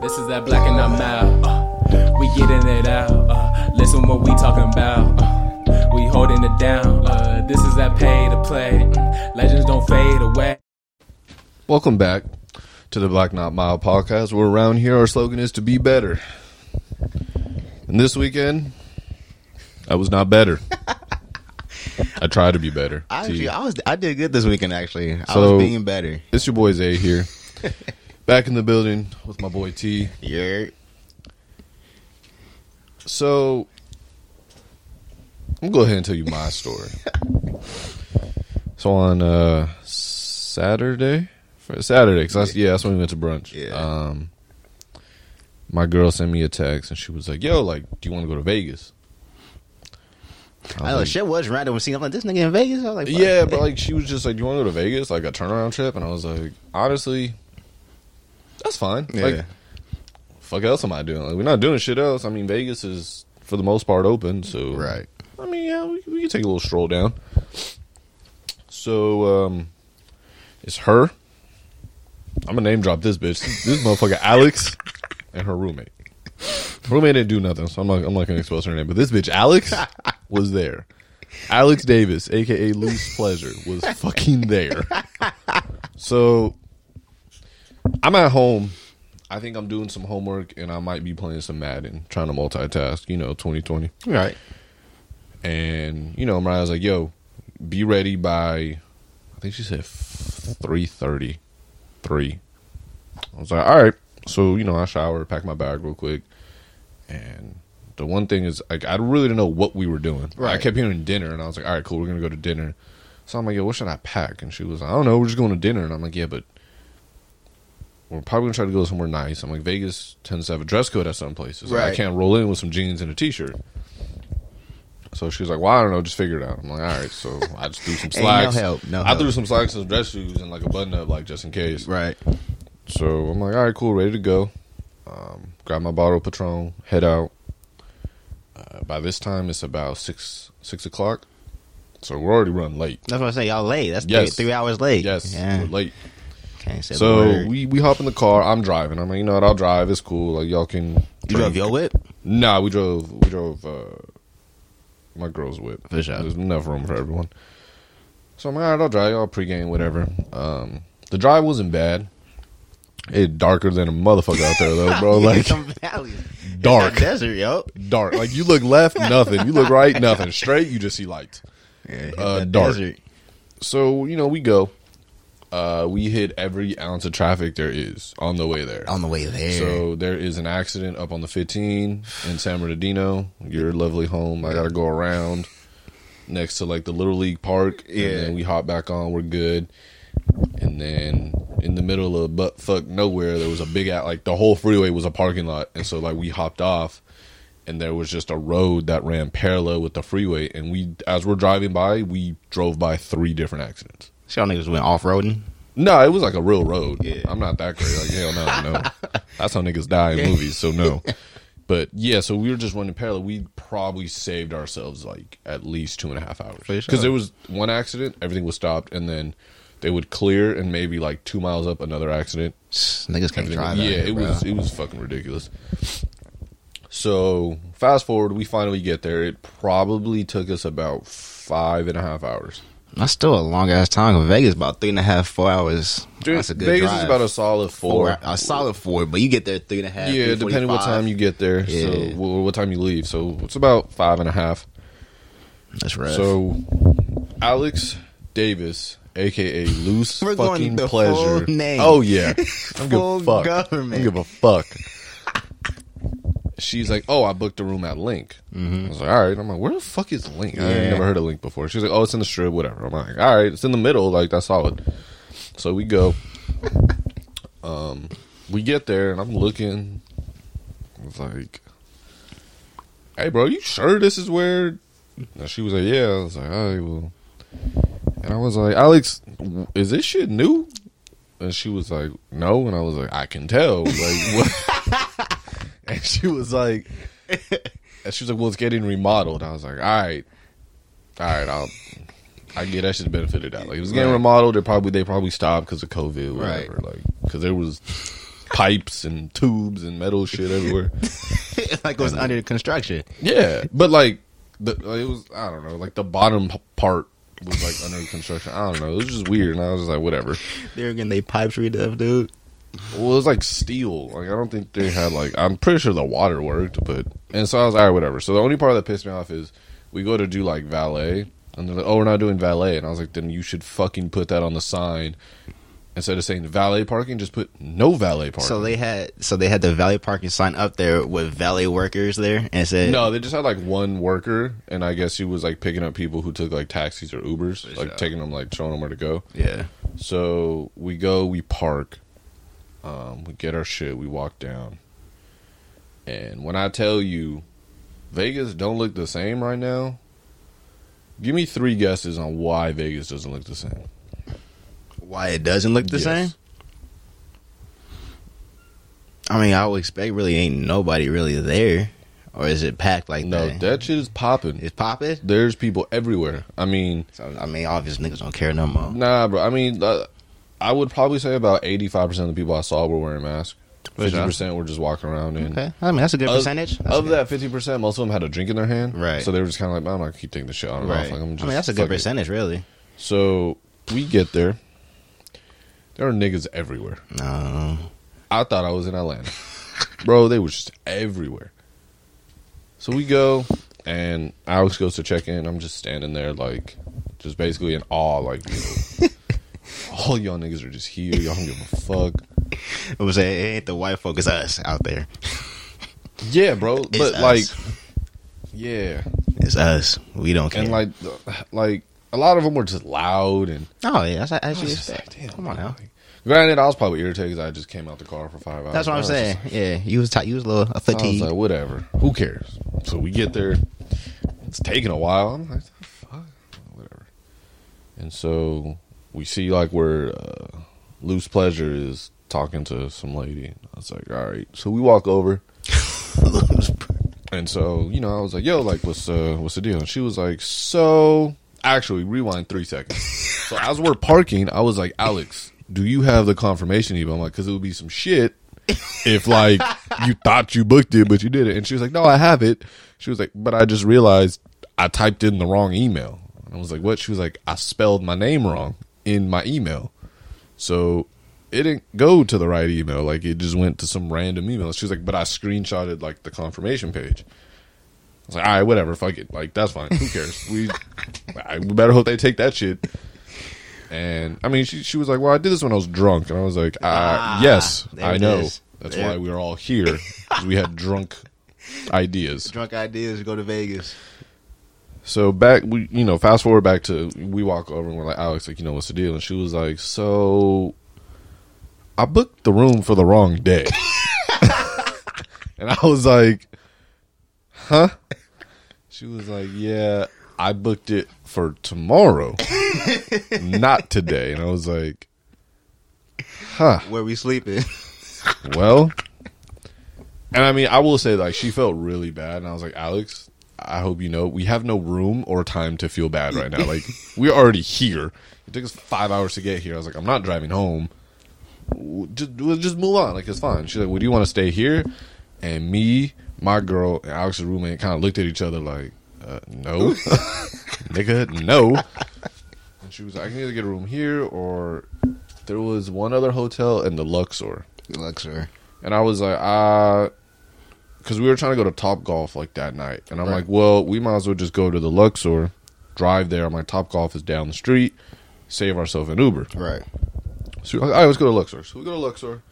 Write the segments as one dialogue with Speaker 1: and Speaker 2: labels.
Speaker 1: This is that black and I'm out. Uh, we getting it out. Uh, listen what we talking about. Uh, we holding it down. Uh, this is that pay to play. Mm, Legends don't fade away.
Speaker 2: Welcome back to the Black Not Mile podcast. We're around here. Our slogan is to be better. And this weekend, I was not better. I tried to be better.
Speaker 3: I
Speaker 2: See,
Speaker 3: actually, I was, I did good this weekend. Actually, I
Speaker 2: So-
Speaker 3: was being better.
Speaker 2: it's your boy Zay here, back in the building with my boy T.
Speaker 3: Yeah.
Speaker 2: So I'm gonna go ahead and tell you my story. so on uh, Saturday, Fr- Saturday, 'cause that's, yeah, that's when we went to brunch.
Speaker 3: Yeah.
Speaker 2: Um, my girl sent me a text and she was like, "Yo, like, do you want to go to Vegas?" I was
Speaker 3: I was,
Speaker 2: like,
Speaker 3: shit was random. Seeing, I'm like, this nigga in Vegas. I was like, fuck.
Speaker 2: yeah, but like she was just like, "Do you want to go to Vegas?" Like a turnaround trip, and I was like, honestly, that's fine.
Speaker 3: yeah.
Speaker 2: Like, fuck else am I doing? Like, we're not doing shit else. I mean, Vegas is for the most part open, so
Speaker 3: right.
Speaker 2: I mean, yeah, we, we can take a little stroll down. So, um, it's her. I'm gonna name drop this bitch. This motherfucker, Alex, and her roommate. Her roommate didn't do nothing, so I'm not, I'm not gonna expose her name. But this bitch, Alex, was there. Alex Davis, aka Loose Pleasure, was fucking there. So, I'm at home. I think I'm doing some homework, and I might be playing some Madden, trying to multitask. You know, 2020
Speaker 3: Right.
Speaker 2: and you know Mariah was like, "Yo, be ready by," I think she said three thirty, three. I was like, "All right." So you know, I shower, pack my bag real quick, and the one thing is, like, I really didn't know what we were doing. I
Speaker 3: Right.
Speaker 2: kept hearing dinner, and I was like, "All right, cool, we're gonna go to dinner." So I'm like, "Yo, what should I pack?" And she was like, "I don't know, we're just going to dinner." And I'm like, "Yeah, but." We're probably gonna try to go somewhere nice. I'm like Vegas tends to have a dress code at some places. Like, I
Speaker 3: Right.
Speaker 2: can't roll in with some jeans and a t-shirt. So she was like, "Well, I don't know, just figure it out." I'm like, "All right." So I just threw some
Speaker 3: Ain't no
Speaker 2: slacks.
Speaker 3: help, no
Speaker 2: I
Speaker 3: help.
Speaker 2: threw some slacks and some dress shoes and like a button up, like just in case.
Speaker 3: Right.
Speaker 2: So I'm like, "All right, cool, ready to go." Um, grab my bottle of Patron, head out. Uh, by this time, it's about six six o'clock, so we're already running late.
Speaker 3: That's what I say. Y'all late. That's
Speaker 2: Yes.
Speaker 3: three, three hours late.
Speaker 2: Yes,
Speaker 3: Yeah.
Speaker 2: we're late.
Speaker 3: Can't say the
Speaker 2: So
Speaker 3: word.
Speaker 2: we we hop in the car. I'm driving. I'm like, you know what? I'll drive. It's cool. Like y'all can.
Speaker 3: you drove your whip.
Speaker 2: Nah, we drove. We drove uh, my girl's whip.
Speaker 3: For sure.
Speaker 2: There's enough room for everyone. So I'm like, all right, I'll drive. I'll pregame, whatever. Um, the drive wasn't bad. It darker than a motherfucker out there though, bro. Oh, Like
Speaker 3: Some valleys.
Speaker 2: dark, Uh,
Speaker 3: That desert, yo.
Speaker 2: dark. Like you look left, nothing. You look right, nothing. Straight, you just see lights.
Speaker 3: Yeah,
Speaker 2: Uh,
Speaker 3: that
Speaker 2: dark.
Speaker 3: desert.
Speaker 2: So you know, we go. Uh, we hit every ounce of traffic there is on the way there.
Speaker 3: on the way there.
Speaker 2: So there is an accident up on the 15 in San Bernardino, your lovely home. I gotta go around next to like the little league park.
Speaker 3: Yeah.
Speaker 2: and then we hop back on. We're good. And then in the middle of butt fuck nowhere, there was a big out like the whole freeway was a parking lot, and so like we hopped off. And there was just a road that ran parallel with the freeway, and we, as we're driving by, we drove by three different accidents.
Speaker 3: So y'all niggas went off roading.
Speaker 2: No, it was like a real road.
Speaker 3: Yeah.
Speaker 2: I'm not that crazy. Like, hell no, no. That's how niggas die in movies, so no. But yeah, so we were just running parallel. We probably saved ourselves like at least two and a half hours.
Speaker 3: For
Speaker 2: Because
Speaker 3: sure.
Speaker 2: there was one accident, everything was stopped, and then they would clear and maybe like two miles up another accident.
Speaker 3: Niggas can't
Speaker 2: Everything-
Speaker 3: drive. out
Speaker 2: yeah,
Speaker 3: here,
Speaker 2: it
Speaker 3: bro.
Speaker 2: was it was fucking ridiculous. So fast forward, we finally get there. It probably took us about five and a half hours.
Speaker 3: That's still a long ass time. In Vegas, about three and a half, four hours. That's a good
Speaker 2: Vegas
Speaker 3: drive.
Speaker 2: is about a solid four.
Speaker 3: four, a solid four, but you get there three and a half.
Speaker 2: yeah,
Speaker 3: three
Speaker 2: depending what
Speaker 3: 45.
Speaker 2: time you get there,
Speaker 3: Yeah.
Speaker 2: so wh- what time you leave. So it's about five and a half.
Speaker 3: That's right.
Speaker 2: So Alex Davis, aka Loose
Speaker 3: We're going
Speaker 2: Fucking
Speaker 3: the
Speaker 2: Pleasure.
Speaker 3: full name.
Speaker 2: Oh yeah, I don't give
Speaker 3: Full
Speaker 2: a fuck.
Speaker 3: government.
Speaker 2: I don't give a fuck. She's like, oh, I booked a room at Link. I was like, all right. I'm like, where the fuck is Link? I ain't
Speaker 3: Yeah.
Speaker 2: never heard of Link before. She's like, oh, it's in the strip, whatever. I'm like, all right, it's in the middle, like that's solid. So we go. um, we get there and I'm looking. It's like, hey, bro, you sure this is where? And she was like, yeah. I was like, all right, well. And I was like, Alex, w- is this shit new? And she was like, no. And I was like, I can tell. Like, what? and she was like, and she was like, well, it's getting remodeled. I was like, all right, all right, I'll. I get that shit benefited out. Like it was getting
Speaker 3: Right.
Speaker 2: remodeled. They probably they probably stopped because of COVID,
Speaker 3: Right.
Speaker 2: whatever. Like because there was pipes and tubes and metal shit everywhere.
Speaker 3: like it was under construction.
Speaker 2: Yeah, but like the it was I don't know, like the bottom p- part was like under construction. I don't know. It was just weird, and I was just like, whatever.
Speaker 3: They were getting they pipes redubbed, dude.
Speaker 2: Well, it was like steel. Like I don't think they had like I'm pretty sure the water worked, but and so I was like, all right, whatever. So the only part that pissed me off is we go to do like valet, and they're like, oh, we're not doing valet, and I was like, then you should fucking put that on the sign. Instead of saying valet parking, just put no valet parking.
Speaker 3: So they had so they had the valet parking sign up there with valet workers there and it said
Speaker 2: No, they just had like one worker, and I guess he was like picking up people who took like taxis or Ubers, like
Speaker 3: sure.
Speaker 2: taking them, like showing them where to go.
Speaker 3: Yeah.
Speaker 2: So we go, we park, um, we get our shit, we walk down, and when I tell you, Vegas don't look the same right now. Give me three guesses on why Vegas doesn't look the same.
Speaker 3: Why it doesn't look the
Speaker 2: Yes.
Speaker 3: same? I mean, I would expect really ain't nobody really there. Or is it packed like
Speaker 2: No,
Speaker 3: that?
Speaker 2: that shit is popping.
Speaker 3: It's popping?
Speaker 2: There's people everywhere. I mean,
Speaker 3: So I mean obviously niggas don't care no more.
Speaker 2: Nah, bro. I mean, uh, I would probably say about eighty-five percent of the people I saw were wearing masks.
Speaker 3: For
Speaker 2: Fifty
Speaker 3: sure.
Speaker 2: percent were just walking around. And
Speaker 3: Okay. I mean that's a good
Speaker 2: Of-
Speaker 3: percentage. That's
Speaker 2: of
Speaker 3: good.
Speaker 2: that fifty percent, most of them had a drink in their hand.
Speaker 3: Right.
Speaker 2: So they were just kind of like, I'm not keep taking the shit on and
Speaker 3: Right.
Speaker 2: off. Like,
Speaker 3: I mean
Speaker 2: I'm just,
Speaker 3: that's a good
Speaker 2: fuck it."
Speaker 3: percentage really.
Speaker 2: So we get there. There are niggas everywhere.
Speaker 3: No.
Speaker 2: I thought I was in Atlanta. Bro, they were just everywhere. So we go, and Alex goes to check in. I'm just standing there, like, just basically in awe. Like, you know, all y'all niggas are just here. Y'all don't give a fuck.
Speaker 3: It was it ain't the white folk, it's us out there.
Speaker 2: Yeah, bro.
Speaker 3: It's
Speaker 2: but,
Speaker 3: us.
Speaker 2: like, yeah.
Speaker 3: It's us. We don't care.
Speaker 2: And, like, like, a lot of them were just loud. And
Speaker 3: oh yeah, that's
Speaker 2: I
Speaker 3: actually
Speaker 2: was just like, damn.
Speaker 3: Come on now.
Speaker 2: Granted, I was probably irritated because I just came out the car for five hours.
Speaker 3: That's what
Speaker 2: I
Speaker 3: I'm
Speaker 2: was just
Speaker 3: saying. Yeah, you was t- you was a little
Speaker 2: I
Speaker 3: fatigued.
Speaker 2: was like, whatever. Who cares? So we get there. It's taking a while. I'm like, the fuck? Whatever. And so we see like where uh, Loose Pleasure is talking to some lady. I was like, all right. So we walk over. And so, you know, I was like, yo, like, what's uh, what's the deal? And she was like, so, actually, rewind three seconds. so as we're parking, I was like, Alex, do you have the confirmation email? I'm like, because it would be some shit if, like, you thought you booked it, but you did it. And she was like, no, I have it. She was like, but I just realized I typed in the wrong email. And I was like, what? She was like, I spelled my name wrong in my email. So it didn't go to the right email. Like it just went to some random email. She was like, but I screenshotted like the confirmation page. I was like, all right, whatever, fuck it. Like that's fine. Who cares? We, I, we better hope they take that shit. And I mean, she she was like, well, I did this when I was drunk, and I was like, uh, yes,
Speaker 3: Ah, there
Speaker 2: I
Speaker 3: it
Speaker 2: know.
Speaker 3: is.
Speaker 2: That's
Speaker 3: There-
Speaker 2: why we were all here. 'cause we had drunk ideas.
Speaker 3: Drunk ideas go to Vegas.
Speaker 2: So back we you know fast forward back to we walk over and we're like Alex like you know what's the deal and she was like so I booked the room for the wrong day and I was like huh she was like yeah I booked it for tomorrow not today and I was like huh
Speaker 3: Where we sleeping?
Speaker 2: well and i mean i will say like she felt really bad and i was like alex i hope you know we have no room or time to feel bad right now like we're already here it took us five hours to get here i was like i'm not driving home W- just, we'll just move on like it's fine she's like well do you want to stay here and me my girl and alex's roommate kind of looked at each other like uh, no nigga no and she was like i can either get a room here or there was one other hotel in the luxor
Speaker 3: Luxor.
Speaker 2: and I was like, ah, because we were trying to go to Top Golf like that night, and I'm
Speaker 3: Right.
Speaker 2: like, well, we might as well just go to the Luxor, drive there. I'm like, Top Golf is down the street, save ourselves an Uber.
Speaker 3: Right.
Speaker 2: So we're like, all right, let's go to Luxor. So we go to Luxor.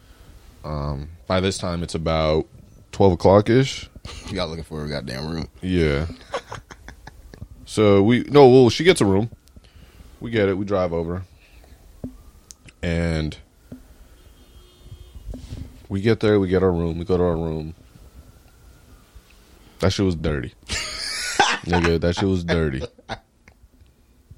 Speaker 2: Um, by this time, it's about twelve o'clock ish.
Speaker 3: Y'all looking for a goddamn room.
Speaker 2: Yeah. so we no, well, she gets a room. We get it. We drive over, and we get there. We get our room. We go to our room. That shit was dirty, nigga. That shit was dirty.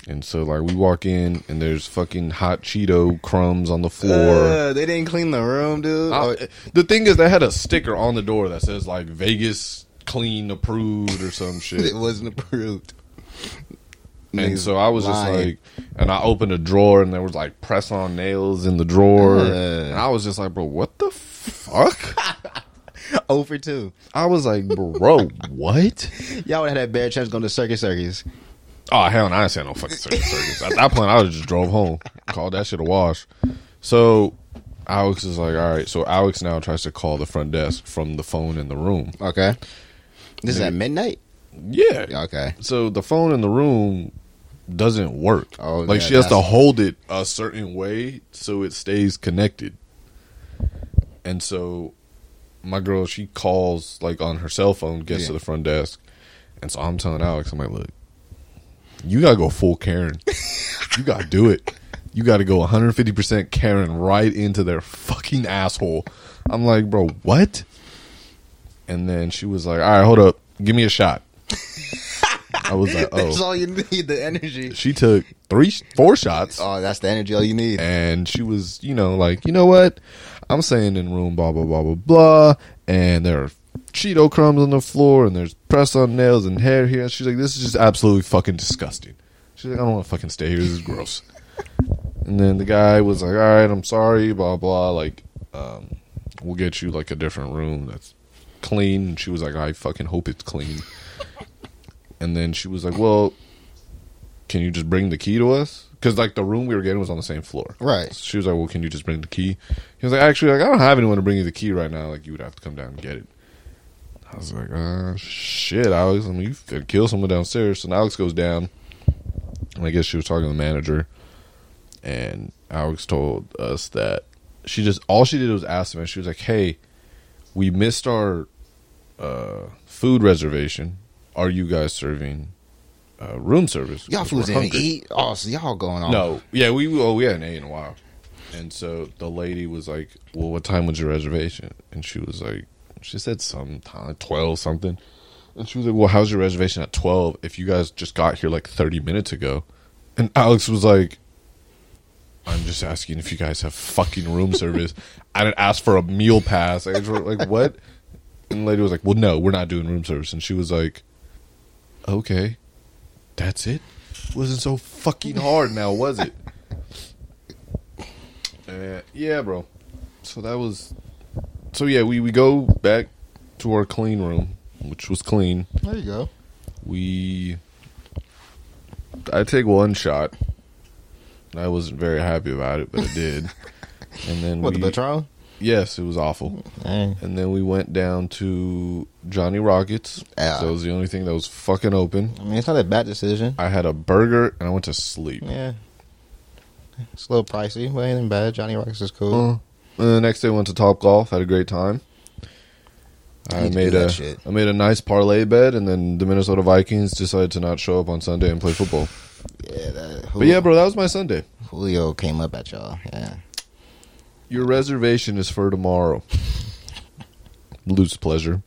Speaker 2: And so, like, we walk in and there's fucking hot Cheeto crumbs on the floor.
Speaker 3: Uh, they didn't clean the room, dude.
Speaker 2: I- the thing is, they had a sticker on the door that says like Vegas clean approved or some shit.
Speaker 3: Oh, it wasn't approved.
Speaker 2: And so I was just
Speaker 3: Lying.
Speaker 2: like, and I opened a drawer and there was like press on nails in the drawer,
Speaker 3: Uh.
Speaker 2: and I was just like, bro, what the fuck?
Speaker 3: Over two.
Speaker 2: I was like, bro, what?
Speaker 3: Y'all would have had that bad chance going to Circus Circus.
Speaker 2: Oh hell, no, I ain't saying no fucking circus. circus. At that point, I would just drove home, called that shit a wash. So Alex is like, all right. So Alex now tries to call the front desk from the phone in the room.
Speaker 3: Okay. This is at midnight?
Speaker 2: Yeah.
Speaker 3: Okay.
Speaker 2: So the phone in the room doesn't work.
Speaker 3: Oh,
Speaker 2: like
Speaker 3: yeah,
Speaker 2: she has to
Speaker 3: that's-
Speaker 2: hold it a certain way so it stays connected. And so my girl, she calls like on her cell phone, gets to
Speaker 3: Yeah.
Speaker 2: the front desk, and so I'm telling Alex, I'm like, look, you gotta go full Karen. you gotta do it. You gotta go 150 percent Karen right into their fucking asshole. I'm like, bro, what? And then she was like, all right, hold up, give me a shot. I was like,
Speaker 3: That's
Speaker 2: oh.
Speaker 3: all you need, the energy.
Speaker 2: She took three, four shots,
Speaker 3: Oh, that's the energy all you need.
Speaker 2: and she was, you know, like, you know what? I'm saying in room, blah blah blah blah blah, and there are Cheeto crumbs on the floor, and there's press on nails and hair here. And she's like, this is just absolutely fucking disgusting. She's like, I don't want to fucking stay here. This is gross. and then the guy was like, all right, I'm sorry, blah blah. Like, um, we'll get you like a different room that's clean. And she was like, I fucking hope it's clean. and then she was like, well. Can you just bring the key to us? Because like the room we were getting was on the same floor,
Speaker 3: Right.
Speaker 2: she was like, "Well, can you just bring the key?" He was like, "Actually, like I don't have anyone to bring you the key right now. Like you would have to come down and get it." I was like, "Uh, shit, Alex. I mean, you could kill someone downstairs." So now Alex goes down, and I guess she was talking to the manager, and Alex told us that she just all she did was ask him, and she was like, "Hey, we missed our uh, food reservation. Are you guys serving uh, room service?
Speaker 3: Y'all
Speaker 2: 'Cause we're
Speaker 3: fools didn't
Speaker 2: hungry."
Speaker 3: eat. Oh, so y'all going on.
Speaker 2: No, yeah, we oh we hadn't ate in a while, and so the lady was like, "Well, what time was your reservation?" And she was like, "She said some time, twelve something," and she was like, "Well, how's your reservation at twelve? If you guys just got here like thirty minutes ago," and Alex was like. I'm just asking if you guys have fucking room service. I didn't ask for a meal pass. I just were like, what? And the lady was like, well, no, we're not doing room service. And she was like, okay, that's it. Wasn't so fucking hard now, was it? Uh, yeah, bro. So that was. So yeah, we, we go back to our clean room, which was clean.
Speaker 3: There you go.
Speaker 2: We. I take one shot. And I wasn't very happy about it, but I did. and then
Speaker 3: What,
Speaker 2: we,
Speaker 3: the Patron?
Speaker 2: yes, it was awful.
Speaker 3: Mm.
Speaker 2: And then we went down to Johnny Rockets.
Speaker 3: Yeah.
Speaker 2: So it was the only thing that was fucking open.
Speaker 3: I mean, it's not a bad decision.
Speaker 2: I had a burger and I went to sleep.
Speaker 3: Yeah. It's a little pricey, but ain't bad. Johnny Rockets is cool.
Speaker 2: Uh, and the next day, went to Top Golf. Had a great time. I
Speaker 3: need to do
Speaker 2: made
Speaker 3: that
Speaker 2: a
Speaker 3: shit.
Speaker 2: I made a nice parlay bet, and then the Minnesota Vikings decided to not show up on Sunday and play football.
Speaker 3: Yeah, that,
Speaker 2: But yeah, bro, that was my Sunday.
Speaker 3: Julio came up at y'all. Yeah.
Speaker 2: Your reservation is for tomorrow. Lose pleasure.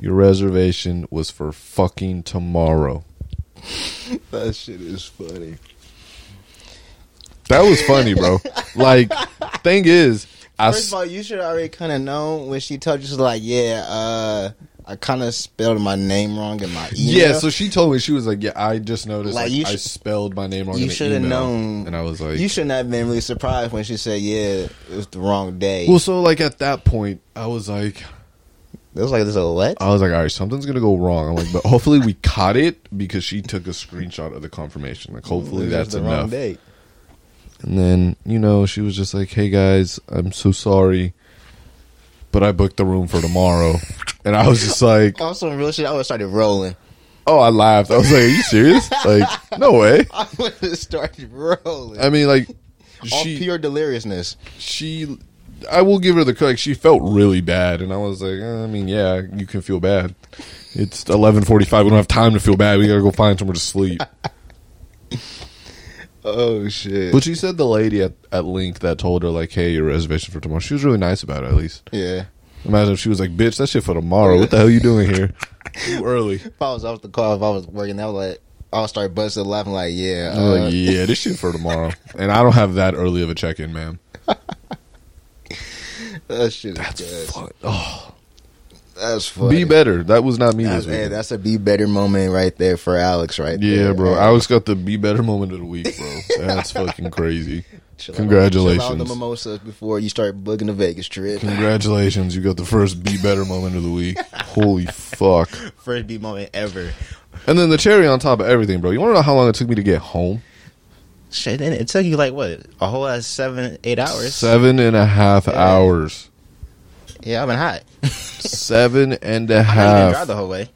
Speaker 2: Your reservation was for fucking tomorrow.
Speaker 3: That shit is funny.
Speaker 2: That was funny, bro. like, thing is, I
Speaker 3: First
Speaker 2: s-
Speaker 3: of all, you should already kind of known when she told you, she's like, yeah, uh, I kind of spelled my name wrong in my email.
Speaker 2: Yeah, so she told me she was like, "Yeah, I just noticed
Speaker 3: Like,
Speaker 2: like,
Speaker 3: you
Speaker 2: I
Speaker 3: should-
Speaker 2: spelled my name wrong."
Speaker 3: you
Speaker 2: in the
Speaker 3: should have
Speaker 2: email."
Speaker 3: known.
Speaker 2: and I was like,
Speaker 3: you shouldn't have been really surprised when she said, yeah, it was the wrong day.
Speaker 2: Well, so like at that point, I was like,
Speaker 3: it was like this, a what?
Speaker 2: I was like, all right, something's gonna go wrong. I'm like, but hopefully we caught it because she took a screenshot of the confirmation. Like, hopefully
Speaker 3: It was
Speaker 2: that's
Speaker 3: the
Speaker 2: enough.
Speaker 3: wrong date.
Speaker 2: And then you know she was just like, hey guys, I'm so sorry, but I booked the room for tomorrow. and I was just like,
Speaker 3: On some real shit, I would have started rolling.
Speaker 2: oh, I laughed. I was like, are you serious? Like, no way.
Speaker 3: I would have started rolling.
Speaker 2: I mean, like,
Speaker 3: All
Speaker 2: Uh, she
Speaker 3: pure deliriousness.
Speaker 2: she I will give her the like she felt really bad and I was like eh, I mean yeah you can feel bad it's 11:45 we don't have time to feel bad we got to go find somewhere to sleep
Speaker 3: Oh, shit.
Speaker 2: but she said the lady at, at Link that told her like hey your reservation for tomorrow she was really nice about it at least
Speaker 3: yeah.
Speaker 2: imagine if she was like bitch that shit for tomorrow what the hell you doing here too early
Speaker 3: If I was off the call, if I was working, I was like, I would start busting laughing like, yeah.
Speaker 2: I
Speaker 3: Uh,
Speaker 2: was like Oh, yeah this shit for tomorrow and I don't have that early of a check in ma'am
Speaker 3: That shit is
Speaker 2: that's
Speaker 3: good.
Speaker 2: fun oh
Speaker 3: That's funny.
Speaker 2: be better that was not me this
Speaker 3: That's, hey,
Speaker 2: weekend.
Speaker 3: that's a be better moment right there for Alex, right
Speaker 2: yeah
Speaker 3: there.
Speaker 2: bro
Speaker 3: Hey,
Speaker 2: Alex got the be better moment of the week bro that's fucking crazy
Speaker 3: Chill out.
Speaker 2: Congratulations.
Speaker 3: Chill out on the mimosas before you start booking the Vegas trip.
Speaker 2: Congratulations, you got the first Be Better moment of the week. Holy fuck.
Speaker 3: First B moment ever.
Speaker 2: And then the cherry on top of everything, bro. You want to know how long it took me to get home?
Speaker 3: Shit, and it took you like what a whole ass seven, eight hours.
Speaker 2: Seven and a half hours.
Speaker 3: Yeah, I've been hot.
Speaker 2: Seven and a
Speaker 3: I didn't even drive
Speaker 2: half.
Speaker 3: the whole way.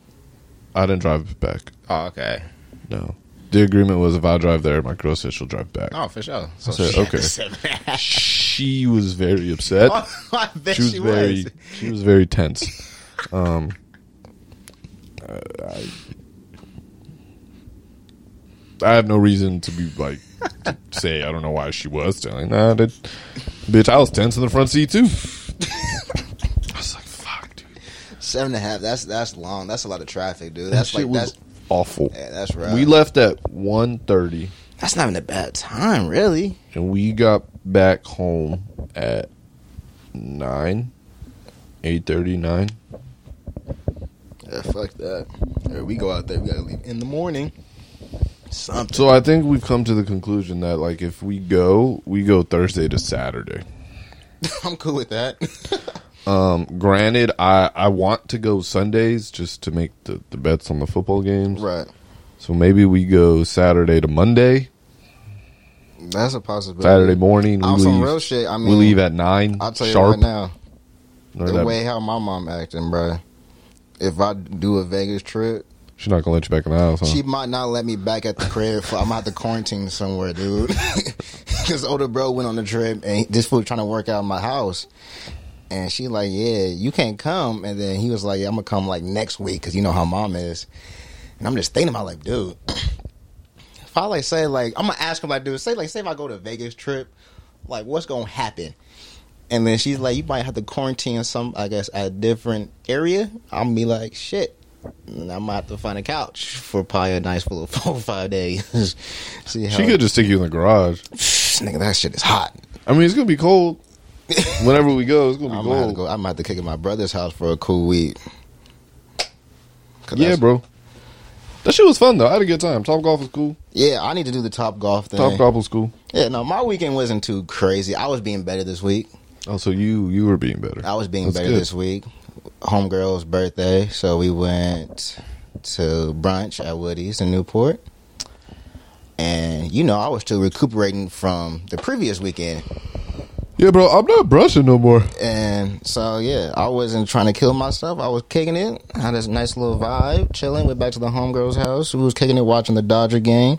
Speaker 2: I didn't drive back.
Speaker 3: Oh, okay.
Speaker 2: No. The agreement was if I drive there, my girl said she'll drive back.
Speaker 3: Oh, for sure. So
Speaker 2: I said,
Speaker 3: she had
Speaker 2: okay.
Speaker 3: the seven and a half.
Speaker 2: She was very upset.
Speaker 3: Oh, I bet
Speaker 2: she was very she was very tense. Um, uh, I, I have no reason to be like to say I don't know why she was telling nah, that. Bitch, I was tense in the front seat too. I was like, fuck, dude.
Speaker 3: Seven and a half. That's that's long. That's a lot of traffic, dude.
Speaker 2: That
Speaker 3: That's
Speaker 2: shit
Speaker 3: like
Speaker 2: was
Speaker 3: that's
Speaker 2: awful.
Speaker 3: yeah, that's rough.
Speaker 2: we left at 1.30
Speaker 3: that's not even a bad time, really.
Speaker 2: and we got back home at nine, eight thirty nine.
Speaker 3: Yeah, fuck that. Or we go out there. We gotta leave in the morning. Something.
Speaker 2: So I think we've come to the conclusion that like if we go, we go Thursday to Saturday.
Speaker 3: I'm cool with that.
Speaker 2: Um, granted, I I want to go Sundays just to make the, the bets on the football games.
Speaker 3: right.
Speaker 2: So maybe we go Saturday to Monday,
Speaker 3: That's a possibility.
Speaker 2: Saturday morning. We
Speaker 3: On
Speaker 2: leave,
Speaker 3: some real shit. I mean,
Speaker 2: we leave at nine.
Speaker 3: I'll tell you
Speaker 2: sharp.
Speaker 3: right now.
Speaker 2: Or
Speaker 3: The
Speaker 2: that-
Speaker 3: way how my mom acting, bro. If I do a Vegas trip,
Speaker 2: she's not gonna let you back in the house. Huh?
Speaker 3: she might not let me back at the crib. For, I'm gonna have to quarantine somewhere, dude. Because older bro went on the trip and this fool trying to work out in my house, and she like, yeah, you can't come. And then he was like, yeah, I'm gonna come like next week because you know how mom is. And I'm just thinking about like, dude, if I like say like I'm gonna ask him like, dude, say like say if I go to Vegas trip, like what's gonna happen? And then she's like, you might have to quarantine some, I guess, a different area. I'm be like, shit. And I might have to find a couch for probably a nice full of four or five days. See how
Speaker 2: she could just stick you in the garage.
Speaker 3: nigga, that shit is hot.
Speaker 2: I mean, it's gonna be cold. Whenever we go, it's gonna be
Speaker 3: I'm gonna have
Speaker 2: cold.
Speaker 3: to go. I'm gonna have to kick at my brother's house for a cool week. 'Cause
Speaker 2: Yeah,
Speaker 3: that's-
Speaker 2: bro. That shit was fun though. I had a good time. Top golf was cool.
Speaker 3: Yeah, I need to do the top golf thing.
Speaker 2: Top golf was cool.
Speaker 3: Yeah, no, my weekend wasn't too crazy. I was being better this week.
Speaker 2: Oh, so you you were being better.
Speaker 3: I was being
Speaker 2: That's
Speaker 3: better
Speaker 2: good.
Speaker 3: this week. Homegirl's birthday, so we went to brunch at Woody's in Newport. And you know, I was still recuperating from the previous weekend.
Speaker 2: Yeah, bro. I'm not brushing no more.
Speaker 3: And so yeah, I wasn't trying to kill myself. I was kicking it. Had this nice little vibe, chilling, went back to the homegirl's house. We was kicking it watching the Dodger game.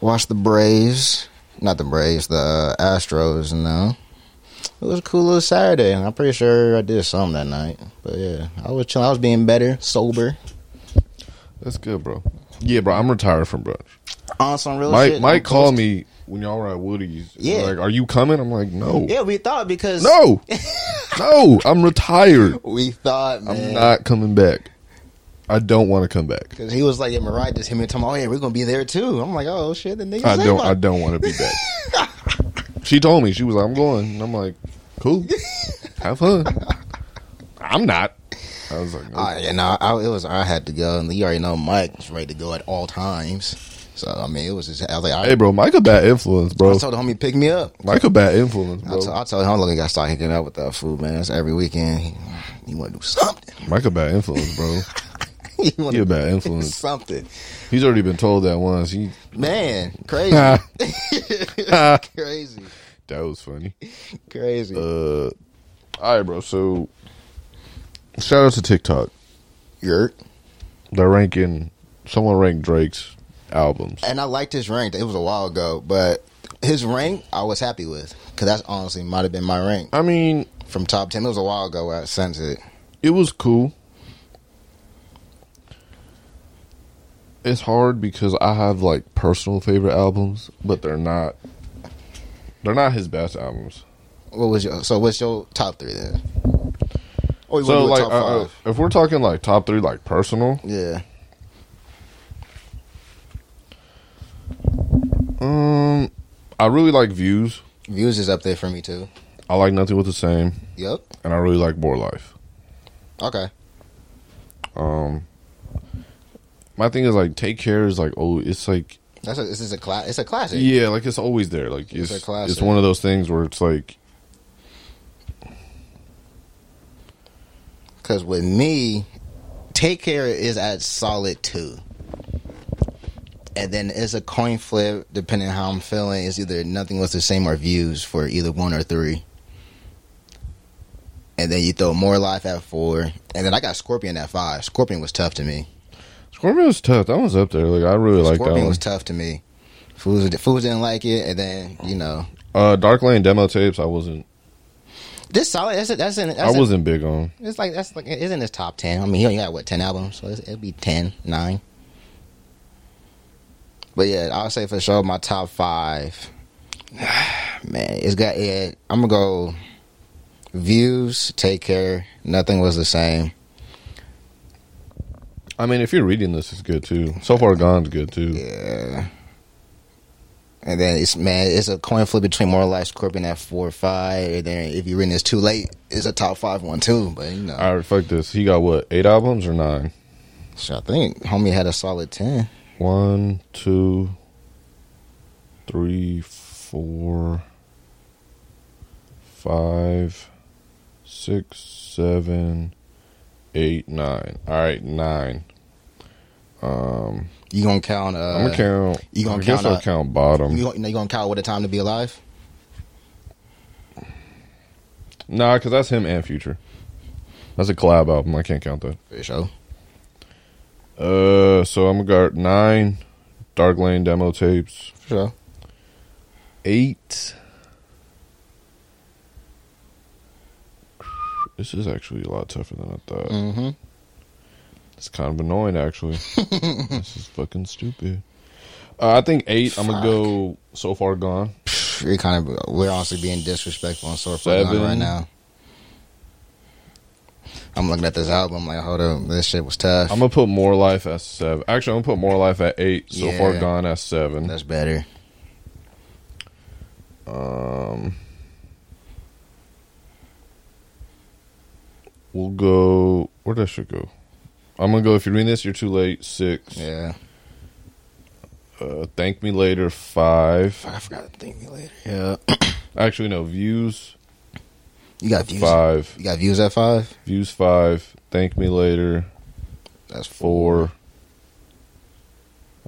Speaker 3: Watched the Braves. Not the Braves, the uh, Astros, you know. It was a cool little Saturday, and I'm pretty sure I did something that night. But yeah, I was chilling. I was being better, sober,
Speaker 2: That's good, bro. Yeah, bro. I'm retired from brunch.
Speaker 3: on some real
Speaker 2: Mike
Speaker 3: Oh, shit.
Speaker 2: Mike
Speaker 3: I'm
Speaker 2: called
Speaker 3: posted.
Speaker 2: me when y'all were at Woody's.
Speaker 3: Yeah.
Speaker 2: Like, are you coming? I'm like, no,
Speaker 3: Yeah, we thought because
Speaker 2: no, no. I'm retired.
Speaker 3: we thought man.
Speaker 2: I'm not coming back. I don't want to come back.
Speaker 3: Cause he was like, "Yeah, Mariah just hit me and told me, oh yeah, we're gonna be there too." I'm like, "Oh shit, the niggas."
Speaker 2: I
Speaker 3: say
Speaker 2: don't.
Speaker 3: my-
Speaker 2: I don't want to be back. she told me she was like, I'm going. And I'm like, cool. Have fun. I'm not. I was like,
Speaker 3: Uh, yeah, no, I, it was I had to go, and you already know Mike was ready to go at all times. So I mean, it was just I was like, I,
Speaker 2: hey, bro. Mike a bad influence, bro.
Speaker 3: I told the homie pick me up.
Speaker 2: Mike a bad influence,
Speaker 3: I,
Speaker 2: bro.
Speaker 3: told, I told him, look, I gotta start hooking up with that food, man. That's every weekend. He, he want to do something.
Speaker 2: Mike a bad influence, bro.
Speaker 3: he want
Speaker 2: He a
Speaker 3: to
Speaker 2: bad
Speaker 3: do
Speaker 2: influence.
Speaker 3: something,
Speaker 2: He's already been told that once. He
Speaker 3: man. Crazy,
Speaker 2: that
Speaker 3: crazy,
Speaker 2: was funny.
Speaker 3: crazy.
Speaker 2: Uh, all right, bro. So, shout out to TikTok.
Speaker 3: Yerk.
Speaker 2: They're ranking. Someone ranked Drake's albums.
Speaker 3: and I liked his rank. It was a while ago, but his rank I was happy with because that's honestly might have been my rank
Speaker 2: I mean,
Speaker 3: from top ten. It was a while ago where I sent it.
Speaker 2: it was cool. It's hard because I have like personal favorite albums, but they're not. They're not his best albums.
Speaker 3: What was your so? What's your top three then? Oh, you
Speaker 2: So
Speaker 3: wanna do a
Speaker 2: like, uh, uh, if we're talking like top three, like personal,
Speaker 3: yeah,
Speaker 2: um, I really like Views.
Speaker 3: views is up there for me too.
Speaker 2: I like Nothing with the Same,
Speaker 3: Yep.
Speaker 2: and I really like More Life.
Speaker 3: Okay.
Speaker 2: Um, my thing is like Take Care is like oh, it's like
Speaker 3: That's a, this is a cla- It's a classic.
Speaker 2: Yeah, like it's always there. Like
Speaker 3: It's
Speaker 2: it's
Speaker 3: a classic.
Speaker 2: it's one of those things where it's like
Speaker 3: Because with me, Take Care is at solid two. And then it's a coin flip depending on how I'm feeling. It's either nothing was the same or views for either one or three. And then you throw more life at four. And then I got Scorpion at five. Scorpion was tough to me.
Speaker 2: Scorpion was tough. That one's up there. Like I really like that
Speaker 3: Scorpion
Speaker 2: one.
Speaker 3: was tough to me. Fools, fools didn't like it. And then, you know,
Speaker 2: uh, Dark Lane demo tapes. I wasn't.
Speaker 3: this solid. That's, that's, in, that's
Speaker 2: I
Speaker 3: in-
Speaker 2: wasn't big on.
Speaker 3: It's like that's like it isn't his top ten. I mean, he only got what ten albums, so it's, it'd be 10, 9. But yeah, I'll say for sure my top five. Man, it's got yeah. I'm gonna go. Views, take care. Nothing was the same.
Speaker 2: I mean, if you're reading this, it's good too. So far, Gone's good too.
Speaker 3: Yeah. And then it's man, it's a coin flip between More Life Scorpion at four or five. And then if you're reading this too late, it's a top five one too. But you know,
Speaker 2: All right, fuck this. He got what? Eight albums or nine?
Speaker 3: so I think homie had a solid ten.
Speaker 2: One, two, three, four, five, six, seven, eight, nine. All right, nine. Um,
Speaker 3: You gonna count? Uh,
Speaker 2: I'm gonna count.
Speaker 3: you gonna
Speaker 2: I guess
Speaker 3: count
Speaker 2: I'll
Speaker 3: out-
Speaker 2: count bottom.
Speaker 3: You, you know, you gonna count what a time to be alive?
Speaker 2: Nah, because that's him and Future. That's a collab album. I can't count that.
Speaker 3: For sure.
Speaker 2: Uh, so I'm gonna go nine Dark Lane demo tapes,
Speaker 3: For sure.
Speaker 2: eight. This is actually a lot tougher than I thought.
Speaker 3: Mm-hmm.
Speaker 2: It's kind of annoying, actually. this is fucking stupid. Uh, I think eight. I'm gonna go. So far gone.
Speaker 3: We're kind of we're honestly being disrespectful and sort of
Speaker 2: Seven.
Speaker 3: right now. I'm looking at this album like, hold up, this shit was tough.
Speaker 2: I'm gonna put more life at seven. Actually, I'm gonna put more life at eight. So
Speaker 3: Yeah.
Speaker 2: far gone at seven.
Speaker 3: That's better.
Speaker 2: Um, we'll go. Where did I should go? I'm gonna go. If you're reading this, you're too late. Six.
Speaker 3: Yeah.
Speaker 2: Uh, thank me later. Five.
Speaker 3: Fuck, I forgot to thank me later. Yeah.
Speaker 2: Actually, no. Views.
Speaker 3: You got views.
Speaker 2: Five.
Speaker 3: You got views at five.
Speaker 2: Views. Five. Thank me later.
Speaker 3: That's
Speaker 2: Four.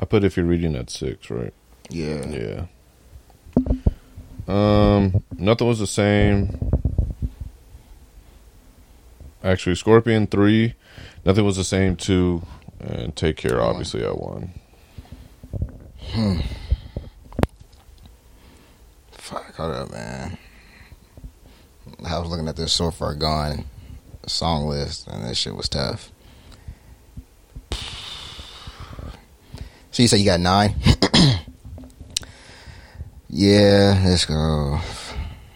Speaker 2: I put if you're reading at six, right?
Speaker 3: Yeah.
Speaker 2: Yeah. Um, nothing was the same. Actually, Scorpion three, nothing was the same two, and Take Care obviously at one.
Speaker 3: Fuck, hold up, man. I was looking at this so far gone song list, and that shit was tough. So you said you got nine? yeah, let's go.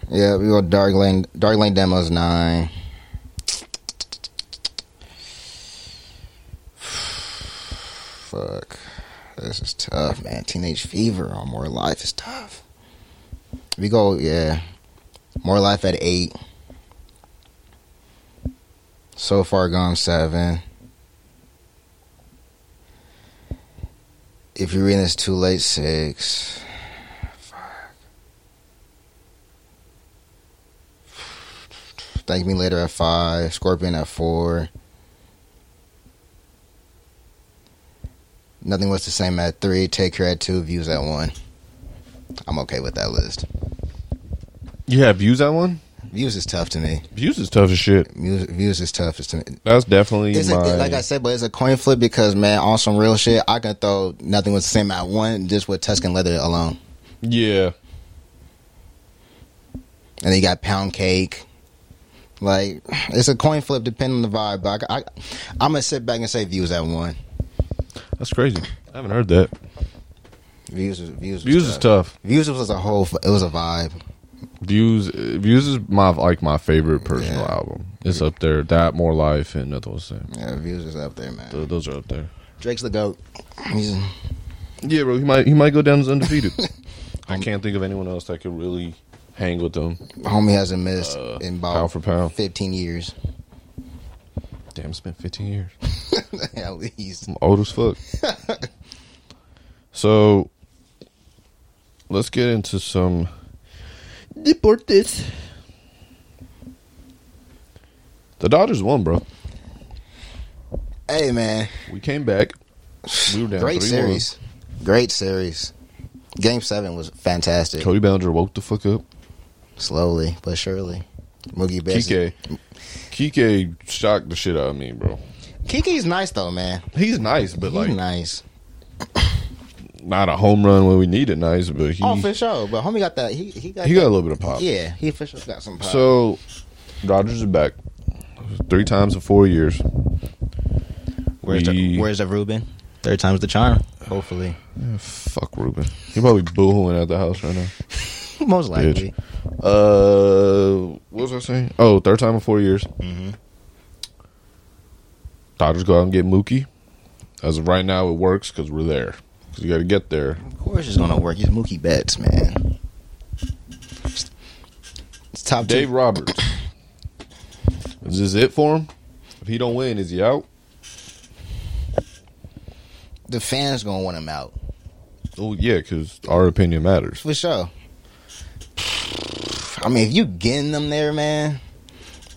Speaker 3: Yeah, we go Dark Lane. Dark Lane demos nine. Fuck, this is tough, man. Teenage Fever on More Life is tough. We go, yeah. More life at eight. So far gone seven. If you're reading this too late, six. Fuck. Thank me later at five. Scorpion at four. Nothing was the same at three. Take care at two. Views at one. I'm okay with that list.
Speaker 2: You have views at one.
Speaker 3: Views is tough to me.
Speaker 2: Views is tough as shit.
Speaker 3: Views, views is tough as to me.
Speaker 2: That's definitely
Speaker 3: It's a,
Speaker 2: my.
Speaker 3: like I said, but it's a coin flip because man, on some real shit, I can throw nothing was the same at one just with Tuscan leather alone,
Speaker 2: yeah,
Speaker 3: and then you got pound cake. Like it's a coin flip depending on the vibe, but I, I, I'm gonna sit back and say views at one.
Speaker 2: that's crazy. I haven't heard that.
Speaker 3: Views, is- views,
Speaker 2: Views is tough.
Speaker 3: Views was a whole. It was a vibe.
Speaker 2: Views, uh, views is my like my favorite personal
Speaker 3: Yeah.
Speaker 2: album. It's up there. That more life and nothing was the same.
Speaker 3: Yeah, views is up there,
Speaker 2: Th-
Speaker 3: man.
Speaker 2: Those are up there.
Speaker 3: Drake's the goat. He's,
Speaker 2: Yeah, bro, he might he might go down as undefeated. I can't think of anyone else that could really hang with them.
Speaker 3: homie hasn't missed
Speaker 2: Uh,
Speaker 3: in
Speaker 2: pound
Speaker 3: about
Speaker 2: for pound.
Speaker 3: 15 years
Speaker 2: Damn, it's been 15 years.
Speaker 3: at least.
Speaker 2: I'm old as fuck. so let's get into some
Speaker 4: Deportes.
Speaker 2: The Dodgers won, bro.
Speaker 3: Hey man,
Speaker 2: We came back. We were down
Speaker 3: great
Speaker 2: 3-1.
Speaker 3: series, great series. Game seven was fantastic.
Speaker 2: Cody Bellinger woke the fuck up.
Speaker 3: Slowly but surely, Moogie Betts.
Speaker 2: Kike. Kike shocked the shit out of me, bro.
Speaker 3: Kiki's nice though, man.
Speaker 2: He's nice, but
Speaker 3: He's
Speaker 2: like
Speaker 3: nice.
Speaker 2: not a home run when we need it nice, but he
Speaker 3: oh, for sure. But homie got that. He he got.
Speaker 2: he
Speaker 3: that-
Speaker 2: got a little bit of pop.
Speaker 3: yeah, he for sure got some. Pop.
Speaker 2: So Dodgers are back. Three times in four years.
Speaker 3: where's
Speaker 2: we-
Speaker 3: the, where's the Ruben? Third time's the charm. Hopefully,
Speaker 2: Fuck Ruben. He probably boohooing at the house right now.
Speaker 3: most likely.
Speaker 2: Uh, what was I saying? Mm-hmm. Oh, third time in four years. Dodgers go out and get Mookie. As of right now, it works because we're there. Because you got to get there.
Speaker 3: Of course, it's gonna work. He's Mookie Betts, man. It's top
Speaker 2: Dave
Speaker 3: two.
Speaker 2: Roberts. Is this it for him? If he don't win, is he out?
Speaker 3: The fans gonna want him out
Speaker 2: Oh yeah, because our opinion matters.
Speaker 3: for sure. I mean, if you getting them there, man.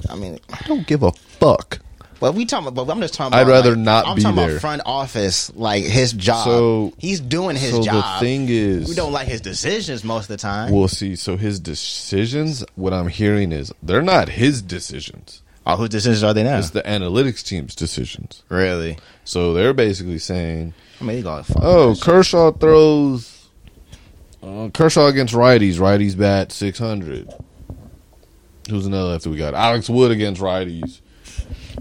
Speaker 3: I mean,
Speaker 2: I don't give a fuck.
Speaker 3: but we talking about. But I'm just talking. About,
Speaker 2: I'd rather
Speaker 3: like,
Speaker 2: not
Speaker 3: I'm
Speaker 2: be
Speaker 3: talking
Speaker 2: there.
Speaker 3: about front office, like his job.
Speaker 2: So-
Speaker 3: he's doing his
Speaker 2: so
Speaker 3: job.
Speaker 2: the thing is,
Speaker 3: we don't like his decisions most of the time.
Speaker 2: We'll see. So his decisions. What I'm hearing is they're not his decisions.
Speaker 3: oh, whose decisions are they now?
Speaker 2: It's the analytics team's decisions.
Speaker 3: Really?
Speaker 2: So they're basically saying,
Speaker 3: I mean, they got
Speaker 2: "Oh, Kershaw throws uh, Kershaw against righties. Righties bat 600. Who's another lefty we got? Alex Wood against righties.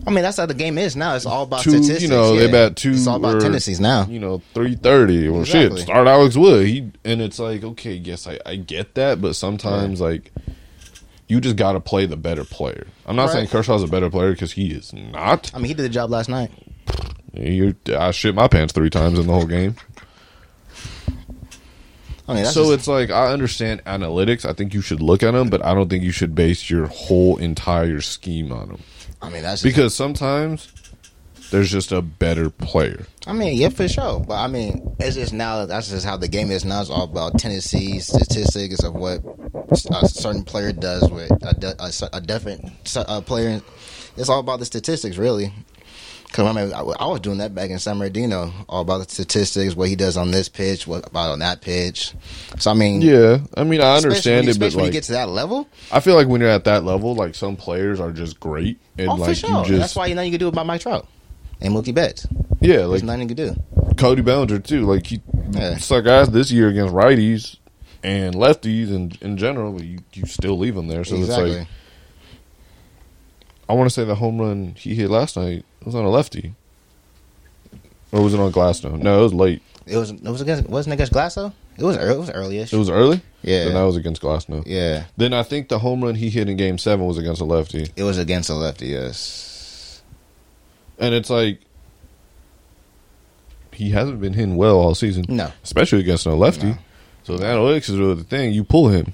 Speaker 3: I mean, that's how the game is now. It's all about
Speaker 2: Two,
Speaker 3: statistics.
Speaker 2: you know,
Speaker 3: yeah.
Speaker 2: they bat two.
Speaker 3: It's all about
Speaker 2: or,
Speaker 3: tendencies now.
Speaker 2: You know, three thirty. Well,
Speaker 3: Exactly.
Speaker 2: shit, start Alex Wood. He and it's like, okay, yes, I, I get that, but sometimes like you just got to play the better player. I'm not
Speaker 3: Right.
Speaker 2: saying Kershaw's a better player because he is not.
Speaker 3: I mean, he did the job last night.
Speaker 2: You're, I shit my pants three times in the whole game.
Speaker 3: I mean, that's
Speaker 2: so
Speaker 3: just-
Speaker 2: it's like I understand analytics. I think you should look at them, but I don't think you should base your whole entire scheme on them
Speaker 3: I mean, that's just-
Speaker 2: because sometimes there's just a better player.
Speaker 3: I mean, yeah, for sure. But I mean, it's just now. That's just how the game is now. It's all about tendencies, statistics of what a certain player does with a, de- a, cer- a different cer- uh player. It's all about the statistics, really. Because I mean, I, I was doing that back in San Bernardino, all about the statistics, what he does on this pitch, what about on that pitch. So I mean,
Speaker 2: Yeah, I mean I
Speaker 3: Mm. especially when
Speaker 2: understand
Speaker 3: you-
Speaker 2: it, but
Speaker 3: especially when you
Speaker 2: like
Speaker 3: get to that level,
Speaker 2: I feel like when you're at that level, like some players are just great, and
Speaker 3: oh, for
Speaker 2: like
Speaker 3: sure.
Speaker 2: you just
Speaker 3: that's why you know you can do it by Mike Trout and Mookie Betts.
Speaker 2: yeah, like
Speaker 3: There's nothing you can do.
Speaker 2: Cody Bellinger too. Like he
Speaker 3: Yeah.
Speaker 2: suck ass this year against righties and lefties, and in general, but you you still leave him there. So it's like I want to say the home run he hit last night was on a lefty, or was it on Glasnow? No, it was late.
Speaker 3: It was it was against wasn't it against Glasso? It was ear- it was earlyish.
Speaker 2: It was early.
Speaker 3: Yeah.
Speaker 2: then that was against Glasnow.
Speaker 3: yeah,
Speaker 2: Then I think the home run he hit in Game Seven was against a lefty,
Speaker 3: it was against a lefty. Yes,
Speaker 2: and it's like. He hasn't been hitting well all season.
Speaker 3: No.
Speaker 2: Especially against no lefty.
Speaker 3: No.
Speaker 2: So the analytics is really the thing. You pull him.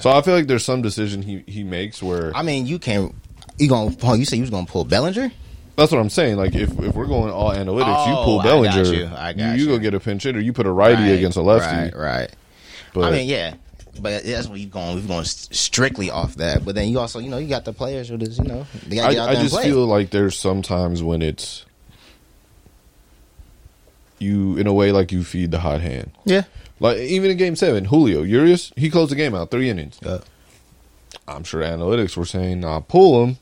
Speaker 2: So I feel like there's some decision he, he makes where
Speaker 3: I mean you can you gonna oh, you said you was gonna pull Bellinger?
Speaker 2: that's what I'm saying. Like if, if we're going all analytics, you
Speaker 3: Oh,
Speaker 2: pull
Speaker 3: I got
Speaker 2: Bellinger,
Speaker 3: you. I got
Speaker 2: you,
Speaker 3: you.
Speaker 2: go get a pinch hitter, you put a righty against a lefty.
Speaker 3: Right, right.
Speaker 2: But
Speaker 3: I mean yeah, but that's what you going. We're going strictly off that. But then you also you know you got the players who just you know they gotta get out
Speaker 2: I, I
Speaker 3: there and
Speaker 2: just
Speaker 3: play.
Speaker 2: feel like there's sometimes when it's you in a way like you feed the hot hand.
Speaker 3: yeah.
Speaker 2: Like even in Game Seven, Julio Urias he closed the game out three innings.
Speaker 3: Yeah.
Speaker 2: I'm sure analytics were saying, "Nah, pull him."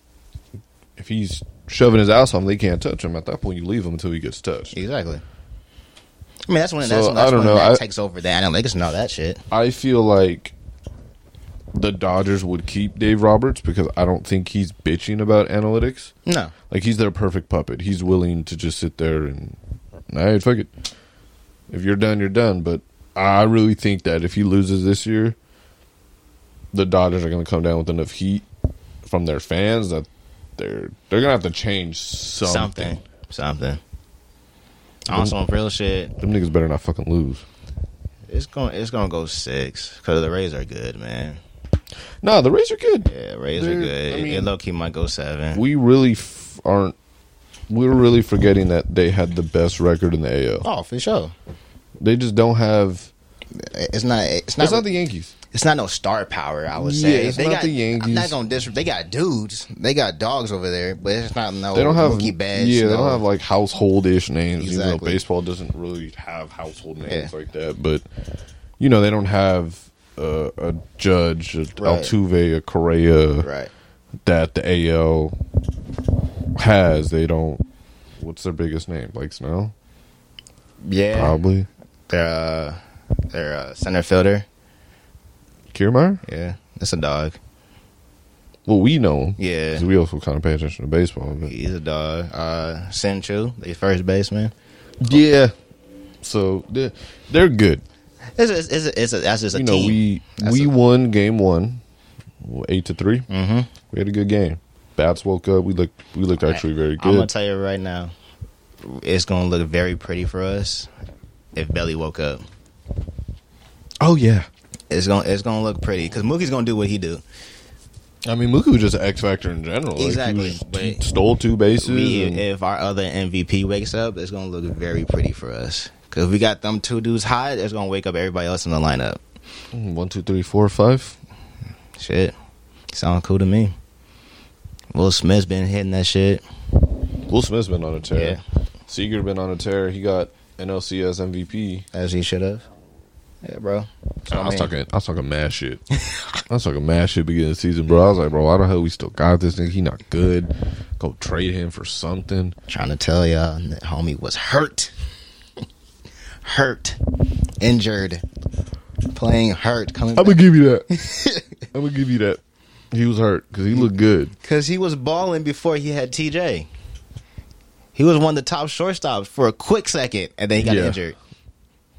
Speaker 2: If he's shoving his ass on, they can't touch him. At that point, you leave him until he gets touched.
Speaker 3: Exactly. I mean that's when
Speaker 2: So,
Speaker 3: that's,
Speaker 2: I
Speaker 3: that's
Speaker 2: don't
Speaker 3: when
Speaker 2: know.
Speaker 3: that
Speaker 2: I-
Speaker 3: takes over the analytics and all that shit.
Speaker 2: I feel like the Dodgers would keep Dave Roberts because I don't think he's bitching about analytics.
Speaker 3: No,
Speaker 2: Like he's their perfect puppet. He's willing to just sit there and, all right, fuck it. If you're done, you're done. But I really think that if he loses this year, the Dodgers are going to come down with enough heat from their fans that they're they're going to have to change something.
Speaker 3: something, something. On some real shit.
Speaker 2: Them niggas better not fucking lose.
Speaker 3: It's going it's going to go six because the Rays are good, man.
Speaker 2: Nah, the Rays are good.
Speaker 3: Yeah, Rays
Speaker 2: They're-
Speaker 3: are good.
Speaker 2: I
Speaker 3: It-
Speaker 2: mean-
Speaker 3: it low key might go seven.
Speaker 2: We really f- aren't. We're really forgetting that they had the best record in the AL.
Speaker 3: oh, for sure.
Speaker 2: They just don't have.
Speaker 3: It's not. It's not.
Speaker 2: It's not the Yankees.
Speaker 3: it's not no star power. I would
Speaker 2: Yeah,
Speaker 3: say
Speaker 2: it's not
Speaker 3: got,
Speaker 2: the Yankees.
Speaker 3: I'm not gonna dis. They got dudes. They got dogs over there, but it's not no.
Speaker 2: They don't have
Speaker 3: rookie badge.
Speaker 2: yeah. They
Speaker 3: Oh, no-
Speaker 2: don't have like household-ish names. Even though
Speaker 3: Exactly.
Speaker 2: baseball doesn't really have household names
Speaker 3: Yeah.
Speaker 2: like that, but you know they don't have uh, a Judge, a
Speaker 3: Right.
Speaker 2: Altuve, a Correa,
Speaker 3: right.
Speaker 2: that the AL has. They don't. What's their biggest name? Blake Snell,
Speaker 3: Yeah,
Speaker 2: probably.
Speaker 3: they're uh, they're uh, center fielder.
Speaker 2: Kiermaier.
Speaker 3: Yeah, it's a dog.
Speaker 2: Well, we know him.
Speaker 3: Yeah.
Speaker 2: 'cause we also kind of pay attention to baseball. But.
Speaker 3: He's a dog. Uh, Senchu, the first baseman.
Speaker 2: Yeah. So they're, they're good.
Speaker 3: It's a, it's a, it's a, that's just a
Speaker 2: you know,
Speaker 3: team.
Speaker 2: we
Speaker 3: That's
Speaker 2: we
Speaker 3: a-
Speaker 2: won game one, eight to 3 Mm-hmm. We had a good game. Bats woke up. We looked we looked actually very
Speaker 3: I'm gonna
Speaker 2: good.
Speaker 3: tell you right now, it's gonna look very pretty for us if Belly woke up.
Speaker 2: oh yeah.
Speaker 3: It's gonna it's gonna look pretty because Mookie's gonna do what he do.
Speaker 2: I mean, Mookie was just an X factor in general. Like, he
Speaker 3: Exactly,
Speaker 2: was-
Speaker 3: but-
Speaker 2: he stole two bases.
Speaker 3: We,
Speaker 2: and-
Speaker 3: if our other MVP wakes up, it's gonna look very pretty for us. Cause we got them two dudes hot, it's gonna wake up everybody else in the lineup.
Speaker 2: one, two, three, four, five.
Speaker 3: Shit, sound cool to me. Will Smith's been hitting that shit.
Speaker 2: Will Smith's been on a tear. Seager been on a tear. He got NLCS MVP.
Speaker 3: as he should have. Yeah, bro. So,
Speaker 2: I
Speaker 3: I
Speaker 2: was
Speaker 3: mean,
Speaker 2: talking, I was talking mad shit. I was talking mad shit beginning of the season, bro. I was like, bro, why the hell we still got this nigga? He not good. Go trade him for something.
Speaker 3: trying to tell y'all, that homie was hurt, hurt, injured, playing hurt, coming
Speaker 2: I'm gonna give you that. I'm gonna give you that. He was hurt because he looked good.
Speaker 3: because he was balling before he had TJ. He was one of the top shortstops for a quick second, and then he got
Speaker 2: Yeah.
Speaker 3: injured.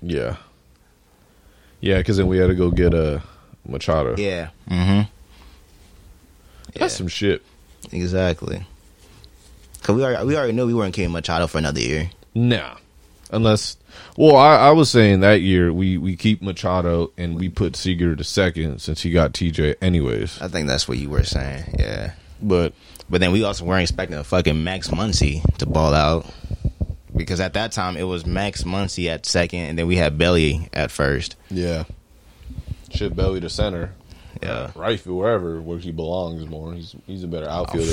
Speaker 2: Yeah, yeah. Because then we had to go get a uh, Machado.
Speaker 3: Yeah. Mm-hmm.
Speaker 2: that's some shit.
Speaker 3: Exactly. Cause we already we already knew we weren't keeping Machado for another year.
Speaker 2: Nah, unless well, I, I was saying that year we we keep Machado and we put Seager to second since he got TJ anyways.
Speaker 3: I think that's what you were saying. Yeah.
Speaker 2: But
Speaker 3: But then we also weren't expecting a fucking Max Muncy to ball out because at that time it was Max Muncy at second, and then we had Belly at first.
Speaker 2: yeah, shit, belly to center.
Speaker 3: Yeah,
Speaker 2: right field, wherever where he belongs more. He's he's a better outfielder,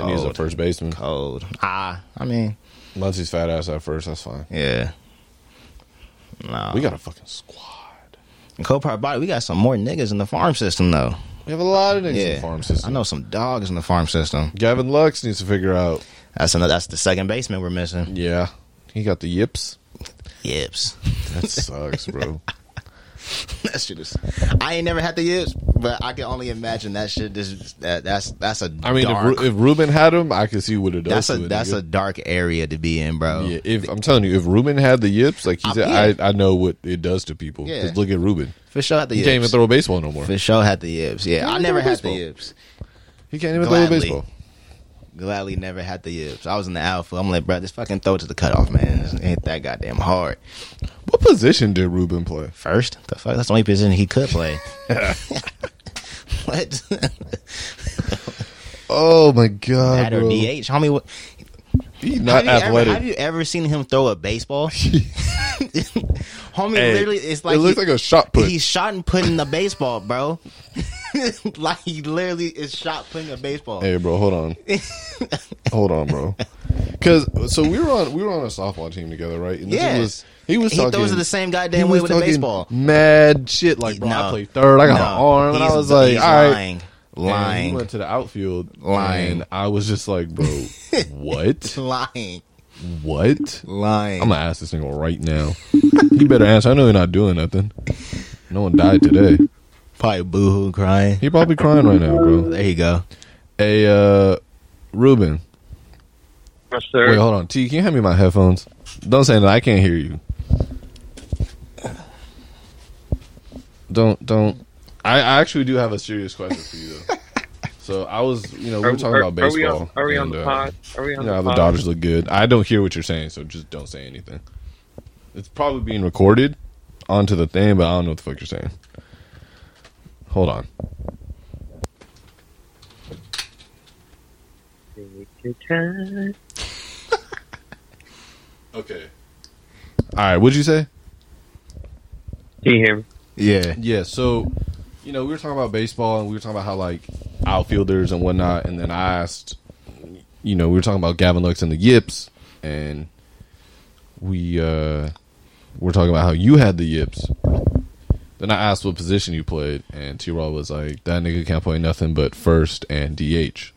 Speaker 2: and he's a
Speaker 3: cold.
Speaker 2: first baseman.
Speaker 3: cold. Ah, I mean,
Speaker 2: Muncie's fat ass at first. That's fine.
Speaker 3: yeah. No,
Speaker 2: We got a fucking squad.
Speaker 3: Copart body. We got some more niggas in the farm system though.
Speaker 2: We have a lot of niggas in
Speaker 3: Yeah,
Speaker 2: the farm system.
Speaker 3: I know some dogs in the farm system.
Speaker 2: Gavin Lux needs to figure out.
Speaker 3: That's another. That's the second baseman we're missing.
Speaker 2: Yeah, he got the yips.
Speaker 3: Yips.
Speaker 2: That sucks, bro.
Speaker 3: that shit is. I ain't never had the yips, but I can only imagine that shit. This that, that's that's a.
Speaker 2: I mean,
Speaker 3: dark,
Speaker 2: if, Ru- if Ruben had him, I could see what it does.
Speaker 3: that's a
Speaker 2: to
Speaker 3: that's a
Speaker 2: nigga.
Speaker 3: dark area to be in, bro.
Speaker 2: Yeah, if I'm telling you, if Ruben had the yips, like he
Speaker 3: I-
Speaker 2: said,
Speaker 3: Uh, yeah.
Speaker 2: I, I know what it does to people. 'Cause
Speaker 3: Yeah.
Speaker 2: look at Ruben.
Speaker 3: For sure had the
Speaker 2: He
Speaker 3: yips.
Speaker 2: can't even throw a baseball no more.
Speaker 3: For sure had the yips. Yeah,
Speaker 2: Can't
Speaker 3: I
Speaker 2: even
Speaker 3: never
Speaker 2: throw a
Speaker 3: had the
Speaker 2: baseball.
Speaker 3: yips.
Speaker 2: He can't even throw a
Speaker 3: Gladly.
Speaker 2: baseball.
Speaker 3: Gladly never had the yips. I was in the alpha. I'm like, bro, just fucking throw it to the cutoff, man. It ain't that goddamn hard.
Speaker 2: What position did Ruben play?
Speaker 3: First, the fuck, that's the only position he could play. what?
Speaker 2: Oh my god,
Speaker 3: that or
Speaker 2: bro.
Speaker 3: DH, homie? What,
Speaker 2: He's not
Speaker 3: have, you ever,
Speaker 2: athletic.
Speaker 3: have you ever seen him throw a baseball? homie,
Speaker 2: Hey,
Speaker 3: literally, it's like
Speaker 2: it looks
Speaker 3: he-
Speaker 2: like a shot put.
Speaker 3: He's shot and putting the baseball, bro. like he literally is shot putting a baseball.
Speaker 2: Hey, bro, hold on, hold on, bro. Because so we were on we were on a softball team together, right? And this
Speaker 3: Yes.
Speaker 2: was, he was
Speaker 3: He
Speaker 2: talking.
Speaker 3: throws it the same
Speaker 2: he
Speaker 3: goddamn
Speaker 2: was
Speaker 3: way with a
Speaker 2: talking
Speaker 3: baseball.
Speaker 2: Mad shit, like bro, I
Speaker 3: No.
Speaker 2: play third, I got an
Speaker 3: No.
Speaker 2: arm, and I
Speaker 3: He's-
Speaker 2: was like,
Speaker 3: he's
Speaker 2: all right.
Speaker 3: lying,
Speaker 2: And he
Speaker 3: lying,
Speaker 2: went to the outfield,
Speaker 3: Lying.
Speaker 2: and I was just like, bro, what,
Speaker 3: lying,
Speaker 2: what?
Speaker 3: lying.
Speaker 2: I'm gonna ask this nigga right now. he better answer. I know you're not doing nothing. No one died today.
Speaker 3: probably boohoo crying.
Speaker 2: He probably crying right now, bro.
Speaker 3: There you go.
Speaker 2: Hey, uh, Ruben.
Speaker 5: Yes, sir.
Speaker 2: Wait, hold on. T, can you hand me my headphones? Don't say that. I can't hear you. Don't don't. I, I actually do have a serious question for you though. so I was, you know, we were talking about
Speaker 5: are we
Speaker 2: baseball.
Speaker 5: on, are we on
Speaker 2: and,
Speaker 5: the
Speaker 2: uh,
Speaker 5: pod? Are we on
Speaker 2: Yeah,
Speaker 5: the
Speaker 2: the
Speaker 5: pod?
Speaker 2: Dodgers look good. I don't hear what you're saying, so just don't say anything. It's probably being recorded onto the thing, but I don't know what the fuck you're saying. Hold on. Okay. All right. What'd you say?
Speaker 5: Can you hear me?
Speaker 3: Yeah.
Speaker 2: Yeah, so you know, we were talking about baseball and we were talking about how like outfielders and whatnot, and then I asked you know, we were talking about Gavin Lux and the Yips and we uh we're talking about how you had the yips. Then I asked what position you played, and T Raw was like, That nigga can't play nothing but first and DH.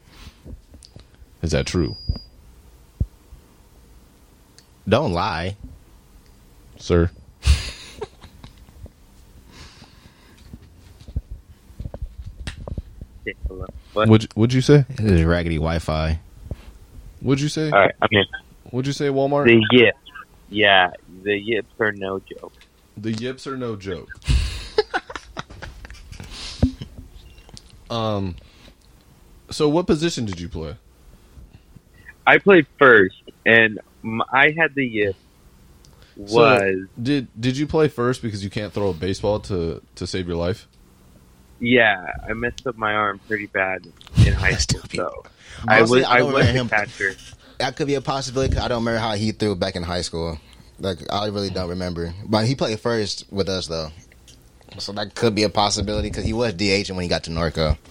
Speaker 2: Is that true?
Speaker 3: Don't lie.
Speaker 2: Sir.
Speaker 5: Yeah, hello. What?
Speaker 2: Would would you say?
Speaker 3: This is raggedy Wi-Fi.
Speaker 2: Would you say?
Speaker 5: All right, I mean
Speaker 2: Would you say Walmart?
Speaker 5: the yips. Yeah, the yips are no joke.
Speaker 2: The yips are no joke. um. So, what position did you play?
Speaker 5: I played first, and m- I had the yips.
Speaker 2: So-
Speaker 5: Was
Speaker 2: Did Did you play first because you can't throw a baseball to to save your life?
Speaker 5: yeah, I messed up my arm pretty bad in high school. So I
Speaker 3: Honestly,
Speaker 5: was
Speaker 3: I
Speaker 5: I
Speaker 3: don't
Speaker 5: was
Speaker 3: remember
Speaker 5: a
Speaker 3: him.
Speaker 5: catcher.
Speaker 3: That could be a possibility. 'cause I don't remember how he threw back in high school. Like I really don't remember. But he played first with us though, so that could be a possibility because he was DHing when he got to Norco.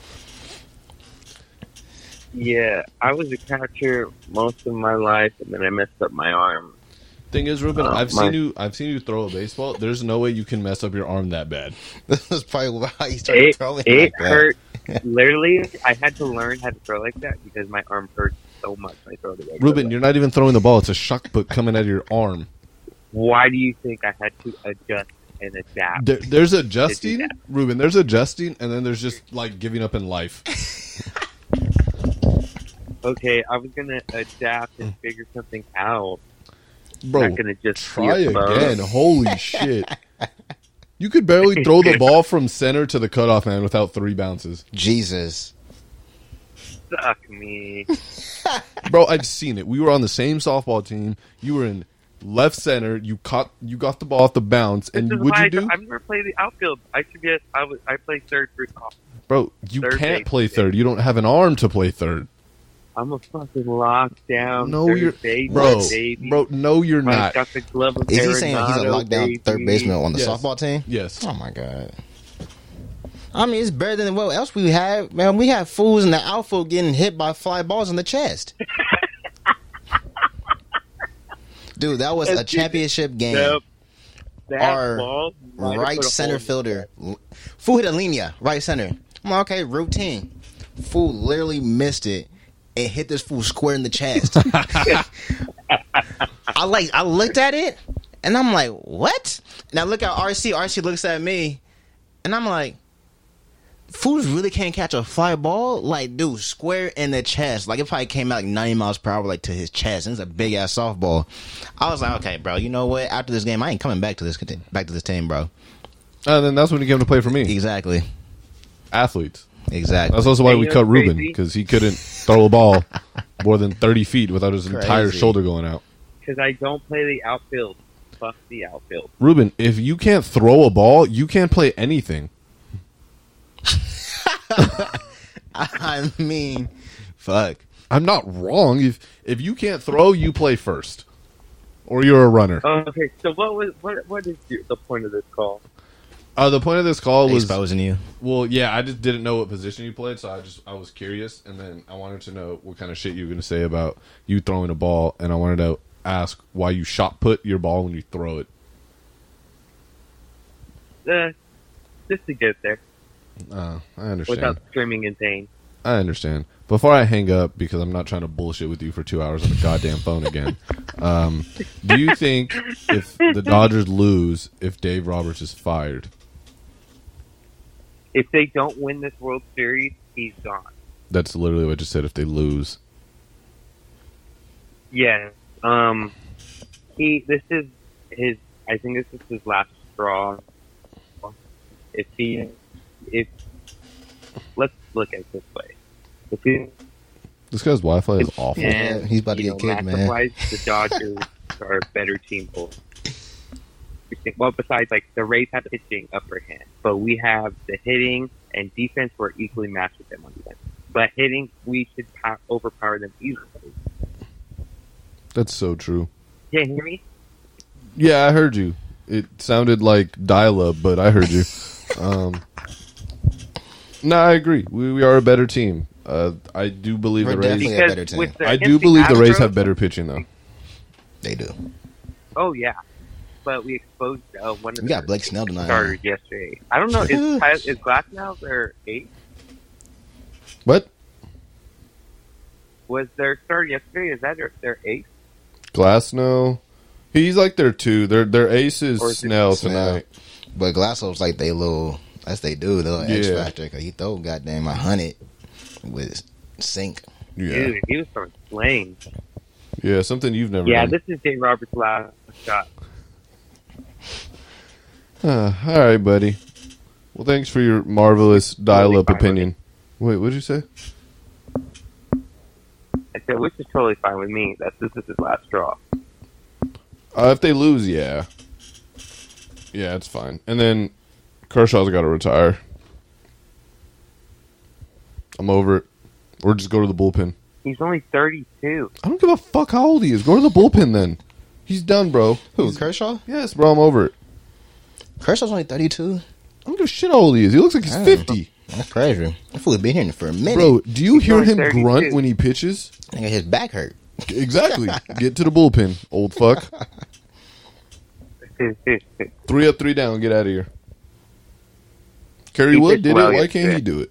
Speaker 5: Yeah, I was a catcher most of my life, and then I messed up my arm.
Speaker 2: Thing is, Ruben,
Speaker 5: Uh,
Speaker 2: I've
Speaker 5: my-
Speaker 2: seen you. I've seen you throw a baseball. There's no way you can mess up your arm that bad.
Speaker 3: This is probably why he started
Speaker 5: It,
Speaker 3: trolling.
Speaker 5: it
Speaker 3: like that.
Speaker 5: hurt. Literally, I had to learn how to throw like that because my arm hurt so much. when I throw it. like
Speaker 2: Ruben,
Speaker 5: that.
Speaker 2: you're not even throwing the ball. It's a shock put coming out of your arm.
Speaker 5: why do you think I had to adjust and adapt?
Speaker 2: There, there's adjusting,
Speaker 5: that.
Speaker 2: Ruben. There's adjusting, and then there's just like giving up in life.
Speaker 5: okay, I was gonna adapt
Speaker 2: Mm.
Speaker 5: and figure something out.
Speaker 2: Bro,
Speaker 5: not gonna just
Speaker 2: Oh, Try
Speaker 5: be a bum.
Speaker 2: again. Holy shit. You could barely throw the ball from center to the cutoff man without three bounces.
Speaker 3: Jesus.
Speaker 5: Suck me.
Speaker 2: Bro, I've seen it. We were on the same softball team. You were in left center. You caught you got the ball off the bounce and
Speaker 5: This is
Speaker 2: what'd
Speaker 5: why
Speaker 2: you
Speaker 5: I,
Speaker 2: do?
Speaker 5: I've never played the outfield. I should be. A, I was. I play third for. oh,
Speaker 2: Bro, you
Speaker 5: third
Speaker 2: can't
Speaker 5: base.
Speaker 2: play third. You don't have an arm to play third.
Speaker 5: I'm a fucking lockdown.
Speaker 2: No,
Speaker 5: third
Speaker 2: you're
Speaker 5: baseman,
Speaker 2: bro,
Speaker 5: baby.
Speaker 2: bro, no you're
Speaker 5: I
Speaker 2: not.
Speaker 5: got the glove of
Speaker 3: Is he saying he's a
Speaker 5: Arenado,
Speaker 3: lockdown third
Speaker 5: baby.
Speaker 3: baseman on the
Speaker 2: Yes.
Speaker 3: softball team?
Speaker 2: Yes.
Speaker 3: Oh my god. I mean, it's better than what else we had. Man, we had fools in the outfield getting hit by fly balls in the chest. Dude, that was a championship game.
Speaker 5: Nope. That
Speaker 3: Our
Speaker 5: ball might have
Speaker 3: Right
Speaker 5: put a hole
Speaker 3: center
Speaker 5: in-
Speaker 3: fielder. Fool hit a linea, right center. I'm like, okay, routine. Fool literally missed it and hit this fool square in the chest. I like I looked at it and I'm like, what? And I look at RC, RC looks at me, and I'm like, fools really can't catch a fly ball? Like, dude, square in the chest. Like it probably came out like 90 miles per hour, like to his chest. And it's a big ass softball. I was like, okay, bro, you know what? After this game, I ain't coming back to this back to this team, bro.
Speaker 2: And then that's when he came to play for me.
Speaker 3: Exactly.
Speaker 2: Athletes.
Speaker 3: Exactly.
Speaker 2: That's also why
Speaker 5: Hey,
Speaker 2: we
Speaker 5: you know
Speaker 2: cut
Speaker 5: what's
Speaker 2: Ruben
Speaker 5: crazy?
Speaker 2: because he couldn't throw a ball more than thirty feet without his entire
Speaker 3: Crazy.
Speaker 2: shoulder going out.
Speaker 5: because I don't play the outfield. Fuck the outfield.
Speaker 2: Ruben, if you can't throw a ball, you can't play anything.
Speaker 3: I mean, fuck.
Speaker 2: I'm not wrong. If if you can't throw, you play first, or you're a runner.
Speaker 5: Oh, okay, so what was what what is your, the point of this call?
Speaker 2: Uh, the point of this call was
Speaker 3: Exposing you.
Speaker 2: well, yeah. I just didn't know what position you played, so I just I was curious, and then I wanted to know what kind of shit you were gonna say about you throwing a ball, and I wanted to ask why you shot put your ball when you throw it.
Speaker 5: Uh, just to get there
Speaker 2: Uh, I understand.
Speaker 5: without screaming in pain.
Speaker 2: I understand. Before I hang up, because I'm not trying to bullshit with you for two hours on the goddamn phone again. Um, do you think if the Dodgers lose, if Dave Roberts is fired?
Speaker 5: If they don't win this World Series, he's gone.
Speaker 2: That's literally what I just said. If they lose,
Speaker 5: Yeah. Um. He. This is his. I think this is his last straw. If he. If. Let's look at it this way. If he.
Speaker 2: this guy's Wi-Fi is awful.
Speaker 5: and,
Speaker 3: he's about to
Speaker 5: you
Speaker 3: get kicked, man.
Speaker 5: math-wise, the Dodgers are a better team. overall. Well, besides, like the Rays have pitching upper hand, but we have the hitting and defense. We're equally matched with them on defense, but hitting we should pow- overpower them easily.
Speaker 2: That's so true.
Speaker 5: Can you hear me?
Speaker 2: Yeah, I heard you. It sounded like dial up, but I heard you. Um, no, I agree. We, we are a better team. Uh, I do believe
Speaker 3: We're
Speaker 2: the Rays.
Speaker 3: definitely- a better
Speaker 5: Because
Speaker 3: team.
Speaker 5: with the
Speaker 2: I do
Speaker 5: Houston
Speaker 2: believe the Rays
Speaker 5: Astros-
Speaker 2: have better pitching though.
Speaker 3: They do.
Speaker 5: Oh yeah, but we exposed uh, one of
Speaker 3: We
Speaker 5: the
Speaker 3: got Blake Snell tonight.
Speaker 5: starters yesterday. I don't know. Is Ty- is Glass now their eight?
Speaker 2: What?
Speaker 5: Was their starter yesterday? Is that their, their eight?
Speaker 2: Glass? No, he's like their two. Their their ace is
Speaker 5: Or is it
Speaker 2: Snell
Speaker 3: Snell?
Speaker 2: tonight.
Speaker 3: But Glasslow's like they little, that's they do, the little X
Speaker 2: Yeah.
Speaker 3: factor. Cause he throw goddamn a hundred with sink.
Speaker 2: Yeah,
Speaker 5: Dude, he was throwing slang.
Speaker 2: yeah, something you've never.
Speaker 5: Yeah,
Speaker 2: done.
Speaker 5: this is Dave Roberts' last shot.
Speaker 2: Uh, all right, buddy. Well, thanks for your marvelous dial-up
Speaker 5: fine with
Speaker 2: opinion. Wait, what'd you say?
Speaker 5: I said, which is totally fine with me. That's this is his last straw.
Speaker 2: Uh, if they lose, yeah, yeah, it's fine. And then Kershaw's got to retire. I'm over it. Or just go to the bullpen.
Speaker 5: He's only 32.
Speaker 2: I don't give a fuck how old he is. Go to the bullpen then. He's done, bro.
Speaker 3: Who,
Speaker 2: He's-
Speaker 3: Kershaw?
Speaker 2: Yes, bro. I'm over it.
Speaker 3: Kershaw's only 32.
Speaker 2: I don't give a shit how old he is. He looks like he's
Speaker 3: Damn.
Speaker 2: 50.
Speaker 3: That's crazy. That fool been here for a minute.
Speaker 2: Bro, do you
Speaker 5: He's
Speaker 2: hear
Speaker 5: only
Speaker 2: him
Speaker 5: 32.
Speaker 2: grunt when he pitches?
Speaker 3: Nigga, his back hurt.
Speaker 2: Exactly. Get to the bullpen, old fuck. Three up, three down. Get out of here. Kerry
Speaker 5: He
Speaker 2: Wood
Speaker 5: pitched
Speaker 2: did
Speaker 5: well
Speaker 2: it. Why can't
Speaker 5: yesterday.
Speaker 2: he do it?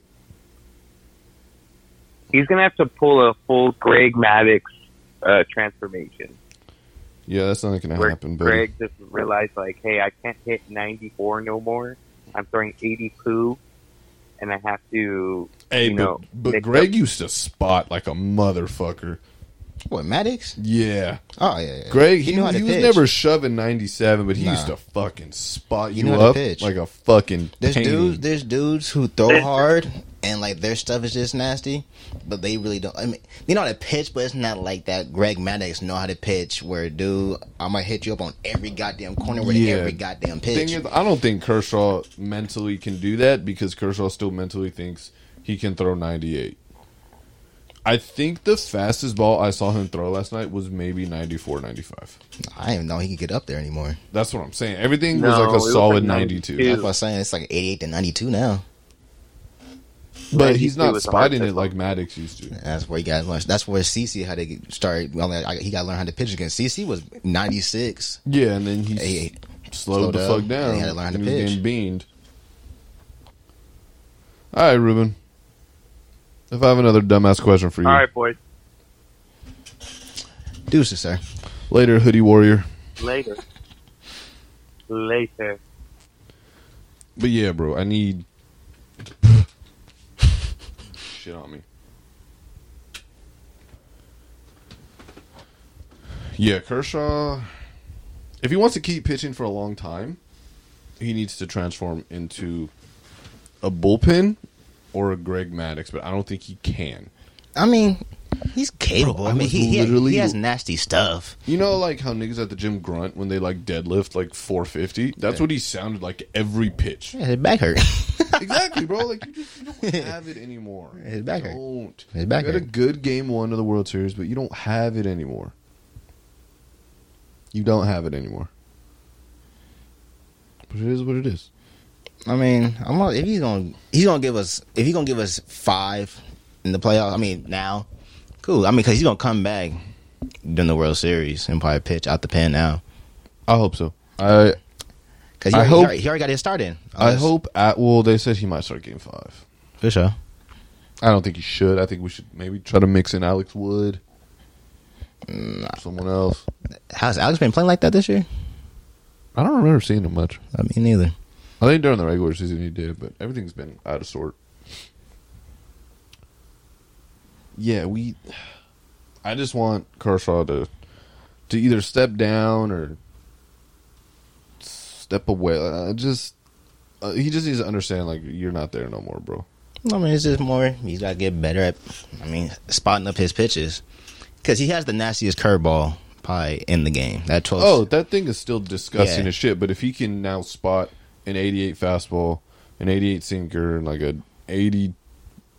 Speaker 5: He's gonna have to pull a full Greg Maddox uh, transformation,
Speaker 2: Yeah, that's not going to
Speaker 5: where
Speaker 2: happen. But
Speaker 5: Greg just realized, like, hey, I can't hit 94 no more. I'm throwing 80 poo, and I have to.
Speaker 2: hey,
Speaker 5: you
Speaker 2: but,
Speaker 5: know,
Speaker 2: but
Speaker 5: mixed
Speaker 2: Greg used to spot like a motherfucker.
Speaker 3: What, Maddox?
Speaker 2: Yeah,
Speaker 3: Oh, yeah. yeah.
Speaker 2: Greg. He,
Speaker 3: knew how to
Speaker 2: he was
Speaker 3: pitch.
Speaker 2: never shoving ninety seven, but he
Speaker 3: Nah.
Speaker 2: used to fucking spot
Speaker 3: He
Speaker 2: you
Speaker 3: knew how to
Speaker 2: up
Speaker 3: pitch.
Speaker 2: like a fucking.
Speaker 3: There's
Speaker 2: painting.
Speaker 3: dudes. There's dudes who throw hard and like their stuff is just nasty, but they really don't. I mean, they know how to pitch, but it's not like that. Greg Maddox know how to pitch. Where dude, I'm gonna hit you up on every goddamn corner with
Speaker 2: Yeah.
Speaker 3: every goddamn
Speaker 2: Thing
Speaker 3: pitch.
Speaker 2: is, I don't think Kershaw mentally can do that because Kershaw still mentally thinks he can throw 98. I think the fastest ball I saw him throw last night was maybe 94, 95.
Speaker 3: I didn't even know he could get up there anymore.
Speaker 2: That's what I'm saying. Everything
Speaker 5: No,
Speaker 2: was
Speaker 5: it
Speaker 2: like a
Speaker 5: was like
Speaker 2: solid
Speaker 5: 92.
Speaker 2: 92.
Speaker 3: That's what I'm saying. It's like 88 to 92 now.
Speaker 2: But he's
Speaker 5: 92
Speaker 2: not
Speaker 5: was a hard
Speaker 2: spotting it
Speaker 5: pitch.
Speaker 2: like Maddox used to.
Speaker 3: That's where he got lunch. That's where CC had to get- start. Well, I- he got to learn how to pitch again. CC was 96.
Speaker 2: Yeah, and then he
Speaker 3: Hey,
Speaker 2: slowed,
Speaker 3: slowed
Speaker 2: the
Speaker 3: up,
Speaker 2: fuck down.
Speaker 3: and he had to learn to
Speaker 2: was
Speaker 3: pitch.
Speaker 2: getting beamed. All right, Ruben. If I have another dumbass question for you
Speaker 5: All right, boys.
Speaker 3: deuces, sir.
Speaker 2: later, hoodie warrior.
Speaker 5: Later. Later.
Speaker 2: But yeah, bro, I need shit on me. Yeah, Kershaw. If he wants to keep pitching for a long time, he needs to transform into a bullpen or a Greg Maddox. But I don't think he can.
Speaker 3: I mean, he's capable.
Speaker 2: I
Speaker 3: I mean,
Speaker 2: was
Speaker 3: he, he,
Speaker 2: literally-
Speaker 3: he has nasty stuff.
Speaker 2: You know, like how niggas at the gym grunt when they like deadlift like 450. That's what he sounded like every pitch.
Speaker 3: Yeah, his back hurt.
Speaker 2: exactly, bro. Like you just you don't have it anymore.
Speaker 3: His back
Speaker 2: You
Speaker 3: hurt.
Speaker 2: don't.
Speaker 3: His back
Speaker 2: You had a
Speaker 3: hurt.
Speaker 2: good game one of the World Series, but you don't have it anymore. You don't have it anymore. But it is what it is.
Speaker 3: I mean, I'm gonna, if he's gonna he's gonna give us if he's gonna give us five in the playoffs. I mean, now, cool. I mean, because he's gonna come back during the World Series and probably pitch out the pen now.
Speaker 2: I hope so. I
Speaker 3: Because
Speaker 2: I
Speaker 3: he, already-
Speaker 2: hope-
Speaker 3: he, already- he already got his start in.
Speaker 2: I hope at well they said he might start game five.
Speaker 3: for sure.
Speaker 2: I don't think he should. I think we should maybe try to mix in Alex Wood. Someone else.
Speaker 3: How's Alex been playing like that this year?
Speaker 2: I don't remember seeing him much.
Speaker 3: I mean, neither.
Speaker 2: I think during the regular season he did, but everything's been out of sort. Yeah, we. I just want Kershaw to, to either step down or step away. Uh, just uh, he just needs to understand like you're not there no more, bro.
Speaker 3: I mean, it's just more he's got to get better at. I mean, spotting up his pitches because he has the nastiest curveball probably in the game. That twelve.
Speaker 2: Oh, that thing is still disgusting
Speaker 3: Yeah.
Speaker 2: as shit. But if he can now spot an 88 fastball, an 88 sinker, and like an 85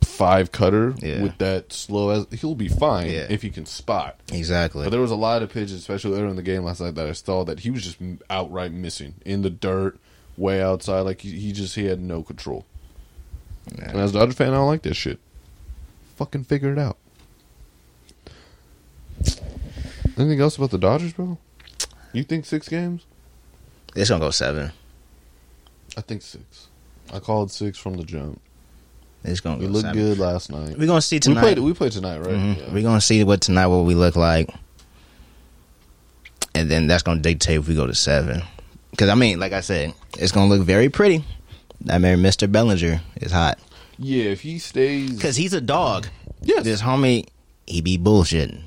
Speaker 2: five cutter
Speaker 3: Yeah.
Speaker 2: with that slow as he'll be fine
Speaker 3: Yeah.
Speaker 2: if he can spot.
Speaker 3: Exactly.
Speaker 2: But there was a lot of pitches, especially earlier in the game last night, that I saw that he was just m- outright missing in the dirt, way outside. Like he, he just he had no control.
Speaker 3: Yeah.
Speaker 2: And as a Dodger fan, I don't like this shit. Fucking figure it out. Anything else about the Dodgers, bro? You think six games?
Speaker 3: It's gonna go seven.
Speaker 2: I think six. I called six from the jump.
Speaker 3: It's gonna
Speaker 2: We
Speaker 3: go
Speaker 2: looked
Speaker 3: seven.
Speaker 2: good last night.
Speaker 3: We're gonna see
Speaker 2: We
Speaker 3: tonight.
Speaker 2: played. We played tonight, right?
Speaker 3: Mhm.
Speaker 2: Yeah.
Speaker 3: We're gonna see what tonight what we look like, and then that's gonna dictate if we go to seven. Because I mean, like I said, it's gonna look very pretty. I mean, Mr. Bellinger is hot
Speaker 2: Yeah, if he stays,
Speaker 3: because he's a dog.
Speaker 2: yes,
Speaker 3: This homie, he be bullshitting.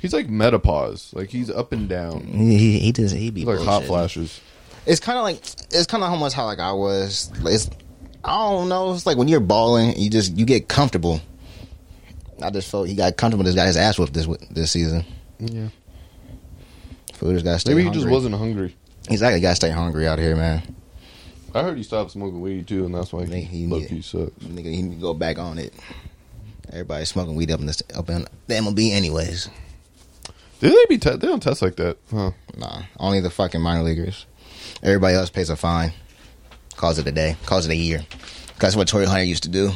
Speaker 2: he's like metapause. Like he's up and down.
Speaker 3: He he, he just he be
Speaker 2: He's like hot
Speaker 3: bullshitting.
Speaker 2: flashes.
Speaker 3: It's kind of like it's kind of almost how like I was. It's I don't know. It's like when you're balling, you just you get comfortable. I just felt he got comfortable. This got his ass whooped this this season.
Speaker 2: Yeah,
Speaker 3: Food just got stay.
Speaker 2: maybe he
Speaker 3: hungry.
Speaker 2: just wasn't hungry.
Speaker 3: Exactly, gotta stay hungry out here, man.
Speaker 2: I heard he stopped smoking weed too, and that's why he,
Speaker 3: He- he-
Speaker 2: look he sucks.
Speaker 3: Nigga, he need to go back on it. Everybody's smoking weed up in this up in the MLB, anyways.
Speaker 2: Did they be? Te- they don't test like that, huh?
Speaker 3: Nah, only the fucking minor leaguers. Everybody else pays a fine. Calls it a day. Calls it a year. That's what Tory Hunter used to do.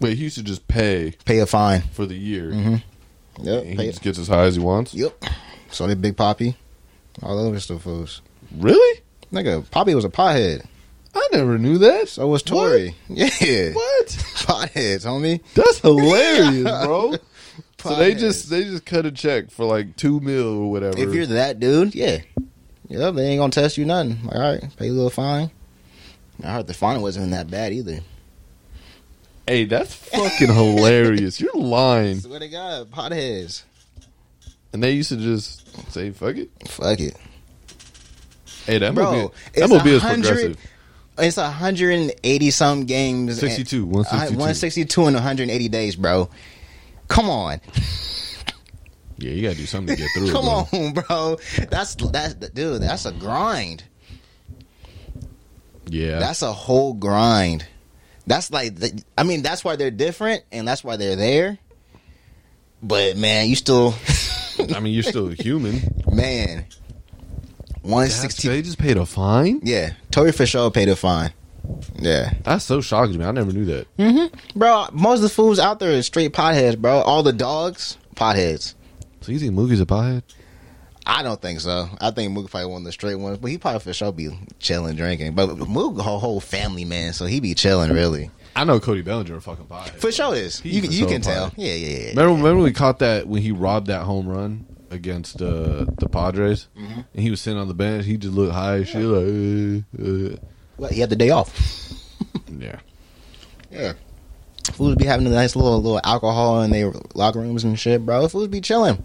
Speaker 2: Wait, he used to just pay
Speaker 3: Pay a fine.
Speaker 2: for the year.
Speaker 3: Yep.
Speaker 2: And
Speaker 3: Mm-hmm. pay
Speaker 2: he
Speaker 3: it.
Speaker 2: just gets as high as he wants.
Speaker 3: Yep. So did Big Poppy. All those rest of fools.
Speaker 2: Really?
Speaker 3: Nigga, Poppy was a pothead.
Speaker 2: I never knew that.
Speaker 3: So was Tory. Yeah.
Speaker 2: What?
Speaker 3: Potheads, homie.
Speaker 2: That's hilarious, bro. so they
Speaker 3: Potheads.
Speaker 2: just they just cut a check for like two mil or whatever.
Speaker 3: If you're that dude, yeah. Yep, they ain't gonna test you nothing. Like, all right, pay a little fine. I heard the fine wasn't that bad either.
Speaker 2: hey, that's fucking hilarious. You're lying.
Speaker 3: Swear to God, potheads.
Speaker 2: And they used to just say fuck it.
Speaker 3: Fuck it.
Speaker 2: Hey, that
Speaker 3: Bro,
Speaker 2: MLB, that
Speaker 3: it's
Speaker 2: MLB is
Speaker 3: 100
Speaker 2: progressive.
Speaker 3: It's 180 some games. and-
Speaker 2: 62,
Speaker 3: I-
Speaker 2: 162.
Speaker 3: 162 in 180 days, bro. Come on.
Speaker 2: Yeah, you gotta do something to get through.
Speaker 3: Come
Speaker 2: bro.
Speaker 3: on, bro. That's that's dude, that's a grind.
Speaker 2: Yeah.
Speaker 3: That's a whole grind. That's like, the, I mean, that's why they're different, and that's why they're there. But man, you still,
Speaker 2: I mean, you're still a human.
Speaker 3: man, one sixty.
Speaker 2: They just paid a fine.
Speaker 3: Yeah, Tory for sure paid a fine. Yeah,
Speaker 2: That's so shocking to me. I never knew that.
Speaker 3: bro. Most of the fools out there is straight potheads, bro. All the dogs, potheads.
Speaker 2: So you think Mookie's a pothead?
Speaker 3: I don't think so. I think Mook probably one of the straight ones, but he probably for sure be chilling, drinking. But Mook, whole whole family man, so he be chilling really.
Speaker 2: I know Cody Bellinger a fucking pothead.
Speaker 3: For sure is.
Speaker 2: He
Speaker 3: You,
Speaker 2: for
Speaker 3: you
Speaker 2: sure
Speaker 3: can
Speaker 2: probably.
Speaker 3: tell. Yeah, yeah, yeah.
Speaker 2: Remember, remember we caught that when he robbed that home run against uh, the Padres, and he was sitting on the bench. He just looked high as shit. Like, uh,
Speaker 3: Well, he had the day off.
Speaker 2: uh. Yeah,
Speaker 3: Yeah. Fools be having a nice little little alcohol in their locker rooms and shit, bro. Fools be chilling.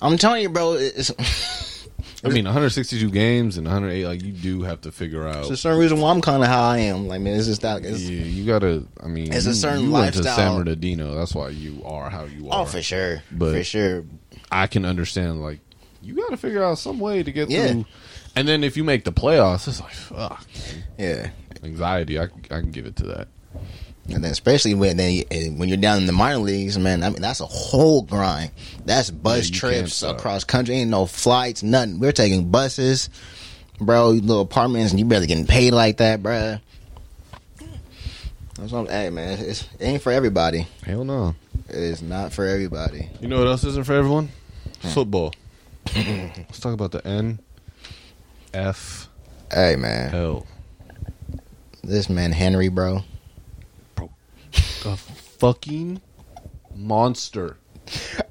Speaker 3: I'm telling you, bro. It's, it's
Speaker 2: I mean, 162 games and 108. Like you do have to figure out.
Speaker 3: a certain reason why I'm kind of how I am. Like, man, it's just that.
Speaker 2: yeah,
Speaker 3: It's,
Speaker 2: you gotta. I mean,
Speaker 3: It's a
Speaker 2: you,
Speaker 3: certain
Speaker 2: you Went to San
Speaker 3: lifestyle.
Speaker 2: Bernardino. That's why you are how you are.
Speaker 3: Oh, for sure,
Speaker 2: But-
Speaker 3: for sure.
Speaker 2: I can understand. Like you gotta figure out some way to get
Speaker 3: Yeah.
Speaker 2: through. And then if you make the playoffs, it's like fuck
Speaker 3: Yeah,
Speaker 2: anxiety. I I can give it to that.
Speaker 3: and then especially when they and when you're down in the minor leagues, man. I mean, that's a whole grind. That's bus
Speaker 2: Yeah, you can't
Speaker 3: trips
Speaker 2: stop.
Speaker 3: across country. Ain't no flights, nothing. We're taking buses, bro. Little apartments, and you barely getting paid like that, bro. That's what I'm, hey, man, it's, it ain't for everybody.
Speaker 2: Hell no.
Speaker 3: It is not for everybody.
Speaker 2: You know what else isn't for everyone? Football. Let's talk about the NFL.
Speaker 3: Hey man, this man Henry, bro.
Speaker 2: A fucking monster.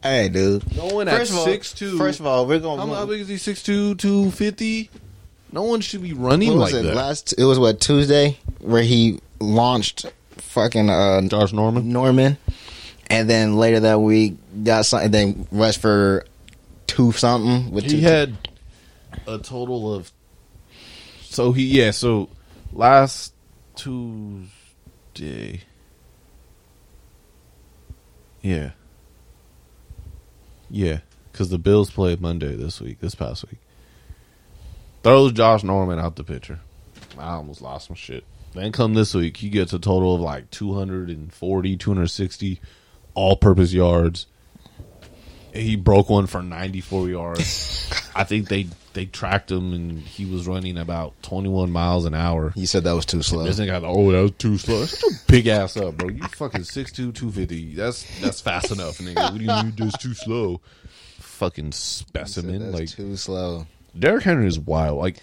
Speaker 3: Hey dude.
Speaker 2: No one
Speaker 3: First
Speaker 2: at
Speaker 3: of all,
Speaker 2: 6'2".
Speaker 3: first of all, we're
Speaker 2: How,
Speaker 3: gonna.
Speaker 2: how big is he? 6'2", 250? No one should be running
Speaker 3: what was
Speaker 2: like
Speaker 3: it
Speaker 2: that.
Speaker 3: last? It was what Tuesday where he launched fucking uh,
Speaker 2: Josh Norman?
Speaker 3: Norman, and then later that week got something. Then rushed for two something with two.
Speaker 2: He had a total of... So he... Yeah, so last Tuesday... Yeah. Yeah, because the Bills played Monday this week, this past week. Throws Josh Norman out the picture. I almost lost some shit. Then come this week, he gets a total of like 240, 260 all purpose yards. He broke one for 94 yards. I think they, they tracked him and he was running about 21 miles an hour.
Speaker 3: You said that was too slow.
Speaker 2: This nigga, oh, that was too slow. Shut your big ass up, bro. You fucking 6'2", 250. That's that's fast enough, nigga. What do you mean that's too slow? Fucking
Speaker 3: You said
Speaker 2: specimen.
Speaker 3: that was
Speaker 2: Like
Speaker 3: too slow,
Speaker 2: Derrick Henry is wild. Like,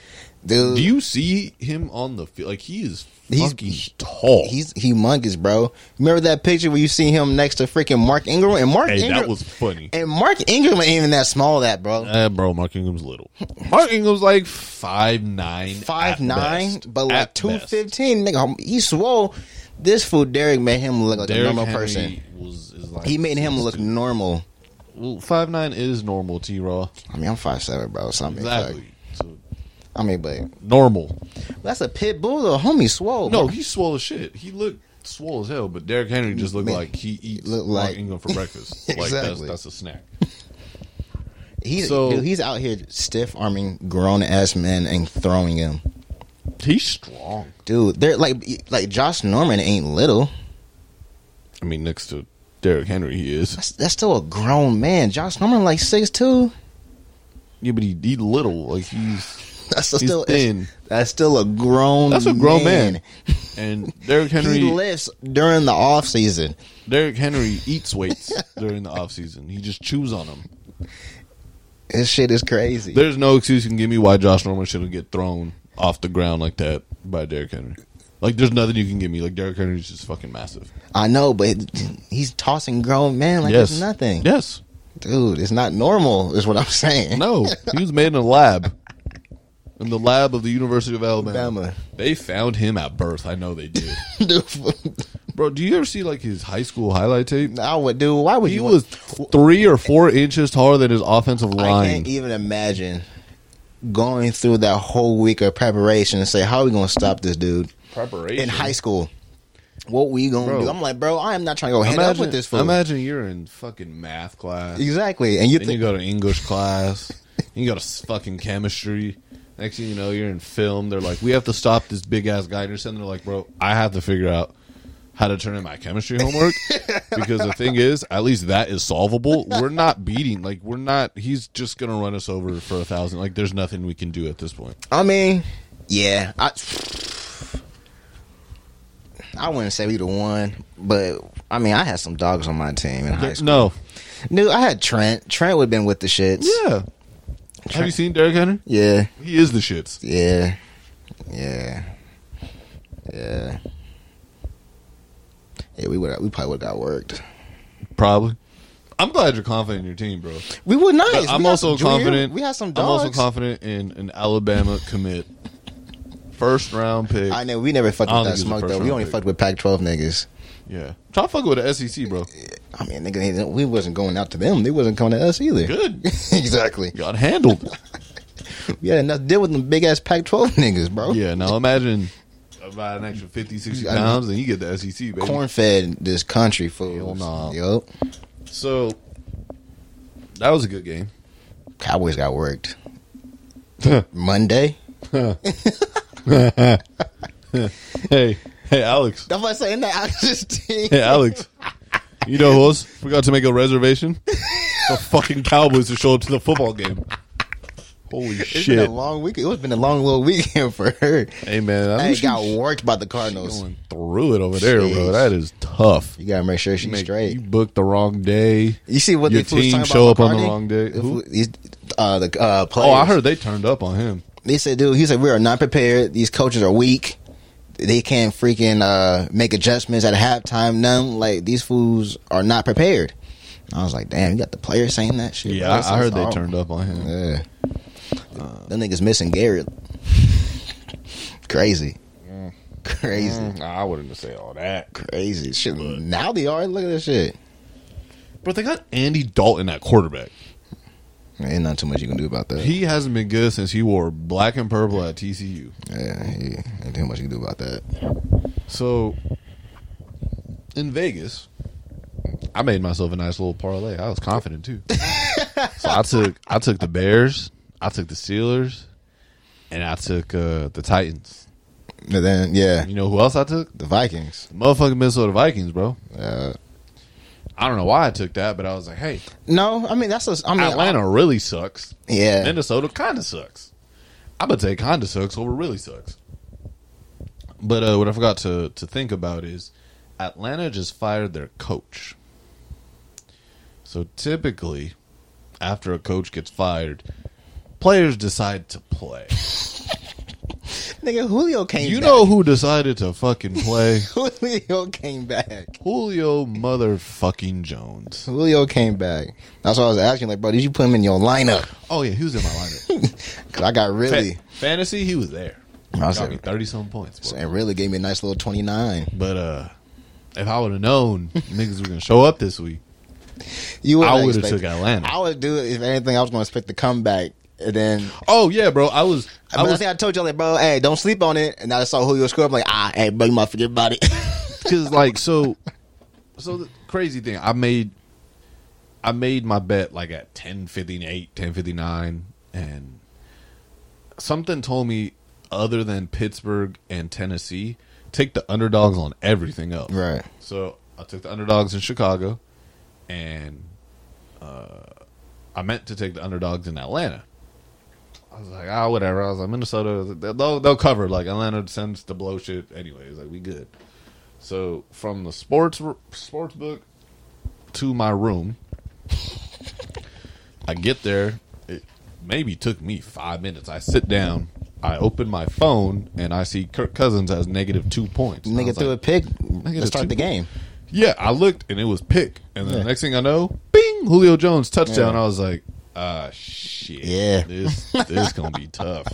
Speaker 3: dude.
Speaker 2: do you see him on the field? Like he is
Speaker 3: He's-
Speaker 2: fucking tall.
Speaker 3: He's humongous, bro. Remember that picture where you see him next to freaking Mark Ingram and Mark
Speaker 2: hey,
Speaker 3: Ingram
Speaker 2: that was funny.
Speaker 3: and Mark Ingram ain't even that small, that bro.
Speaker 2: Uh, bro, Mark Ingram's little. Mark Ingram's like five nine,
Speaker 3: five nine, but like two
Speaker 2: fifty.
Speaker 3: fifteen. Nigga, he swole. This food Derek made him look like a normal person.
Speaker 2: was is like
Speaker 3: He made him look normal.
Speaker 2: five nine is normal. T Raw
Speaker 3: I mean, I'm five seven, bro. So I mean,
Speaker 2: exactly.
Speaker 3: fuck.
Speaker 2: So,
Speaker 3: I mean, but
Speaker 2: normal.
Speaker 3: that's a pit bull though. Homie swole.
Speaker 2: No,
Speaker 3: bro.
Speaker 2: he swole as shit. He looked swole as hell, but Derrick Henry just looked
Speaker 3: Man,
Speaker 2: like he eats
Speaker 3: look
Speaker 2: Mark
Speaker 3: like-
Speaker 2: Ingram for breakfast. Like that's,
Speaker 3: Exactly.
Speaker 2: that's a snack.
Speaker 3: he's
Speaker 2: so-
Speaker 3: dude, he's out here stiff arming grown ass men and throwing him.
Speaker 2: He's strong.
Speaker 3: Dude, they're like like Josh Norman ain't little.
Speaker 2: I mean, next to Derrick Henry, he is.
Speaker 3: That's, that's still a grown man. Josh Norman like six two.
Speaker 2: Yeah, but he, he little. Like he's
Speaker 3: That's still,
Speaker 2: He's
Speaker 3: still
Speaker 2: thin.
Speaker 3: That's still a grown.
Speaker 2: that's a grown man. And Derrick
Speaker 3: He
Speaker 2: Henry
Speaker 3: lifts during the off season.
Speaker 2: Derrick Henry eats weights during the offseason. He just chews on them.
Speaker 3: This shit is crazy.
Speaker 2: There's no excuse you can give me why Josh Norman shouldn't get thrown off the ground like that by Derrick Henry. Like there's nothing you can give me. Like Derrick Henry's just fucking massive.
Speaker 3: I know, but he's tossing grown man like
Speaker 2: yes.
Speaker 3: it's nothing.
Speaker 2: Yes.
Speaker 3: Dude, it's not normal, is what I'm saying.
Speaker 2: No. He was made in a lab. In the lab of the University of Alabama.
Speaker 3: Alabama.
Speaker 2: They found him at birth. I know they did.
Speaker 3: Dude,
Speaker 2: Bro, do you ever see like his high school highlight tape?
Speaker 3: I would, dude, why would
Speaker 2: He
Speaker 3: you?
Speaker 2: was three or four inches taller than his offensive
Speaker 3: I can't
Speaker 2: line.
Speaker 3: even imagine going through that whole week of preparation and say, how are we going to stop this dude
Speaker 2: Preparation.
Speaker 3: in high school? What we going
Speaker 2: Bro.
Speaker 3: to do? I'm like, bro, I am not trying to go head up with this fool.
Speaker 2: imagine you're in fucking math class.
Speaker 3: Exactly. And you
Speaker 2: Then you
Speaker 3: think,
Speaker 2: go to English class. you go to s- fucking chemistry. Next thing you know, you're in film. They're like, we have to stop this big ass guy. And you're sitting there like, bro, I have to figure out how to turn in my chemistry homework because the thing is, at least that is solvable. We're not beating. Like, we're not. He's just gonna run us over for a thousand. Like, there's nothing we can do at this point.
Speaker 3: I mean, yeah. I, I wouldn't say we the one, but I mean, I had some dogs on my team in high school.
Speaker 2: No.
Speaker 3: Dude, I had Trent. Trent would have been with the shits.
Speaker 2: Yeah. Have you seen Derrick Henry?
Speaker 3: Yeah.
Speaker 2: He is the shits.
Speaker 3: Yeah. Yeah. Yeah. Yeah, we would. We probably would have got worked.
Speaker 2: Probably. I'm glad you're confident in your team, bro.
Speaker 3: We would not.
Speaker 2: But I'm also confident.
Speaker 3: We had some
Speaker 2: I'm
Speaker 3: dogs.
Speaker 2: also confident in an Alabama commit, first round pick.
Speaker 3: I know we never fucked
Speaker 2: I don't
Speaker 3: with that
Speaker 2: think it was the
Speaker 3: smoke though.
Speaker 2: first
Speaker 3: We
Speaker 2: round
Speaker 3: only
Speaker 2: pick.
Speaker 3: fucked with Pac-12 niggas.
Speaker 2: yeah, try to fuck with the SEC, bro.
Speaker 3: I mean, nigga, they- we wasn't going out to them. They wasn't coming to us either.
Speaker 2: Good,
Speaker 3: exactly.
Speaker 2: got handled.
Speaker 3: We had enough to deal with them big ass Pac-12 niggas, bro.
Speaker 2: yeah, now imagine about an extra 50, 60
Speaker 3: I know.
Speaker 2: pounds, and you get the SEC, baby.
Speaker 3: Corn fed this country
Speaker 2: Hell
Speaker 3: fool.
Speaker 2: nah.
Speaker 3: Yup.
Speaker 2: So that was a good game.
Speaker 3: Cowboys got worked. Monday.
Speaker 2: Hey, hey, Alex.
Speaker 3: That's what I'm saying. That I just
Speaker 2: Hey, Alex. You know who else forgot to make a reservation? The fucking Cowboys to show up to the football game. Holy
Speaker 3: It's been
Speaker 2: shit!
Speaker 3: a long week. It's been a long little weekend for her.
Speaker 2: Hey man,
Speaker 3: I
Speaker 2: I'm
Speaker 3: got worked by the Cardinals.
Speaker 2: going through it over there, bro.
Speaker 3: Jeez.
Speaker 2: That is tough.
Speaker 3: You gotta make sure she's
Speaker 2: Make-
Speaker 3: straight.
Speaker 2: You
Speaker 3: You,
Speaker 2: booked the wrong day.
Speaker 3: see what
Speaker 2: your
Speaker 3: the fools
Speaker 2: team
Speaker 3: talking
Speaker 2: show
Speaker 3: about
Speaker 2: up on the
Speaker 3: McCarthy?
Speaker 2: wrong day.
Speaker 3: The
Speaker 2: Who?
Speaker 3: fool- These, uh, the uh, players.
Speaker 2: Oh, I heard they turned up on him.
Speaker 3: They said, dude, he said, we are not prepared. These coaches are weak. They can't freaking uh, make adjustments at halftime. None. Like, these fools are not prepared. I was like, damn, you got the players saying that shit.
Speaker 2: Yeah,
Speaker 3: bro? That's-
Speaker 2: I, I heard
Speaker 3: that's
Speaker 2: they
Speaker 3: all-
Speaker 2: turned Uh. up on him.
Speaker 3: Yeah. Them niggas missing Garrett. Crazy. Crazy.
Speaker 2: I wouldn't say all that.
Speaker 3: Crazy shit. Now they are. Look at this shit.
Speaker 2: But they got Andy Dalton at quarterback.
Speaker 3: Ain't not too much you can do about that.
Speaker 2: He hasn't been good since he wore black and purple at TCU.
Speaker 3: yeah, he, ain't too much you can do about that.
Speaker 2: So in Vegas, I made myself a nice little parlay. I was confident too. so I took I took the Bears, I took the Steelers, and I took uh, the Titans.
Speaker 3: And then yeah,
Speaker 2: You know who else I took?
Speaker 3: the Vikings.
Speaker 2: Motherfucking Minnesota Vikings, bro.
Speaker 3: Uh,
Speaker 2: I don't know why I took that, but I was like, hey,
Speaker 3: no, I mean that's a. I mean,
Speaker 2: Atlanta really sucks.
Speaker 3: yeah,
Speaker 2: Minnesota kind of sucks. I'm gonna say kind of sucks over really sucks. But uh, what I forgot to to think about is Atlanta just fired their coach. So typically, after a coach gets fired, players decide to play.
Speaker 3: nigga, Julio came.
Speaker 2: You
Speaker 3: back.
Speaker 2: know who decided to fucking play?
Speaker 3: Julio came back.
Speaker 2: Julio motherfucking Jones.
Speaker 3: Julio came back. That's why I was asking, like, bro, did you put him in your lineup?
Speaker 2: Oh yeah, he was in my lineup.
Speaker 3: Cause I got really,
Speaker 2: Fa- fantasy, he was there.
Speaker 3: I was
Speaker 2: Got me
Speaker 3: like,
Speaker 2: thirty some points. bro.
Speaker 3: and really gave me a nice little twenty nine.
Speaker 2: But uh if I would have known niggas were gonna show up this week,
Speaker 3: You wouldn't
Speaker 2: I would have
Speaker 3: expect-
Speaker 2: took Atlanta.
Speaker 3: I would do it if anything. I was going to expect the comeback, and then
Speaker 2: oh yeah, bro, I was,
Speaker 3: I,
Speaker 2: I was
Speaker 3: think I told you like, bro, hey, don't sleep on it. And I saw Julio score. I'm like, ah, hey, bro, you might forget about it.
Speaker 2: because like so, so the crazy thing I made, I made my bet like at 1058, 1059, and something told me other than Pittsburgh and Tennessee, take the underdogs on everything else.
Speaker 3: right.
Speaker 2: So I took the underdogs in Chicago, and uh, I meant to take the underdogs in Atlanta. I was like, ah, whatever. I was like, Minnesota, I was like, they'll they'll cover. Like Atlanta sends the blow shit anyways. Like we good. So from the sports r- sports book to my room, I get there. It maybe took me five minutes. I sit down. I open my phone and I see Kirk Cousins has negative two points. I
Speaker 3: Nigga
Speaker 2: was
Speaker 3: threw
Speaker 2: like,
Speaker 3: a pick
Speaker 2: get
Speaker 3: to
Speaker 2: a
Speaker 3: start
Speaker 2: two-
Speaker 3: the game.
Speaker 2: yeah, I looked and it was pick. And then
Speaker 3: Yeah.
Speaker 2: the next thing I know, bing, Julio Jones touchdown.
Speaker 3: Yeah.
Speaker 2: I was like, ah, shit.
Speaker 3: Yeah.
Speaker 2: This this is going to be tough.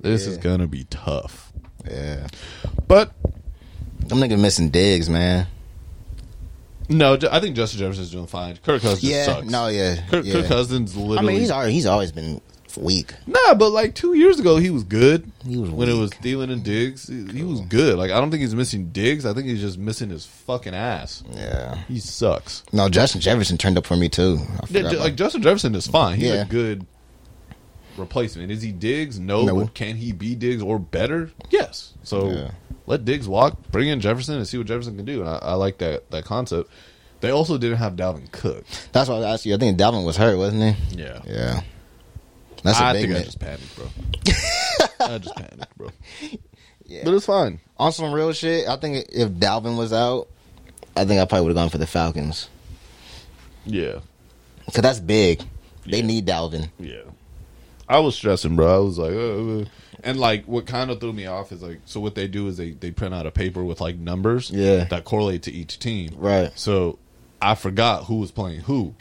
Speaker 2: This is going to be tough.
Speaker 3: Yeah.
Speaker 2: But
Speaker 3: Them niggas missing digs, man.
Speaker 2: no, Ju- I think Justin Jefferson's doing fine. Kirk Cousins
Speaker 3: Yeah.
Speaker 2: sucks.
Speaker 3: No. Yeah.
Speaker 2: Kirk,
Speaker 3: yeah.
Speaker 2: Kirk Cousins literally.
Speaker 3: I mean, he's already, he's always been weak.
Speaker 2: nah, but like two years ago, he was good.
Speaker 3: He was
Speaker 2: when it
Speaker 3: weak.
Speaker 2: was Thielen and Diggs, he, he was good. Like I don't think he's missing Diggs. I think he's just missing his fucking ass.
Speaker 3: Yeah.
Speaker 2: He sucks.
Speaker 3: No, Justin Jefferson turned up for me too. I
Speaker 2: Yeah,
Speaker 3: forgot
Speaker 2: Ju-
Speaker 3: about-
Speaker 2: like Justin Jefferson is fine. He's
Speaker 3: Yeah.
Speaker 2: a good replacement. Is he Diggs? No,
Speaker 3: No.
Speaker 2: but can he be Diggs or better? Yes. So
Speaker 3: Yeah.
Speaker 2: let Diggs walk, bring in Jefferson, and see what Jefferson can do. And I, I like that that concept. They also didn't have Dalvin Cook.
Speaker 3: That's why I asked you. I think Dalvin was hurt, wasn't he?
Speaker 2: Yeah,
Speaker 3: Yeah. That's a
Speaker 2: I
Speaker 3: big
Speaker 2: think I
Speaker 3: miss.
Speaker 2: just panicked, bro. I just panicked, bro. But it's fine.
Speaker 3: On some real shit, I think if Dalvin was out, I think I probably would have gone for the Falcons.
Speaker 2: Yeah,
Speaker 3: Because that's big. They
Speaker 2: Yeah.
Speaker 3: need Dalvin.
Speaker 2: yeah. I was stressing, bro. I was like, uh, uh. and like what kind of threw me off is like, so what they do is they they print out a paper with like numbers,
Speaker 3: Yeah.
Speaker 2: that correlate to each team,
Speaker 3: Right.
Speaker 2: So I forgot who was playing who.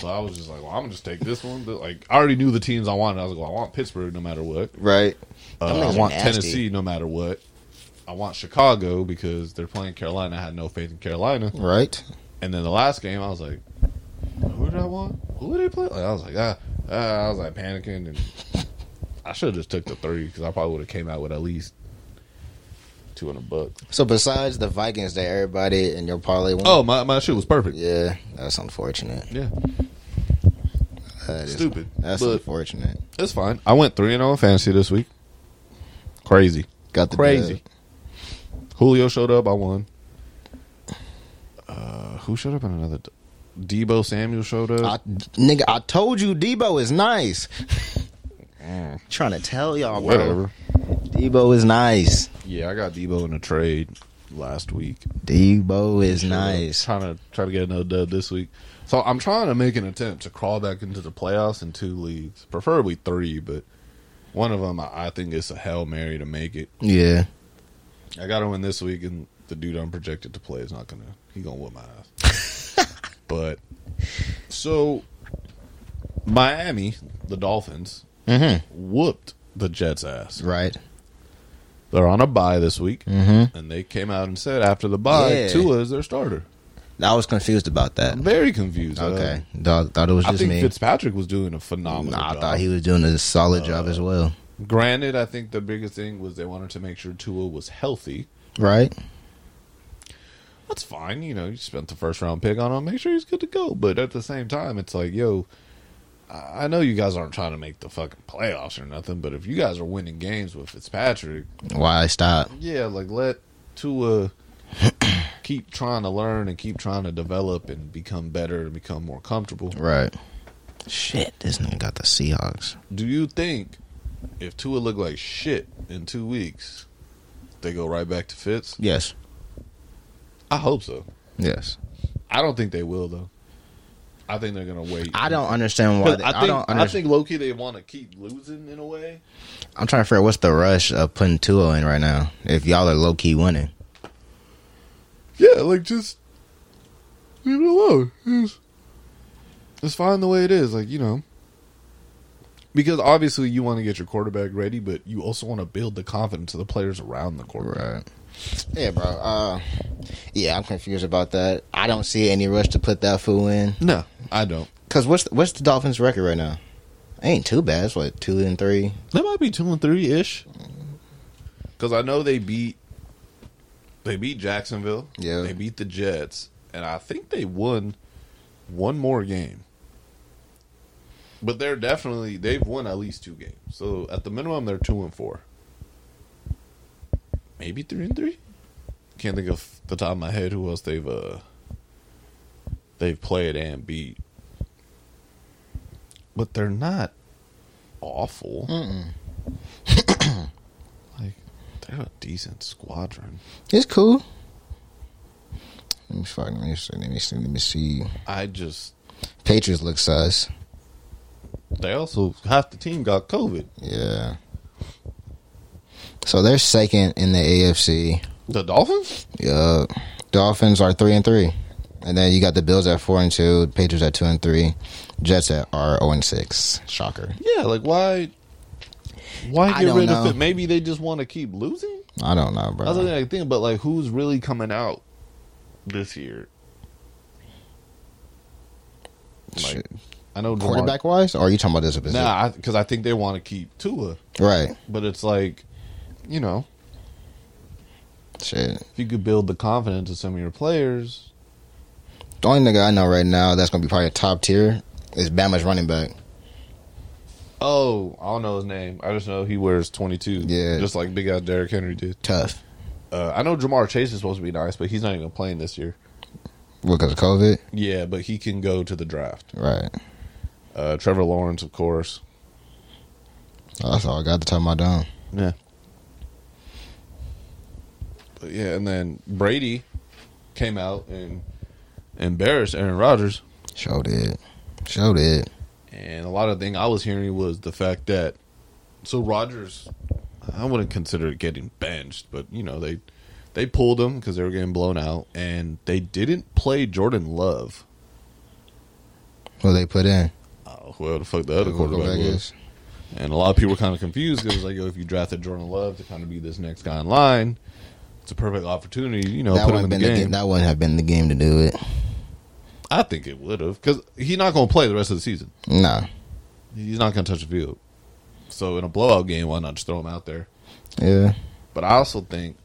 Speaker 2: so I was just like, well, I'm gonna just take this one. But, Like I already knew the teams I wanted. I was like, well, I want Pittsburgh no matter what.
Speaker 3: Right.
Speaker 2: Uh,
Speaker 3: Them niggas
Speaker 2: I
Speaker 3: are
Speaker 2: want
Speaker 3: nasty.
Speaker 2: Tennessee no matter what. I want Chicago because they're playing Carolina. I had no faith in Carolina.
Speaker 3: Right.
Speaker 2: And then the last game, I was like, who did I want? Who did they play? Like, I was like, ah, ah, I was like panicking, and I should have just took the three because I probably would have came out with at least two hundred bucks.
Speaker 3: So besides the Vikings that everybody in your parlay won.
Speaker 2: Oh, my my shit was perfect.
Speaker 3: Yeah. That's unfortunate.
Speaker 2: Yeah,
Speaker 3: That is-
Speaker 2: stupid.
Speaker 3: That's
Speaker 2: but-
Speaker 3: unfortunate.
Speaker 2: It's fine. I went three and zero in fantasy this week. Crazy,
Speaker 3: Got the
Speaker 2: crazy.
Speaker 3: dub.
Speaker 2: Julio showed up. I won. Uh, who showed up in another? D- Debo Samuel showed
Speaker 3: I,
Speaker 2: up.
Speaker 3: nigga, I told you Debo is nice. Trying to tell y'all, bro.
Speaker 2: Whatever.
Speaker 3: Debo is nice.
Speaker 2: Yeah, I got Debo in a trade last week.
Speaker 3: Debo is nice.
Speaker 2: Trying to try to get another dub this week. So I'm trying to make an attempt to crawl back into the playoffs in two leagues, preferably three, but one of them I, I think it's a hail mary to make it.
Speaker 3: Yeah.
Speaker 2: I got to win this week, and the dude I'm projected to play is not gonna. He gonna whip my ass. but so Miami, the Dolphins
Speaker 3: Mm-hmm.
Speaker 2: whooped the Jets' ass.
Speaker 3: Right.
Speaker 2: They're on a bye this week,
Speaker 3: Mhm.
Speaker 2: and they came out and said after the bye,
Speaker 3: Yeah.
Speaker 2: Tua is their starter.
Speaker 3: I was confused about that.
Speaker 2: I'm very confused. Uh,
Speaker 3: Okay. Thought, thought it was
Speaker 2: I
Speaker 3: just
Speaker 2: think
Speaker 3: me.
Speaker 2: Fitzpatrick was doing a phenomenal Uh,
Speaker 3: Nah, I
Speaker 2: job.
Speaker 3: thought he was doing a solid job as well.
Speaker 2: Granted, I think the biggest thing was they wanted to make sure Tua was healthy.
Speaker 3: Right?
Speaker 2: that's fine. You know, you spent the first round pick on him. Make sure he's good to go. But at the same time, it's like, yo, I I know you guys aren't trying to make the fucking playoffs or nothing, but if you guys are winning games with Fitzpatrick,
Speaker 3: Why stop?
Speaker 2: yeah, like let Tua keep trying to learn and keep trying to develop and become better and become more comfortable.
Speaker 3: Right. Shit, this nigga got the Seahawks.
Speaker 2: Do you think if Tua look like shit in two weeks, they go right back to Fitz?
Speaker 3: Yes.
Speaker 2: I hope so.
Speaker 3: Yes.
Speaker 2: I don't think they will though. I think they're gonna wait.
Speaker 3: I don't understand why.
Speaker 2: Because
Speaker 3: They,
Speaker 2: I
Speaker 3: I,
Speaker 2: think
Speaker 3: don't
Speaker 2: I
Speaker 3: understand.
Speaker 2: think low key they want to keep losing in a way.
Speaker 3: I'm trying to figure out what's the rush of putting Tua in right now if y'all are low key winning.
Speaker 2: Yeah, like just leave it alone. It's, it's fine the way it is, like you know. Because obviously you want to get your quarterback ready, but you also want to build the confidence of the players around the quarterback.
Speaker 3: Yeah, bro. Uh, yeah, I'm confused about that. I don't see any rush to put that fool in.
Speaker 2: No, I don't.
Speaker 3: Cause what's the, what's the Dolphins' record right now? Ain't too bad. It's what two and three.
Speaker 2: They might be two and three ish. Because I know they beat they beat Jacksonville.
Speaker 3: Yeah.
Speaker 2: They beat the Jets, and I think they won one more game. But they're definitely they've won at least two games. So at the minimum, they're two and four. Maybe three and three. Can't think of the top of my head who else they've uh they've played and beat. But they're not awful. like they're a decent squadron.
Speaker 3: It's cool. Let me fuck. Let me see. Let me see. Let me see.
Speaker 2: I just
Speaker 3: Patriots look sus.
Speaker 2: they also half the team got COVID.
Speaker 3: Yeah. So they're second in the AFC.
Speaker 2: The Dolphins?
Speaker 3: Yeah. Dolphins are three and three, and then you got the Bills at four and two, Patriots at two and three, Jets at are zero and six. Shocker.
Speaker 2: Yeah, like why why
Speaker 3: I
Speaker 2: get
Speaker 3: don't
Speaker 2: rid of
Speaker 3: know.
Speaker 2: it? Maybe they just want to keep losing?
Speaker 3: I don't know, bro.
Speaker 2: That's the thing I think, but like who's really coming out this year? Like
Speaker 3: Shit.
Speaker 2: I know Jamar-
Speaker 3: Quarterback wise, or are you talking about this position?
Speaker 2: Nah, because I, think they want to keep Tua,
Speaker 3: Right.
Speaker 2: but it's like, you know,
Speaker 3: Shit.
Speaker 2: if you could build the confidence of some of your players,
Speaker 3: The only nigga I know right now that's gonna be probably top tier is Bama's running back.
Speaker 2: Oh, I don't know his name. I just know he wears 22.
Speaker 3: Yeah.
Speaker 2: Just like big ass Derrick Henry did.
Speaker 3: Tough.
Speaker 2: Uh, I know Jamar Chase is supposed to be nice, but he's not even playing this year.
Speaker 3: What because of COVID?
Speaker 2: Yeah, but he can go to the draft.
Speaker 3: Right.
Speaker 2: Uh, Trevor Lawrence, of course.
Speaker 3: That's all I got to top of my dome.
Speaker 2: Yeah. But yeah, and then Brady came out and embarrassed Aaron Rodgers.
Speaker 3: Showed it. Showed it.
Speaker 2: And a lot of thing I was hearing was the fact that so Rodgers, I wouldn't consider it getting benched, but you know they they pulled him because they were getting blown out, and they didn't play Jordan Love.
Speaker 3: Who they put in?
Speaker 2: Oh, whoever the fuck the other quarterback was, and a lot of people were kind of confused because like, yo, if you drafted Jordan Love to kind of be this next guy in line, it's a perfect opportunity, you know,
Speaker 3: That
Speaker 2: put him in the
Speaker 3: wouldn't have been the
Speaker 2: game.
Speaker 3: game. That wouldn't have been the game to do it.
Speaker 2: I think it would have because he's not going to play the rest of the season.
Speaker 3: No.
Speaker 2: He's not going to touch the field. So in a blowout game, why not just throw him out there?
Speaker 3: Yeah.
Speaker 2: But I also think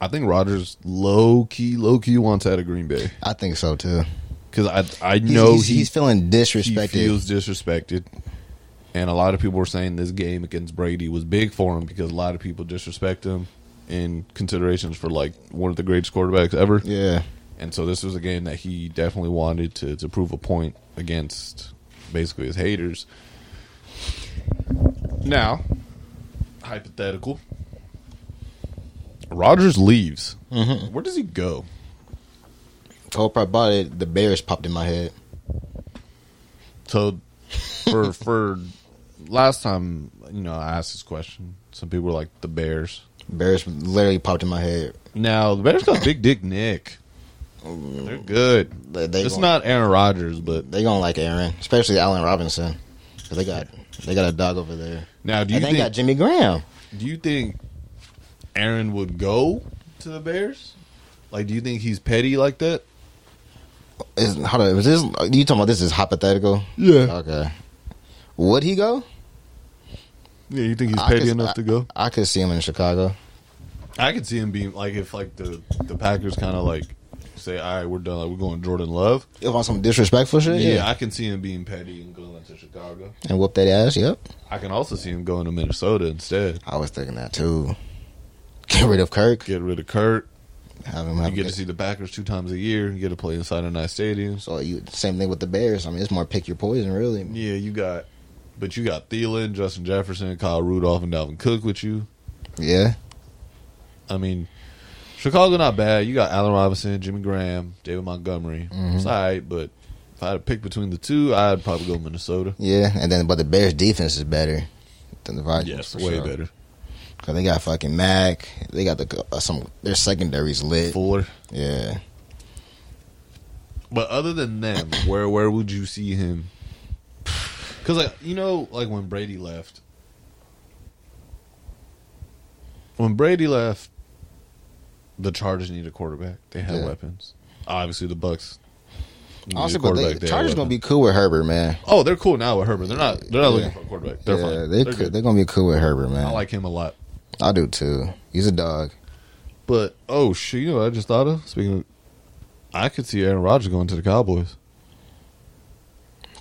Speaker 2: I think Rodgers low key, low key wants out of Green Bay
Speaker 3: I think so too.
Speaker 2: because I I
Speaker 3: He's,
Speaker 2: know
Speaker 3: he's,
Speaker 2: he,
Speaker 3: he's feeling
Speaker 2: he
Speaker 3: disrespected.
Speaker 2: feels disrespected, and a lot of people were saying this game against Brady was big for him because a lot of people disrespect him in considerations for like one of the greatest quarterbacks ever,
Speaker 3: yeah.
Speaker 2: and so this was a game that he definitely wanted to to prove a point against basically his haters. Now, hypothetical. Rogers leaves. Where does he go?
Speaker 3: Hope I bought it. The Bears popped in my head.
Speaker 2: So, for for last time, you know, I asked this question. Some people were like the Bears.
Speaker 3: Bears literally popped in my head.
Speaker 2: Now the Bears got Big Dick Nick. They're good.
Speaker 3: They, they
Speaker 2: it's
Speaker 3: gon-
Speaker 2: not Aaron Rodgers, but
Speaker 3: They gonna like Aaron, especially Allen Robinson. 'Cause they got they got a dog over there.
Speaker 2: now do you
Speaker 3: and they
Speaker 2: think
Speaker 3: got Jimmy Graham.
Speaker 2: do you think Aaron would go to the Bears? Like, do you think he's petty like that?
Speaker 3: Is how is this? You talking about this is hypothetical?
Speaker 2: Yeah.
Speaker 3: Okay. Would he go?
Speaker 2: Yeah, you think he's
Speaker 3: I
Speaker 2: petty
Speaker 3: could-
Speaker 2: enough
Speaker 3: I-
Speaker 2: to go?
Speaker 3: I could see him in Chicago.
Speaker 2: I could see him being like if like the the Packers kind of like say, all right, we're done. Like, we're going Jordan Love.
Speaker 3: If on some disrespectful shit, yeah.
Speaker 2: Yeah, I can see him being petty and going to Chicago.
Speaker 3: And whoop that ass, yep.
Speaker 2: I can also see him going to Minnesota instead.
Speaker 3: I was thinking that too. Get rid of Kirk.
Speaker 2: Get rid of Kurt.
Speaker 3: Have him
Speaker 2: You
Speaker 3: have
Speaker 2: get to see the Packers two times a year. You get to play inside a nice stadium.
Speaker 3: So you same thing with the Bears. I mean, it's more pick your poison, really.
Speaker 2: Yeah, you got, but you got Thielen, Justin Jefferson, Kyle Rudolph, and Dalvin Cook with you.
Speaker 3: Yeah,
Speaker 2: I mean, Chicago not bad. You got Allen Robinson, Jimmy Graham, David Montgomery.
Speaker 3: Mm-hmm.
Speaker 2: It's all right, but if I had to pick between the two, I'd probably go Minnesota.
Speaker 3: yeah. And then, but the Bears defense is better than the Vikings.
Speaker 2: Yes,
Speaker 3: for
Speaker 2: way
Speaker 3: sure.
Speaker 2: better.
Speaker 3: Cause they got fucking Mac. They got the uh, some their secondaries lit.
Speaker 2: Fuller.
Speaker 3: Yeah,
Speaker 2: But other than them, where where would you see him? Because like you know, like when Brady left, when Brady left, the Chargers need a quarterback. They had
Speaker 3: Yeah.
Speaker 2: weapons. Obviously, the Bucks. need a
Speaker 3: honestly, but they,
Speaker 2: quarterback. They had
Speaker 3: Chargers gonna
Speaker 2: weapons.
Speaker 3: be cool with Herbert, man.
Speaker 2: Oh, they're cool now with Herbert. They're not. They're not
Speaker 3: Yeah.
Speaker 2: looking for a quarterback. They're
Speaker 3: yeah,
Speaker 2: fine.
Speaker 3: they
Speaker 2: They
Speaker 3: could- they're gonna be cool with Herbert, man.
Speaker 2: I like him a lot.
Speaker 3: I do too. He's a dog.
Speaker 2: But oh shit, you know what I just thought of? Speaking of, I could see Aaron Rodgers going to the Cowboys.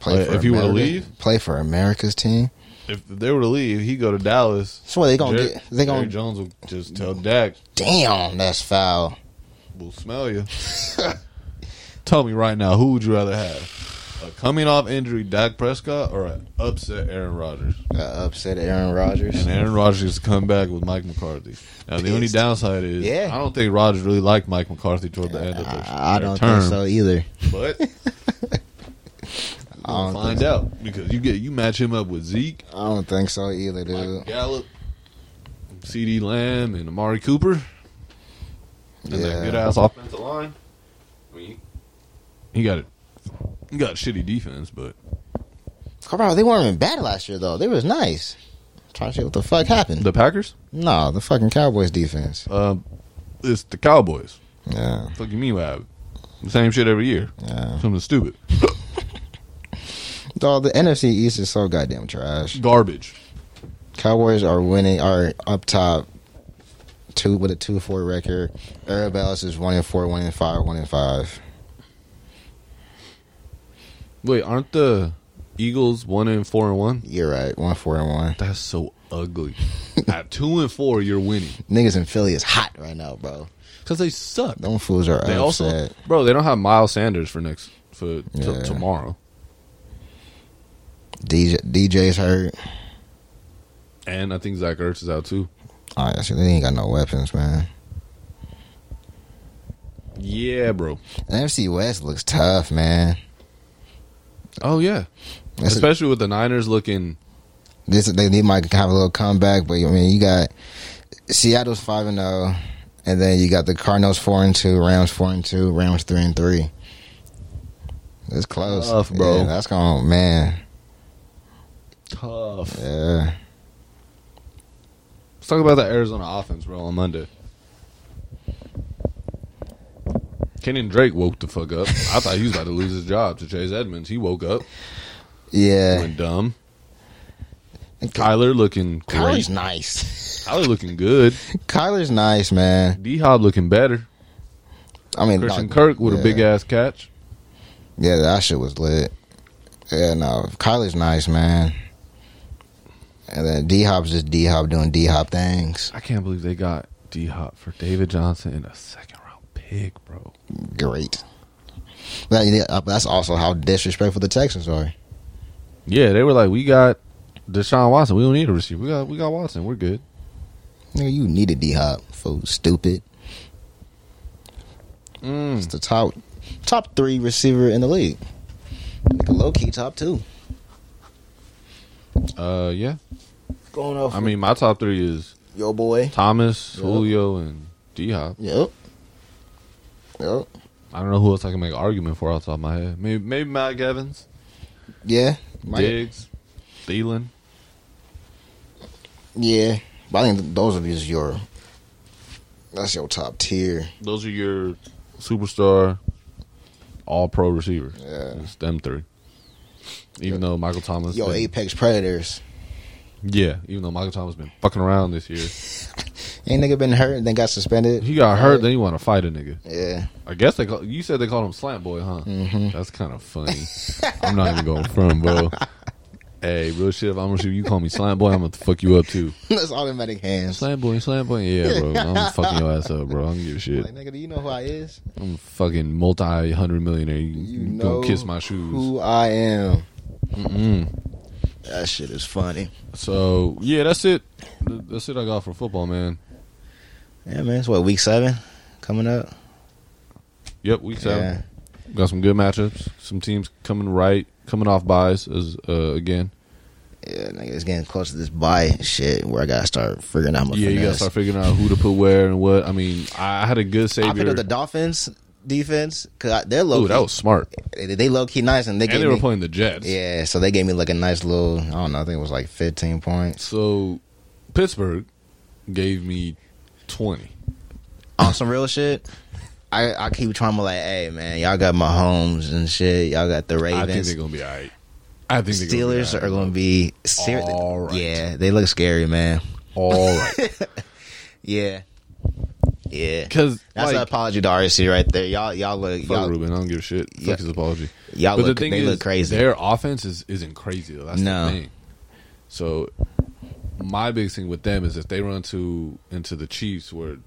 Speaker 2: Like, if he were to
Speaker 3: America-
Speaker 2: leave?
Speaker 3: play for America's team.
Speaker 2: If they were to leave, he go to Dallas.
Speaker 3: That's why they gonna
Speaker 2: Jerry-
Speaker 3: get. They
Speaker 2: Jerry
Speaker 3: gonna
Speaker 2: Jones will just tell Dak,
Speaker 3: damn. That's foul.
Speaker 2: "We'll smell you." tell me right now, who would you rather have? A coming off injury Dak Prescott or an upset Aaron Rodgers?
Speaker 3: Uh, upset Aaron Rodgers.
Speaker 2: And Aaron Rodgers gets to come back with Mike McCarthy. Now the only
Speaker 3: Pissed.
Speaker 2: downside is
Speaker 3: Yeah.
Speaker 2: I don't think Rodgers really liked Mike McCarthy toward the end of their,
Speaker 3: I, I
Speaker 2: their
Speaker 3: don't
Speaker 2: term.
Speaker 3: think so either.
Speaker 2: But
Speaker 3: I
Speaker 2: I'll
Speaker 3: don't
Speaker 2: find
Speaker 3: think so.
Speaker 2: out because you get you match him up with Zeke,
Speaker 3: I don't think so either,
Speaker 2: Mike
Speaker 3: dude.
Speaker 2: Gallup, C.D. Lamb, and Amari Cooper, and that good
Speaker 3: Yeah,
Speaker 2: ass offensive line. I mean, you- you got it. You got shitty defense, but
Speaker 3: Colorado. They weren't even bad last year though. They was nice. Trying to see what the fuck happened.
Speaker 2: the Packers,
Speaker 3: no, the fucking Cowboys defense.
Speaker 2: um, it's the Cowboys.
Speaker 3: Yeah,
Speaker 2: Fuck you mean what happened? The same shit every year.
Speaker 3: yeah.
Speaker 2: Something stupid,
Speaker 3: Dog, the NFC East is so goddamn trash.
Speaker 2: garbage.
Speaker 3: Cowboys are winning. Are up top. Two with a two four record. Everybody else is one and four, one and five, one and five.
Speaker 2: Wait, aren't the Eagles one and four and one?
Speaker 3: You're right. One four and one.
Speaker 2: That's so ugly. At two and four, you're winning
Speaker 3: Niggas in Philly is hot right now, bro.
Speaker 2: because they suck.
Speaker 3: Them fools are
Speaker 2: They
Speaker 3: upset.
Speaker 2: also, bro, they don't have Miles Sanders for next for t-
Speaker 3: Yeah.
Speaker 2: tomorrow,
Speaker 3: DJ, DJ's hurt.
Speaker 2: and I think Zach Ertz is out too.
Speaker 3: Oh, yeah, see, they ain't got no weapons, man.
Speaker 2: Yeah, bro.
Speaker 3: NFC West looks tough, man.
Speaker 2: Oh yeah,
Speaker 3: That's a-
Speaker 2: especially with the Niners looking.
Speaker 3: this they need might have a little comeback, but I mean you got Seattle's five and zero, and then you got the Cardinals four and two, Rams four and two, Rams three and three. That's close,
Speaker 2: Tough, bro.
Speaker 3: Yeah, that's going, man.
Speaker 2: Tough.
Speaker 3: Yeah,
Speaker 2: Let's talk about that Arizona offense, bro. On Monday, Kenyon Drake woke the fuck up. I thought he was about to lose his job to Chase Edmonds. He woke up,
Speaker 3: yeah.
Speaker 2: went dumb.
Speaker 3: And Ky-
Speaker 2: Kyler looking great.
Speaker 3: Kyler's nice.
Speaker 2: Kyler looking good.
Speaker 3: Kyler's nice, man.
Speaker 2: D Hop looking better.
Speaker 3: I mean,
Speaker 2: Christian
Speaker 3: no,
Speaker 2: Kirk with
Speaker 3: yeah.
Speaker 2: a big ass catch.
Speaker 3: Yeah, that shit was lit. Yeah, no, Kyler's nice, man. And then D Hop's just D Hop doing D Hop things.
Speaker 2: I can't believe they got D Hop for David Johnson and a second round pick, bro.
Speaker 3: Great. That- yeah, uh, that's also how disrespectful the Texans are.
Speaker 2: Yeah, they were like, we got Deshaun Watson. We don't need a receiver. We got we got Watson. We're good.
Speaker 3: Nigga, you need a D Hop, fool. Stupid.
Speaker 2: Mm.
Speaker 3: It's the top top three receiver in the league. Nigga, low key top two.
Speaker 2: Uh, yeah.
Speaker 3: Going off
Speaker 2: I mean, my top three is
Speaker 3: yo boy.
Speaker 2: Thomas,
Speaker 3: Yep.
Speaker 2: Julio, and D Hop.
Speaker 3: Yep. Yep.
Speaker 2: I don't know who else I can make an argument for off the top of my head. Maybe maybe Matt Evans,
Speaker 3: Yeah. My-
Speaker 2: Diggs, Thielen.
Speaker 3: Yeah. But I think those are just your that's your top tier.
Speaker 2: Those are your superstar, all pro receivers.
Speaker 3: Yeah.
Speaker 2: It's them three. Even though Michael Thomas,
Speaker 3: Yo,
Speaker 2: been-
Speaker 3: apex predators.
Speaker 2: yeah, even though Michael Thomas been fucking around this year,
Speaker 3: Ain't nigga been hurt and then got suspended.
Speaker 2: He got hurt, then you want to fight a nigga.
Speaker 3: Yeah.
Speaker 2: I guess they call, you said they called him Slant Boy, huh? Mm-hmm. That's kind of funny. I'm not even going front, bro. Hey, real shit. If I'm gonna shoot you, call me Slant Boy. I'm gonna fuck you up too.
Speaker 3: That's automatic hands.
Speaker 2: Slant Boy, Slant Boy. Yeah, bro. I'm gonna fucking your ass up, bro. I don't give a shit.
Speaker 3: Like, nigga, do you know who I is?
Speaker 2: I'm a fucking multi hundred millionaire. You, you
Speaker 3: You know
Speaker 2: gonna kiss my shoes?
Speaker 3: Who I am.
Speaker 2: Mm-mm.
Speaker 3: That shit is funny.
Speaker 2: So yeah, that's it. Th- That's it. I got for football, man.
Speaker 3: Yeah, man. It's what, week seven coming up?
Speaker 2: Yep, week seven.
Speaker 3: Yeah.
Speaker 2: Got some good matchups. Some teams coming right, coming off buys as uh, again.
Speaker 3: Yeah, nigga, it's getting close to this buy shit where I gotta start figuring out my
Speaker 2: yeah, you gotta
Speaker 3: finesse.
Speaker 2: start figuring out who to put where and what. I mean, I I had a good
Speaker 3: I picked
Speaker 2: savior.
Speaker 3: up the Dolphins defense because they're low.
Speaker 2: Ooh, that was smart.
Speaker 3: they, they low key nice and they gave
Speaker 2: And they were
Speaker 3: me,
Speaker 2: playing the Jets.
Speaker 3: yeah, so they gave me like a nice little. I don't know. I think it was like fifteen points
Speaker 2: So Pittsburgh gave me twenty.
Speaker 3: on some real shit. I, I keep trying to like, hey man, y'all got Mahomes and shit. Y'all got the
Speaker 2: I think
Speaker 3: Ravens.
Speaker 2: they're gonna be all right. I think they're gonna be
Speaker 3: Steelers
Speaker 2: all
Speaker 3: are
Speaker 2: right.
Speaker 3: going to be ser-
Speaker 2: All right.
Speaker 3: Yeah, they look scary, man.
Speaker 2: all right
Speaker 3: Yeah, yeah.
Speaker 2: because
Speaker 3: That's an
Speaker 2: like,
Speaker 3: apology to RC right there. Y'all, y'all look,
Speaker 2: fuck
Speaker 3: y'all,
Speaker 2: Ruben. I don't give a shit. Fuck
Speaker 3: Yeah.
Speaker 2: his apology.
Speaker 3: y'all
Speaker 2: but
Speaker 3: look.
Speaker 2: the thing
Speaker 3: They
Speaker 2: is,
Speaker 3: look crazy.
Speaker 2: Their offense is isn't crazy though. That's
Speaker 3: No.
Speaker 2: the thing. So my biggest thing with them is if they run to into the Chiefs where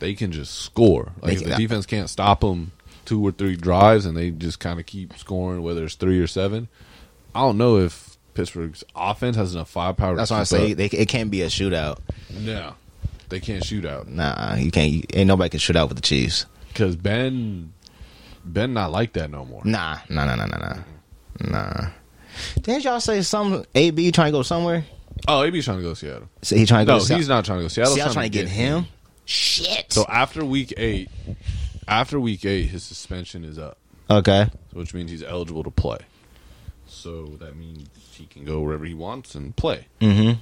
Speaker 2: they can just score.
Speaker 3: They
Speaker 2: Like if
Speaker 3: can- uh,
Speaker 2: the defense can't stop them two or three drives and they just kind of keep scoring whether it's three or seven. I don't know if Pittsburgh's offense has enough firepower.
Speaker 3: That's
Speaker 2: to
Speaker 3: why I
Speaker 2: keep
Speaker 3: say
Speaker 2: up.
Speaker 3: they, it can't be a shootout.
Speaker 2: no. They can't shoot out
Speaker 3: Nah, you can't. You, ain't nobody can shoot out with the Chiefs.
Speaker 2: because Ben Ben not like that no more.
Speaker 3: Nah, nah, nah, nah, nah, nah. nah. Didn't y'all say some AB trying to go somewhere?
Speaker 2: Oh, AB trying to go to Seattle.
Speaker 3: So he trying to
Speaker 2: No,
Speaker 3: go. to
Speaker 2: he's not trying to go. Seattle's
Speaker 3: Seattle trying to get him. Shit.
Speaker 2: So after week eight, after week eight, his suspension is up,
Speaker 3: okay.
Speaker 2: which means he's eligible to play. So that means he can go wherever he wants and play.
Speaker 3: Mm-hmm.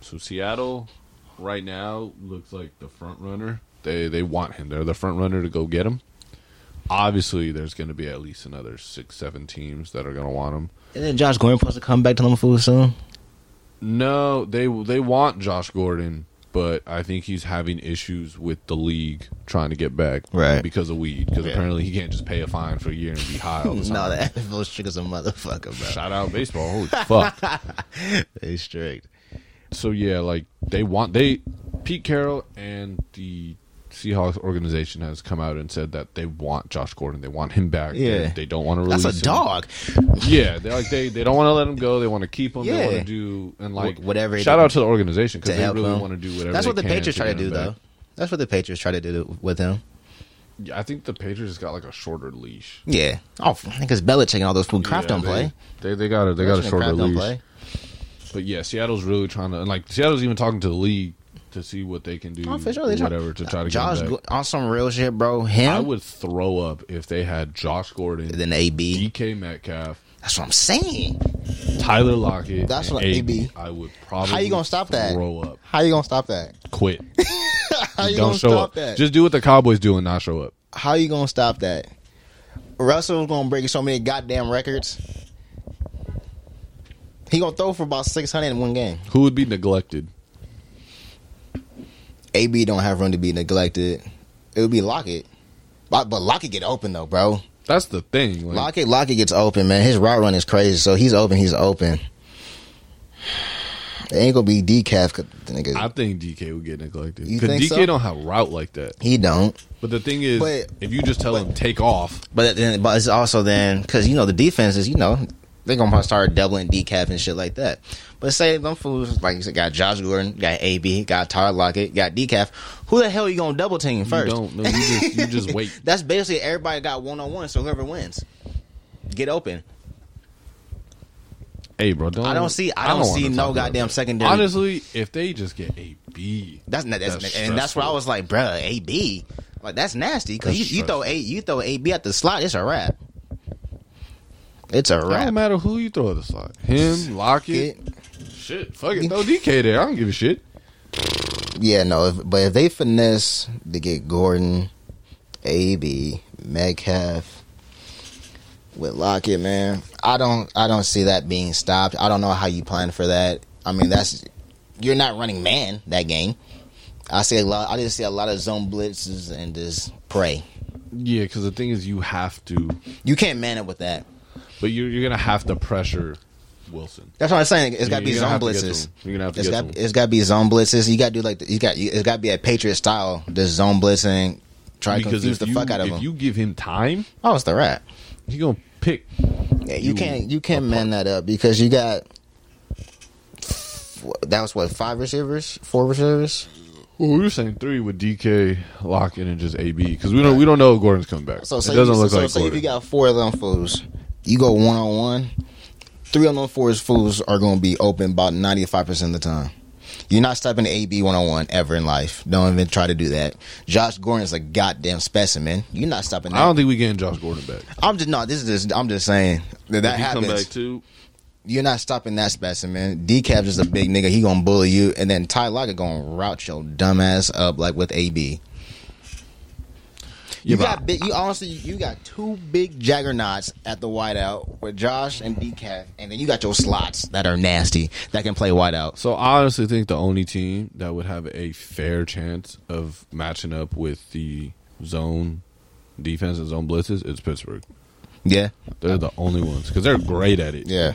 Speaker 2: So Seattle, right now, looks like the front runner. They they want him. They're the front runner to go get him. Obviously, there's going to be at least another six, seven teams that are going to want him.
Speaker 3: And then Josh Gordon supposed to come back to them food soon.
Speaker 2: No, they they want Josh Gordon, but I think he's having issues with the league trying to get back,
Speaker 3: Right.
Speaker 2: Because of weed, because
Speaker 3: Yeah.
Speaker 2: apparently he can't just pay a fine for a year and be high all the time.
Speaker 3: No, that NFL strict as a motherfucker, bro.
Speaker 2: Shout out baseball, holy fuck!
Speaker 3: They strict.
Speaker 2: So yeah, like they want they Pete Carroll and the Seahawks organization has come out and said that they want Josh Gordon, they want him back. They-
Speaker 3: Yeah.
Speaker 2: they, don't want to release
Speaker 3: That's a
Speaker 2: him.
Speaker 3: dog.
Speaker 2: Yeah, they like they they don't want to let him go. They want to keep him. They
Speaker 3: Yeah.
Speaker 2: want to do and like
Speaker 3: Wh- whatever they
Speaker 2: Shout
Speaker 3: can-
Speaker 2: out to the organization
Speaker 3: to
Speaker 2: because they
Speaker 3: help
Speaker 2: really
Speaker 3: him.
Speaker 2: want to do whatever.
Speaker 3: That's
Speaker 2: they
Speaker 3: what the
Speaker 2: can
Speaker 3: Patriots try to
Speaker 2: get
Speaker 3: do,
Speaker 2: him back.
Speaker 3: though. That's what the Patriots try to do with him.
Speaker 2: Yeah, I think the Patriots got like a shorter leash.
Speaker 3: Yeah. Oh, because Belichick and all those food craft
Speaker 2: Yeah,
Speaker 3: don't
Speaker 2: they-
Speaker 3: play.
Speaker 2: They they got a they got a
Speaker 3: Kraft
Speaker 2: shorter
Speaker 3: don't
Speaker 2: leash. But yeah, Seattle's really trying to and like Seattle's even talking to the league to see what they can do,
Speaker 3: Oh, for sure, they try-
Speaker 2: whatever to try to
Speaker 3: Josh
Speaker 2: get him back.
Speaker 3: Go- on some real shit, bro. Him
Speaker 2: I would throw up if they had Josh Gordon,
Speaker 3: then AB.
Speaker 2: DK Metcalf,
Speaker 3: That's what I'm saying.
Speaker 2: Tyler Lockett.
Speaker 3: That's
Speaker 2: and
Speaker 3: what-
Speaker 2: AB.
Speaker 3: AB.
Speaker 2: I would probably
Speaker 3: How you gonna stop that?
Speaker 2: Throw up,
Speaker 3: How you gonna stop that?
Speaker 2: quit.
Speaker 3: How you
Speaker 2: Don't
Speaker 3: gonna
Speaker 2: show
Speaker 3: stop
Speaker 2: up.
Speaker 3: that?
Speaker 2: Just do what the Cowboys do and not show up.
Speaker 3: How you gonna stop that? Russell's gonna break so many goddamn records. He gonna throw for about six hundred in one game.
Speaker 2: Who would be neglected?
Speaker 3: AB don't have room to be neglected. It would be Lockett, but, but Lockett get open though, bro.
Speaker 2: That's the thing. Like,
Speaker 3: Lockett, Lockett gets open, man. His route run is crazy, so he's open. He's open. It ain't gonna be decaf, 'cause the nigga.
Speaker 2: I think DK would get neglected
Speaker 3: You
Speaker 2: because
Speaker 3: think
Speaker 2: DK
Speaker 3: so?
Speaker 2: don't have route like that.
Speaker 3: he don't.
Speaker 2: But the thing is,
Speaker 3: But-
Speaker 2: if you just tell him take off,
Speaker 3: But then, but it's also then because you know the defense is you know they're gonna start doubling decaf and shit like that. But say them fools like you said, got Josh Gordon, got AB, got Tyler Lockett, got decaf. Who the hell you gonna double team first?
Speaker 2: you don't. No, you just you just wait.
Speaker 3: That's basically everybody got one on one, so whoever wins, get open.
Speaker 2: Hey, bro, Mm. don't.
Speaker 3: I don't see. I don't,
Speaker 2: wanna
Speaker 3: see
Speaker 2: talk
Speaker 3: no
Speaker 2: about
Speaker 3: goddamn
Speaker 2: that.
Speaker 3: secondary.
Speaker 2: Honestly, if they just get a B,
Speaker 3: That's not, that's,
Speaker 2: That's
Speaker 3: and that's where I
Speaker 2: stressful.
Speaker 3: was like, bruh, AB, like that's nasty because you,
Speaker 2: That's
Speaker 3: you throw a you throw AB at the slot, it's a wrap. It's a
Speaker 2: it don't
Speaker 3: wrap.
Speaker 2: matter who you throw at the slot. Him, Lockett, shit, fuck it, throw DK there. I don't give a shit.
Speaker 3: Yeah, no, if, but if they finesse to get Gordon, AB, Metcalf with Lockett, man, I don't I don't see that being stopped. I don't know how you plan for that. I mean, that's you're not running man that game. I see a lot. I just see a lot of zone blitzes and just pray.
Speaker 2: Yeah, because the thing is, you have to,
Speaker 3: You can't man up with that.
Speaker 2: but you're you're gonna have to pressure Wilson.
Speaker 3: That's what I'm saying. It's got to
Speaker 2: You're
Speaker 3: be
Speaker 2: gonna
Speaker 3: zone
Speaker 2: have to get to
Speaker 3: blitzes.
Speaker 2: him. You're gonna have to
Speaker 3: It's
Speaker 2: get
Speaker 3: got
Speaker 2: to him.
Speaker 3: it's got to be zone blitzes. You got to do like the, you got. You, it's got to be a Patriot style. Just zone blitzing. Try to
Speaker 2: Because
Speaker 3: confuse
Speaker 2: if
Speaker 3: the
Speaker 2: you,
Speaker 3: fuck out of
Speaker 2: if
Speaker 3: him.
Speaker 2: you give him time,
Speaker 3: oh, it's the rat.
Speaker 2: he's gonna pick.
Speaker 3: Yeah, you,
Speaker 2: you
Speaker 3: can't you can't man that up because you got f- that was what five receivers, four receivers.
Speaker 2: Well, we were saying three with DK, Lockett, and just AB because we don't we don't know if Gordon's coming back.
Speaker 3: So, so
Speaker 2: it doesn't
Speaker 3: you,
Speaker 2: look
Speaker 3: so,
Speaker 2: like
Speaker 3: so if
Speaker 2: Gordon.
Speaker 3: you got four of them fools, you go one on one. Three of them fours fools are going to be open about ninety five percent of the time. You're not stopping AB one on one ever in life. Don't even try to do that. Josh Gordon is a goddamn specimen. You're not stopping
Speaker 2: I don't
Speaker 3: that.
Speaker 2: think we getting Josh Gordon back.
Speaker 3: I'm just no. This is just, I'm just saying that that
Speaker 6: he come back
Speaker 3: happens.
Speaker 6: too.
Speaker 3: You're not stopping that specimen. Decap's just a big nigga. He gonna bully you, and then Ty Lockett gonna route your dumb ass up like with AB. You
Speaker 2: but-
Speaker 3: got big, you honestly you got two big juggernauts at the wideout with Josh and Decaf, and then you got your slots that are nasty that can play wideouts.
Speaker 2: So I honestly think the only team that would have a fair chance of matching up with the zone defense and zone blitzes is Pittsburgh.
Speaker 3: Yeah,
Speaker 2: They're the only ones because they're great at it.
Speaker 3: yeah.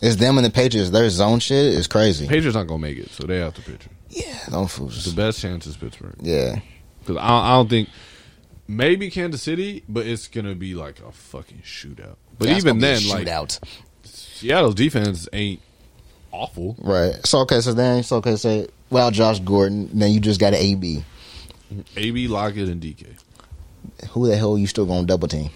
Speaker 3: It's them and the Patriots. Their zone shit is crazy.
Speaker 2: Patriots not gonna make it, so they have to pitch. it.
Speaker 3: Yeah, don't
Speaker 2: The
Speaker 3: fools.
Speaker 2: best chance is Pittsburgh
Speaker 3: Yeah,
Speaker 2: because I, I don't think maybe Kansas City, but it's gonna be like a fucking shootout. But
Speaker 3: That's
Speaker 2: even
Speaker 3: gonna
Speaker 2: then,
Speaker 3: be a
Speaker 2: like
Speaker 3: shootout.
Speaker 2: Seattle's defense ain't awful.
Speaker 3: right? So okay, so then so okay, say well, Josh Gordon, then you just got an AB.
Speaker 2: AB Lockett and DK.
Speaker 3: who the hell you still gonna double team?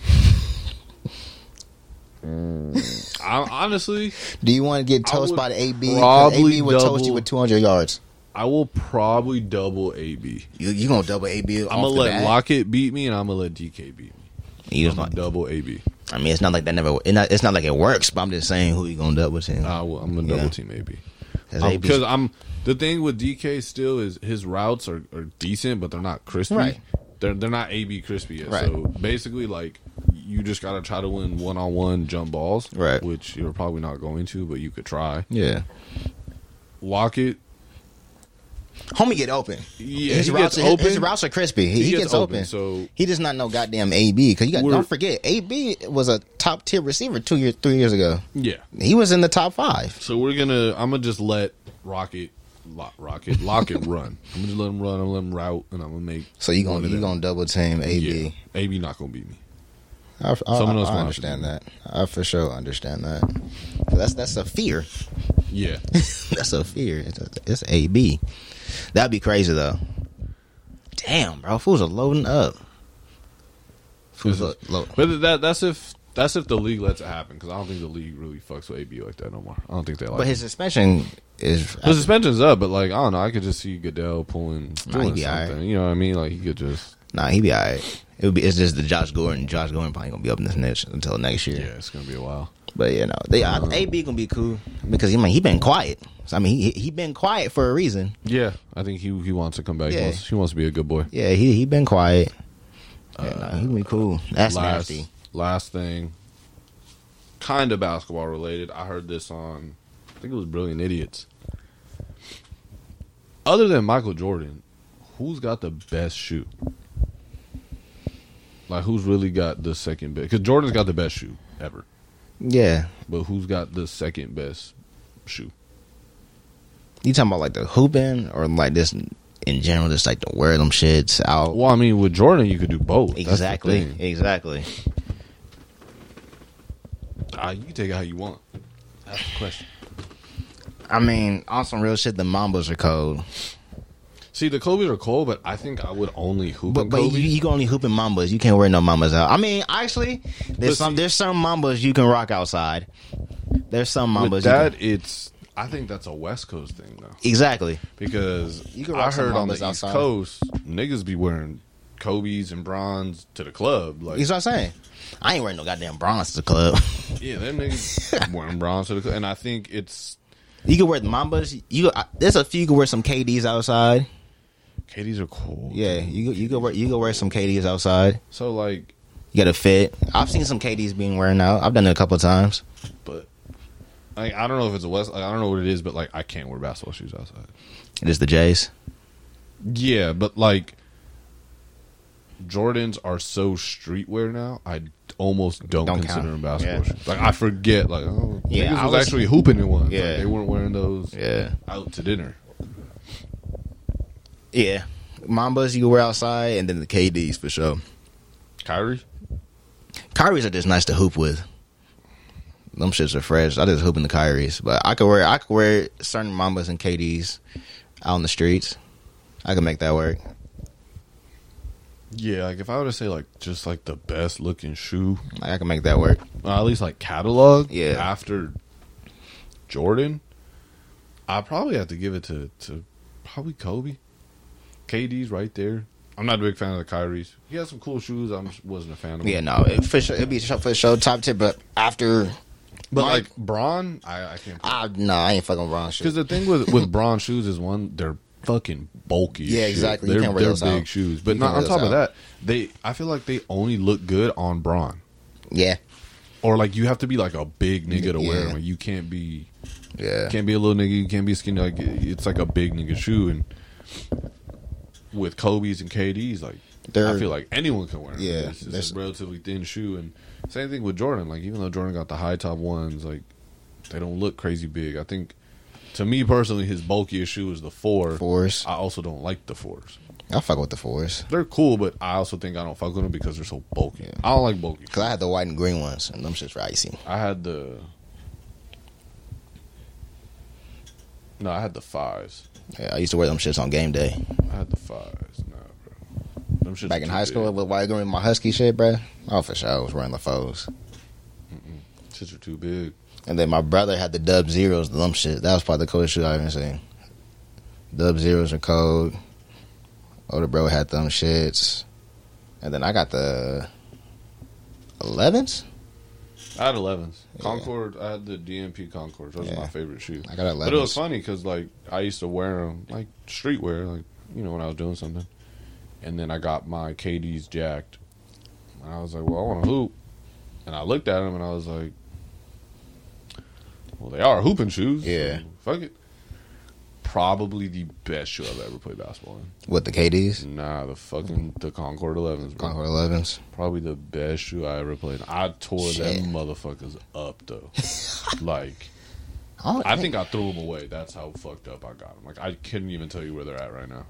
Speaker 2: I, honestly,
Speaker 3: Do you want to get
Speaker 2: I
Speaker 3: toast
Speaker 2: would
Speaker 3: by the AB? 'Cause
Speaker 2: probably
Speaker 3: AB would toast you
Speaker 2: double-
Speaker 3: with 200 yards.
Speaker 2: I will probably double AB.
Speaker 3: You you gonna double AB?
Speaker 2: I'm gonna let Lockett beat me, and I'm gonna let DK beat me.
Speaker 3: You
Speaker 2: I'm
Speaker 3: just
Speaker 2: gonna
Speaker 3: like-
Speaker 2: double AB.
Speaker 3: I mean, it's not like that never. It's not, it's not like it works. But I'm just saying, who you gonna double team?
Speaker 2: I will, I'm gonna
Speaker 3: Yeah.
Speaker 2: double team AB
Speaker 3: 'Cause AB 's-
Speaker 2: because Um, I'm the thing with DK still is his routes are, are decent, but they're not crispy.
Speaker 3: Right.
Speaker 2: They're they're not AB crispy yet.
Speaker 3: Right.
Speaker 2: So basically, like you just gotta try to win one on one jump balls,
Speaker 3: Right.
Speaker 2: Which you're probably not going to, but you could try.
Speaker 3: yeah,
Speaker 2: Lockett,
Speaker 3: homie get open.
Speaker 2: yeah,
Speaker 3: his,
Speaker 2: he gets
Speaker 3: routes, his-
Speaker 2: open.
Speaker 3: his routes are crispy. He, he gets, open.
Speaker 2: So
Speaker 3: he does not know goddamn AB because you got.
Speaker 2: We're-
Speaker 3: Don't forget, AB was a top tier receiver two years, three years ago.
Speaker 2: yeah.
Speaker 3: He was in the top five.
Speaker 2: So we're gonna. I'm gonna just let Rocket, lo, Rocket, Lockett run. I'm gonna just let him run. I'm gonna let him route, and I'm gonna make.
Speaker 3: So you
Speaker 2: one
Speaker 3: gonna
Speaker 2: of
Speaker 3: you
Speaker 2: them.
Speaker 3: gonna double team
Speaker 2: Yeah.
Speaker 3: AB?
Speaker 2: AB not gonna beat me.
Speaker 3: I, I,
Speaker 2: Someone else will
Speaker 3: I,
Speaker 2: have to
Speaker 3: understand
Speaker 2: do
Speaker 3: that. I for sure understand that. That's that's a fear.
Speaker 2: Yeah.
Speaker 3: That's a fear. It's, it's AB. That'd be crazy though. Damn, bro, fools are loading up. Fools are lo-
Speaker 2: but that that's if that's if the league lets it happen because I don't think the league really fucks with AB like that no more. I don't think they like.
Speaker 3: But his suspension is
Speaker 2: the suspension's up, but like I don't know. I could just see Goodell pulling
Speaker 3: Nah,
Speaker 2: doing
Speaker 3: he'd be
Speaker 2: something.
Speaker 3: alright.
Speaker 2: You know what I mean? Like he could just.
Speaker 3: nah. He be alright. It would be. It's just the Josh Gordon. Josh Gordon probably gonna be up in this next until next year.
Speaker 2: Yeah, it's gonna be a while.
Speaker 3: But you know, they I- AB gonna be cool because I mean he been quiet. So, I mean he he been quiet for a reason.
Speaker 2: Yeah, I think he he wants to come back. He,
Speaker 3: Yeah.
Speaker 2: wants, he wants to be a good boy.
Speaker 3: Yeah, he he been quiet. Yeah, nah, he gonna be cool. That's
Speaker 2: last
Speaker 3: nasty.
Speaker 2: last thing, kind of basketball related. I heard this on, I think it was Brilliant Idiots. Other than Michael Jordan, who's got the best shoe? Like who's really got the second best? Because Jordan's got the best shoe ever,
Speaker 3: Yeah,
Speaker 2: but who's got the second best shoe?
Speaker 3: You talking about like the hooping or like this in general, just like the wear them shits out?
Speaker 2: Well, I mean, with Jordan, you could do both. That's the
Speaker 3: exactly,
Speaker 2: thing.
Speaker 3: exactly.
Speaker 2: Ah, you can take it how you want. That's the question.
Speaker 3: I mean, on some real shit, the Mambas are cold,
Speaker 2: See, the Kobe's are cold, but I think I would only hoop.
Speaker 3: but
Speaker 2: in
Speaker 3: but
Speaker 2: Kobe.
Speaker 3: you, you can only hoop in Mambas. You can't wear no Mambas out. I mean, actually,
Speaker 2: But
Speaker 3: there's some
Speaker 2: see-
Speaker 3: there's some Mambas you can rock outside. There's some Mambas.
Speaker 2: With
Speaker 3: you
Speaker 2: that,
Speaker 3: can,
Speaker 2: it's I think that's a West Coast thing though,
Speaker 3: exactly.
Speaker 2: because
Speaker 3: You can rock
Speaker 2: I
Speaker 3: some
Speaker 2: heard on the
Speaker 3: Mambas
Speaker 2: East
Speaker 3: outside.
Speaker 2: Coast niggas be wearing Kobe's and Bronze to the club. Like,
Speaker 3: You see what I'm saying? I ain't wearing no goddamn bronze to the club.
Speaker 2: yeah, them niggas wearing Bronze to the club, and I think it's
Speaker 3: you can wear the Mambas. You I, there's a few you can wear some KDs outside.
Speaker 2: KD's are cold.
Speaker 3: Yeah, you you can wear you can wear some KDs outside.
Speaker 2: So like,
Speaker 3: You gotta fit. I've seen some KDs being wearing out. I've done it a couple of times.
Speaker 2: but. Like, I don't know if it's a West. Like, I don't know what it is, but like I can't wear basketball shoes outside.
Speaker 3: It is the J's.
Speaker 2: Yeah, but like Jordans are so streetwear now. I almost don't,
Speaker 3: Don't
Speaker 2: consider
Speaker 3: count.
Speaker 2: them basketball
Speaker 7: Yeah.
Speaker 2: shoes. Like I forget. Like oh,
Speaker 7: Yeah,
Speaker 2: niggas
Speaker 7: I
Speaker 2: was,
Speaker 7: was-
Speaker 2: actually hooping in one.
Speaker 7: Yeah.
Speaker 2: like, they weren't wearing those.
Speaker 7: Yeah.
Speaker 2: out to dinner.
Speaker 7: Yeah. Mambas you wear outside, and then the KDs for sure.
Speaker 6: Kyrie?
Speaker 7: Kyrie's are just nice to hoop with. Them shits are fresh. I just hoop in the Kyrie's, but I could wear I could wear certain Mambas and KDs out on the streets. I could make that work.
Speaker 2: Yeah, like if I were to say like just like the best looking shoe,
Speaker 7: Like I could make that work.
Speaker 2: uh, at least like catalog.
Speaker 7: Yeah.
Speaker 2: after Jordan, I probably have to give it to to probably Kobe. KD's right there. I'm not a big fan of the Kyrie's. He had some cool shoes. I wasn't a fan of. them.
Speaker 7: Yeah, no,
Speaker 3: It for sure, it'd be sh- for sure top tip, but after
Speaker 2: But
Speaker 3: Mike-
Speaker 2: like Braun, I, I can't
Speaker 3: ah no, I ain't fucking wrong
Speaker 2: because
Speaker 3: shit.
Speaker 2: the thing with with Braun shoes is one they're fucking bulky. as
Speaker 3: Yeah,
Speaker 2: shit.
Speaker 3: exactly. You
Speaker 2: They're,
Speaker 3: can't wear
Speaker 2: they're
Speaker 3: those
Speaker 2: big
Speaker 3: out.
Speaker 2: shoes, but
Speaker 3: You
Speaker 2: no,
Speaker 3: can't wear
Speaker 2: on top
Speaker 3: those
Speaker 2: of that, they I feel like they only look good on Braun,
Speaker 3: Yeah,
Speaker 2: or like you have to be like a big nigga to wear
Speaker 3: Yeah.
Speaker 2: them. You can't be
Speaker 3: yeah.
Speaker 2: can't be a little nigga. You can't be skinny. Like it's like a big nigga shoe, and with Kobe's and KD's, like I
Speaker 3: They're-
Speaker 2: feel like anyone can wear. 'em.
Speaker 3: Yeah,
Speaker 2: it's just
Speaker 3: there's-
Speaker 2: a relatively thin shoe, and same thing with Jordan. Like even though Jordan got the high top ones, like they don't look crazy big. I think to me personally, his bulkiest shoe is the four.
Speaker 3: Fours.
Speaker 2: I also don't like the fours.
Speaker 3: I fuck with the fours
Speaker 2: They're cool, but I also think I don't fuck with them because they're so bulky. I don't like bulky.
Speaker 3: because I had the white and green ones, and them shits were icy.
Speaker 2: I had the no, I had the fives.
Speaker 3: Yeah, I used to wear them shits on game day
Speaker 2: I had the fives. Nah, bro. Them shits
Speaker 3: back in
Speaker 2: too
Speaker 3: high
Speaker 2: big.
Speaker 3: school with white and green, my husky shit, bruh. Oh, for sure, I was wearing the fours.
Speaker 2: Shits are too big.
Speaker 3: And then my brother had the Dub Zeros, the them shit. That was probably the coolest shoe I ever seen. Dub Zeros are cold. Older bro had them shits. And then I got the 11s.
Speaker 2: I had 11s. Concord, I had the DMP Concords. Those are
Speaker 3: Yeah.
Speaker 2: my favorite shoe.
Speaker 3: I got 11s.
Speaker 2: But it was funny because, like, I used to wear them, like, streetwear, like, you know, when I was doing something. And then I got my KDs jacked. And I was like, well, I want to hoop. And I looked at them and I was like, well, they are hooping shoes. so
Speaker 3: Yeah.
Speaker 2: fuck it. Probably the best shoe I've ever played basketball
Speaker 3: With the KDs.
Speaker 2: in. Nah, the fucking, the Concord 11s, bro.
Speaker 3: Concord 11s.
Speaker 2: Probably the best shoe I ever played. I tore
Speaker 3: Shit.
Speaker 2: that motherfuckers up though. like
Speaker 3: I, don't
Speaker 2: I think I threw them away. That's how fucked up I got them. Like I couldn't even tell you where they're at right now.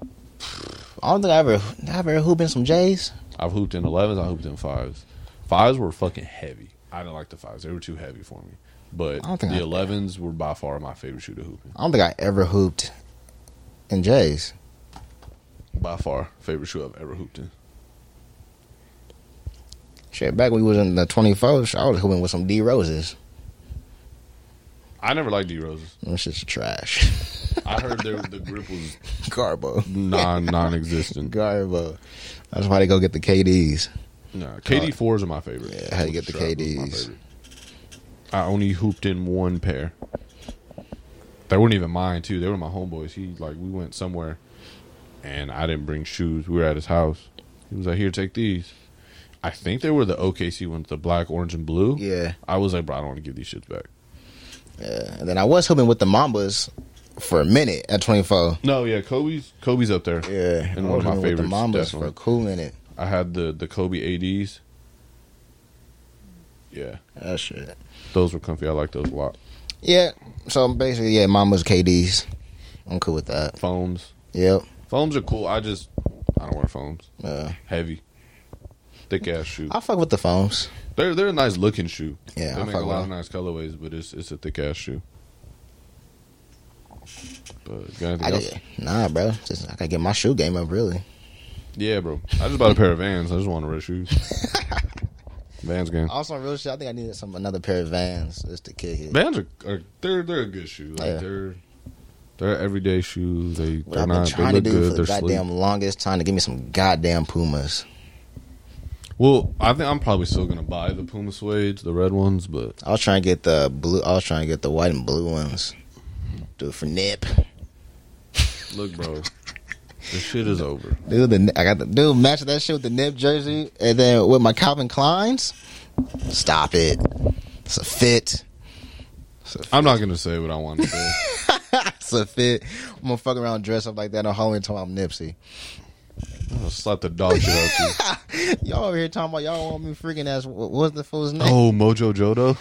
Speaker 3: I don't think I ever, I ever hooped in some J's.
Speaker 2: I've hooped in 11s. I hooped in fives. Fives were fucking heavy. I didn't like the fives. They were too heavy for me. But
Speaker 3: I don't think
Speaker 2: the
Speaker 3: I-
Speaker 2: 11s were by far my favorite shoe to hoop in.
Speaker 3: I don't think I ever hooped in J's.
Speaker 2: By far favorite shoe I've ever hooped in.
Speaker 3: Shit, back when we was in the 24s, I was hooping with some D Roses.
Speaker 2: I never liked D roses.
Speaker 3: Them shits are trash.
Speaker 2: I heard their the grip was
Speaker 3: Garbo.
Speaker 2: non non-existent.
Speaker 3: Garbo. That's why they go get the KDs.
Speaker 2: No, KD fours are my favorite.
Speaker 3: Yeah, how you get the
Speaker 2: Strap was my
Speaker 3: KDs.
Speaker 2: favorite. I only hooped in one pair. They weren't even mine too. They were my homeboys. He like we went somewhere, and I didn't bring shoes. We were at his house. He was like, "Here, take these." I think they were the OKC ones, the black, orange, and blue.
Speaker 3: Yeah.
Speaker 2: I was like, "Bro, I don't want to give these shits back."
Speaker 3: Yeah, and then I was hooping with the Mambas for a minute at 24.
Speaker 2: No, yeah, Kobe's Kobe's up there.
Speaker 3: Yeah,
Speaker 2: and
Speaker 3: I
Speaker 2: one
Speaker 3: was
Speaker 2: of my
Speaker 3: hooping
Speaker 2: favorites.
Speaker 3: with the Mambas for
Speaker 2: definitely.
Speaker 3: a cool minute.
Speaker 2: I had the the Kobe ads. Yeah,
Speaker 3: That shit.
Speaker 2: those were comfy. I like those a lot.
Speaker 3: Yeah, so basically, yeah, Mambas, KDs. I'm cool with that.
Speaker 2: Foams.
Speaker 3: Yep.
Speaker 2: Foams are cool. I just I don't wear foams.
Speaker 3: Uh,
Speaker 2: Heavy, thick ass shoe.
Speaker 3: I fuck with the foams.
Speaker 2: They're they're a nice looking shoe.
Speaker 3: Yeah,
Speaker 2: they
Speaker 3: I
Speaker 2: make a
Speaker 3: fuck
Speaker 2: lot
Speaker 3: with
Speaker 2: of nice colorways, but it's it's a thick ass shoe. But got anything
Speaker 3: I
Speaker 2: else?
Speaker 3: did. Nah, bro. Just, I gotta get my shoe game up, really.
Speaker 2: Yeah, bro. I just bought a pair of Vans. I just want to wear shoes. Vans game.
Speaker 3: Also, real shit, I think I needed some another pair of vans just to kick it.
Speaker 2: Vans are, are they're they're a good shoe. Like
Speaker 3: Yeah.
Speaker 2: they're they're everyday shoes. They
Speaker 3: What
Speaker 2: they're
Speaker 3: I've been
Speaker 2: not they
Speaker 3: trying to
Speaker 2: look
Speaker 3: do
Speaker 2: good.
Speaker 3: for the
Speaker 2: They're sleek.
Speaker 3: goddamn longest time to give me some goddamn Pumas.
Speaker 2: Well, I think I'm probably still gonna buy the Puma suede, the red ones, but
Speaker 3: I was trying to get the blue. I was trying to get the white and blue ones. Do it for nip.
Speaker 2: look, bro, the shit is over.
Speaker 3: Dude, the, I got the dude match that shit with the Nip jersey, and then with my Calvin Kleins. Stop it! It's a fit.
Speaker 2: I'm not gonna say what I want to say.
Speaker 3: a fit. I'm gonna fuck around, dress up like that on Halloween, talking about Nipsey.
Speaker 2: I'll slap the dog shit out of you.
Speaker 3: Y'all over here talking about y'all want me freaking ass. What was the fool's name?
Speaker 2: Oh, Mojo Jodo.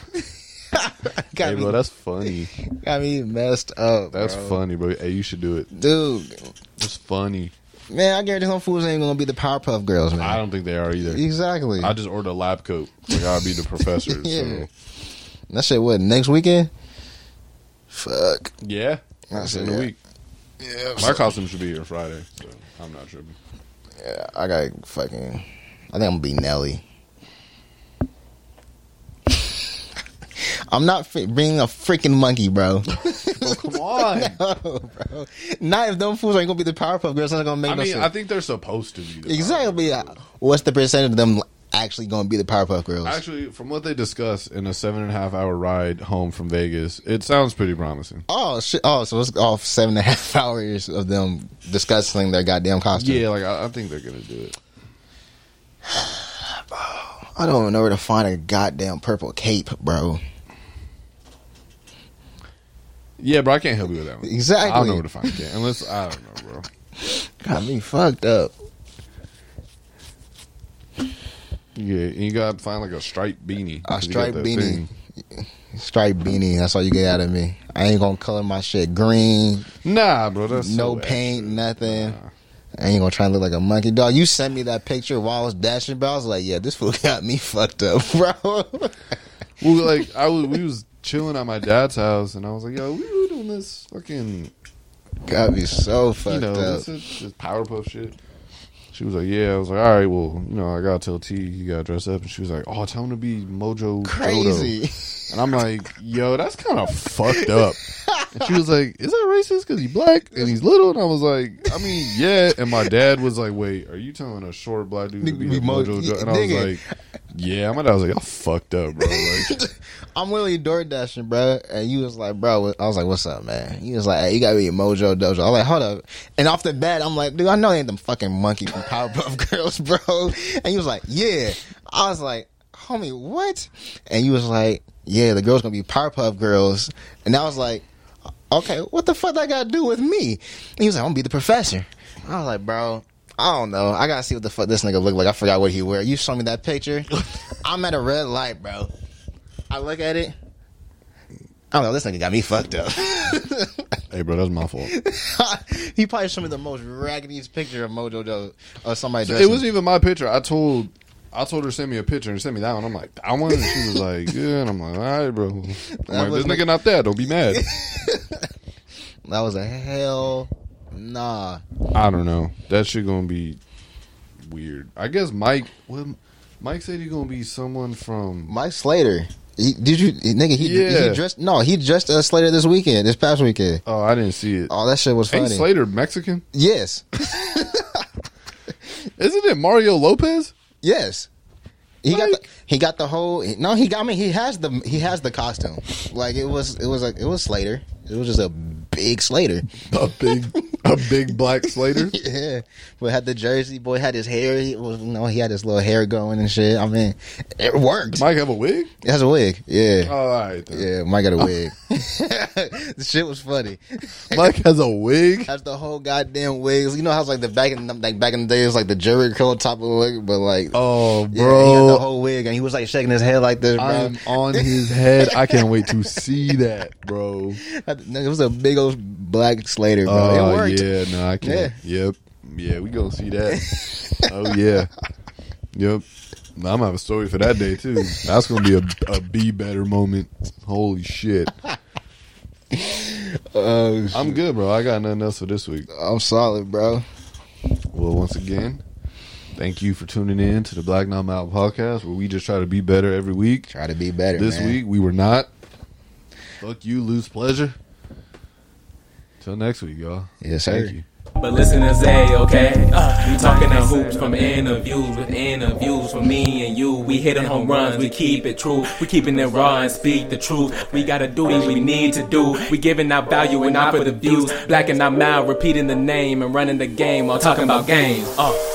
Speaker 3: got,
Speaker 2: Oh, hey,
Speaker 3: me,
Speaker 2: bro, that's funny.
Speaker 3: got me messed up.
Speaker 2: That's
Speaker 3: bro.
Speaker 2: funny, bro. Hey, you should do it.
Speaker 3: dude.
Speaker 2: It's funny.
Speaker 3: Man, I guarantee some fools ain't gonna be the Powerpuff Girls, man.
Speaker 2: I don't think they are either.
Speaker 3: exactly.
Speaker 2: I just ordered a lab coat. Like I'll be the professor.
Speaker 3: Yeah.
Speaker 2: yeah. So.
Speaker 3: that shit. What next weekend? Fuck.
Speaker 2: yeah.
Speaker 3: That's
Speaker 2: That's in
Speaker 3: it,
Speaker 2: a
Speaker 3: yeah.
Speaker 2: week.
Speaker 3: Yeah,
Speaker 2: My costume should be here Friday. So I'm not tripping.
Speaker 3: yeah, I got fucking. I think I'm gonna be Nelly. I'm not fi- being a freaking monkey, bro.
Speaker 2: Come on.
Speaker 3: no, bro. Not if them fools ain't gonna be the Powerpuff Girls. That's gonna make
Speaker 2: I
Speaker 3: no
Speaker 2: mean,
Speaker 3: sense.
Speaker 2: I think they're supposed to be. the
Speaker 3: exactly.
Speaker 2: Powerpuff Girls.
Speaker 3: What's the percentage of them actually gonna be the Powerpuff Girls?
Speaker 2: Actually, from what they discuss in a seven and a half hour ride home from Vegas, it sounds pretty promising.
Speaker 3: oh shit! Oh, so it's off seven and a half hours of them discussing their goddamn costume.
Speaker 2: Yeah, like I, I think they're gonna do it.
Speaker 3: I don't even know where to find a goddamn purple cape, bro.
Speaker 2: Yeah, bro, I can't help you with that one.
Speaker 3: Exactly.
Speaker 2: I don't know where to find it unless I don't know, bro.
Speaker 3: Got me fucked up.
Speaker 2: Yeah, and you gotta find like a striped beanie.
Speaker 3: A
Speaker 2: 'cause you got
Speaker 3: striped
Speaker 2: that
Speaker 3: beanie.
Speaker 2: thing.
Speaker 3: Stripe beanie. That's all you get out of me. I ain't gonna color my shit green.
Speaker 2: Nah, bro, that's so
Speaker 3: no
Speaker 2: bad.
Speaker 3: paint, nothing.
Speaker 2: Nah.
Speaker 3: I ain't gonna try and look like a monkey dog. You sent me that picture while I was dashing, but I was like, yeah, this fool got me fucked up, bro.
Speaker 2: Well, like I was, we was chilling at my dad's house, and I was like, "Yo, we were doing this fucking,
Speaker 3: got me so fucked
Speaker 2: you know,
Speaker 3: up.
Speaker 2: this, is, this Powerpuff shit." She was like, "Yeah." I was like, "All right, well, you know, I gotta tell T you gotta dress up." And she was like, "Oh, tell him to be Mojo Jodo."
Speaker 3: Crazy.
Speaker 2: And I'm like, "Yo, that's kind of fucked up." And she was like, "Is that racist? Because he's black and he's little?" And I was like, "I mean, yeah." And my dad was like, "Wait, are you telling a short black dude to
Speaker 3: Nigga,
Speaker 2: be,
Speaker 3: be
Speaker 2: the
Speaker 3: Mo-
Speaker 2: Mojo
Speaker 3: yeah,
Speaker 2: Jodo?" And I was
Speaker 3: nigga.
Speaker 2: like, "Yeah." My dad was like, "Y'all fucked up, bro." Like,
Speaker 3: I'm literally door dashing, bro. And you was like, bro, what- I was like, what's up, man? He was like, hey, you gotta be a mojo dojo. I was like, hold up. And off the bat, I'm like, dude, I know they ain't them fucking monkey from Powerpuff Girls, bro. And he was like, yeah. I was like, homie, what? And you was like, yeah, the girls gonna be Powerpuff Girls. And I was like, okay, what the fuck that got to do with me? And he was like, I'm gonna be the professor. I was like, bro, I don't know. I gotta see what the fuck this nigga look like. I forgot what he wear. You show me that picture. I'm at a red light, bro. I look at it. I don't know. This nigga got me fucked up.
Speaker 2: hey, bro, that's my fault.
Speaker 3: he probably showed me the most raggediest picture of Mojo Joe or somebody.
Speaker 2: It
Speaker 3: dressing.
Speaker 2: wasn't even my picture. I told I told her send me a picture and send me that one. I'm like that one. And she was like, yeah. And I'm like, all right, bro. I'm like, this
Speaker 3: was my-
Speaker 2: nigga not that. Don't be mad.
Speaker 3: That was a hell nah.
Speaker 2: I don't know. That shit gonna be weird. I guess Mike. Well, Mike said he gonna be someone from.
Speaker 3: Mike Slater. He, did you nigga? He,
Speaker 2: Yeah.
Speaker 3: he dressed. No, he dressed uh, Slater this weekend. This past weekend.
Speaker 2: Oh, I didn't see it.
Speaker 3: Oh, that shit was funny.
Speaker 2: Ain't Slater Mexican?
Speaker 3: yes.
Speaker 2: Isn't it Mario Lopez?
Speaker 3: Yes. He got
Speaker 2: Like-
Speaker 3: the, he got the whole no he got I mean he has the he has the costume like it was it was like it was Slater it was just a big Slater
Speaker 2: A big, a big black Slater.
Speaker 3: yeah but had the jersey boy had his hair he was you know he had his little hair going and shit I mean it worked
Speaker 2: Mike have a wig? Oh,
Speaker 3: it has a wig yeah
Speaker 2: All right. Then.
Speaker 3: yeah Mike got a wig the shit was funny
Speaker 2: Mike has a wig.
Speaker 3: That's the whole goddamn wigs. You know how it's like the back in like back in the day, it's like the jerry curl top of the wig, but like
Speaker 2: Oh,
Speaker 3: yeah, he had the
Speaker 2: bro.
Speaker 3: whole wig, and he was like shaking his head like this, bro.
Speaker 2: I'm on his head. I can't wait to see that, bro.
Speaker 3: It was a big old black Slater, bro.
Speaker 2: Oh
Speaker 3: it worked.
Speaker 2: yeah, no, I can't. Yep, yeah, we gonna see that. oh yeah, yep. No, I'm gonna have a story for that day too. That's gonna be a, a be better moment. Holy shit,
Speaker 3: Uh,
Speaker 2: I'm good, bro. I got nothing else for this week.
Speaker 3: I'm solid, bro.
Speaker 2: Well, once again, thank you for tuning in to the Black Not Out podcast, where we just try to be better every week.
Speaker 3: Try to be better.
Speaker 2: This
Speaker 3: man.
Speaker 2: week we were not. Fuck you, lose pleasure. Till next week, y'all.
Speaker 3: Yes, sir.
Speaker 2: Thank you.
Speaker 1: But listen to Zay, okay? Uh, we talking to hoops from interviews with interviews from me and you. We hitting home runs, we keep it true. We keeping it raw and speak the truth. We got a duty we need to do. We giving our value and not for the views. Blacking our mouth, repeating the name and running the game while talking about games. Uh.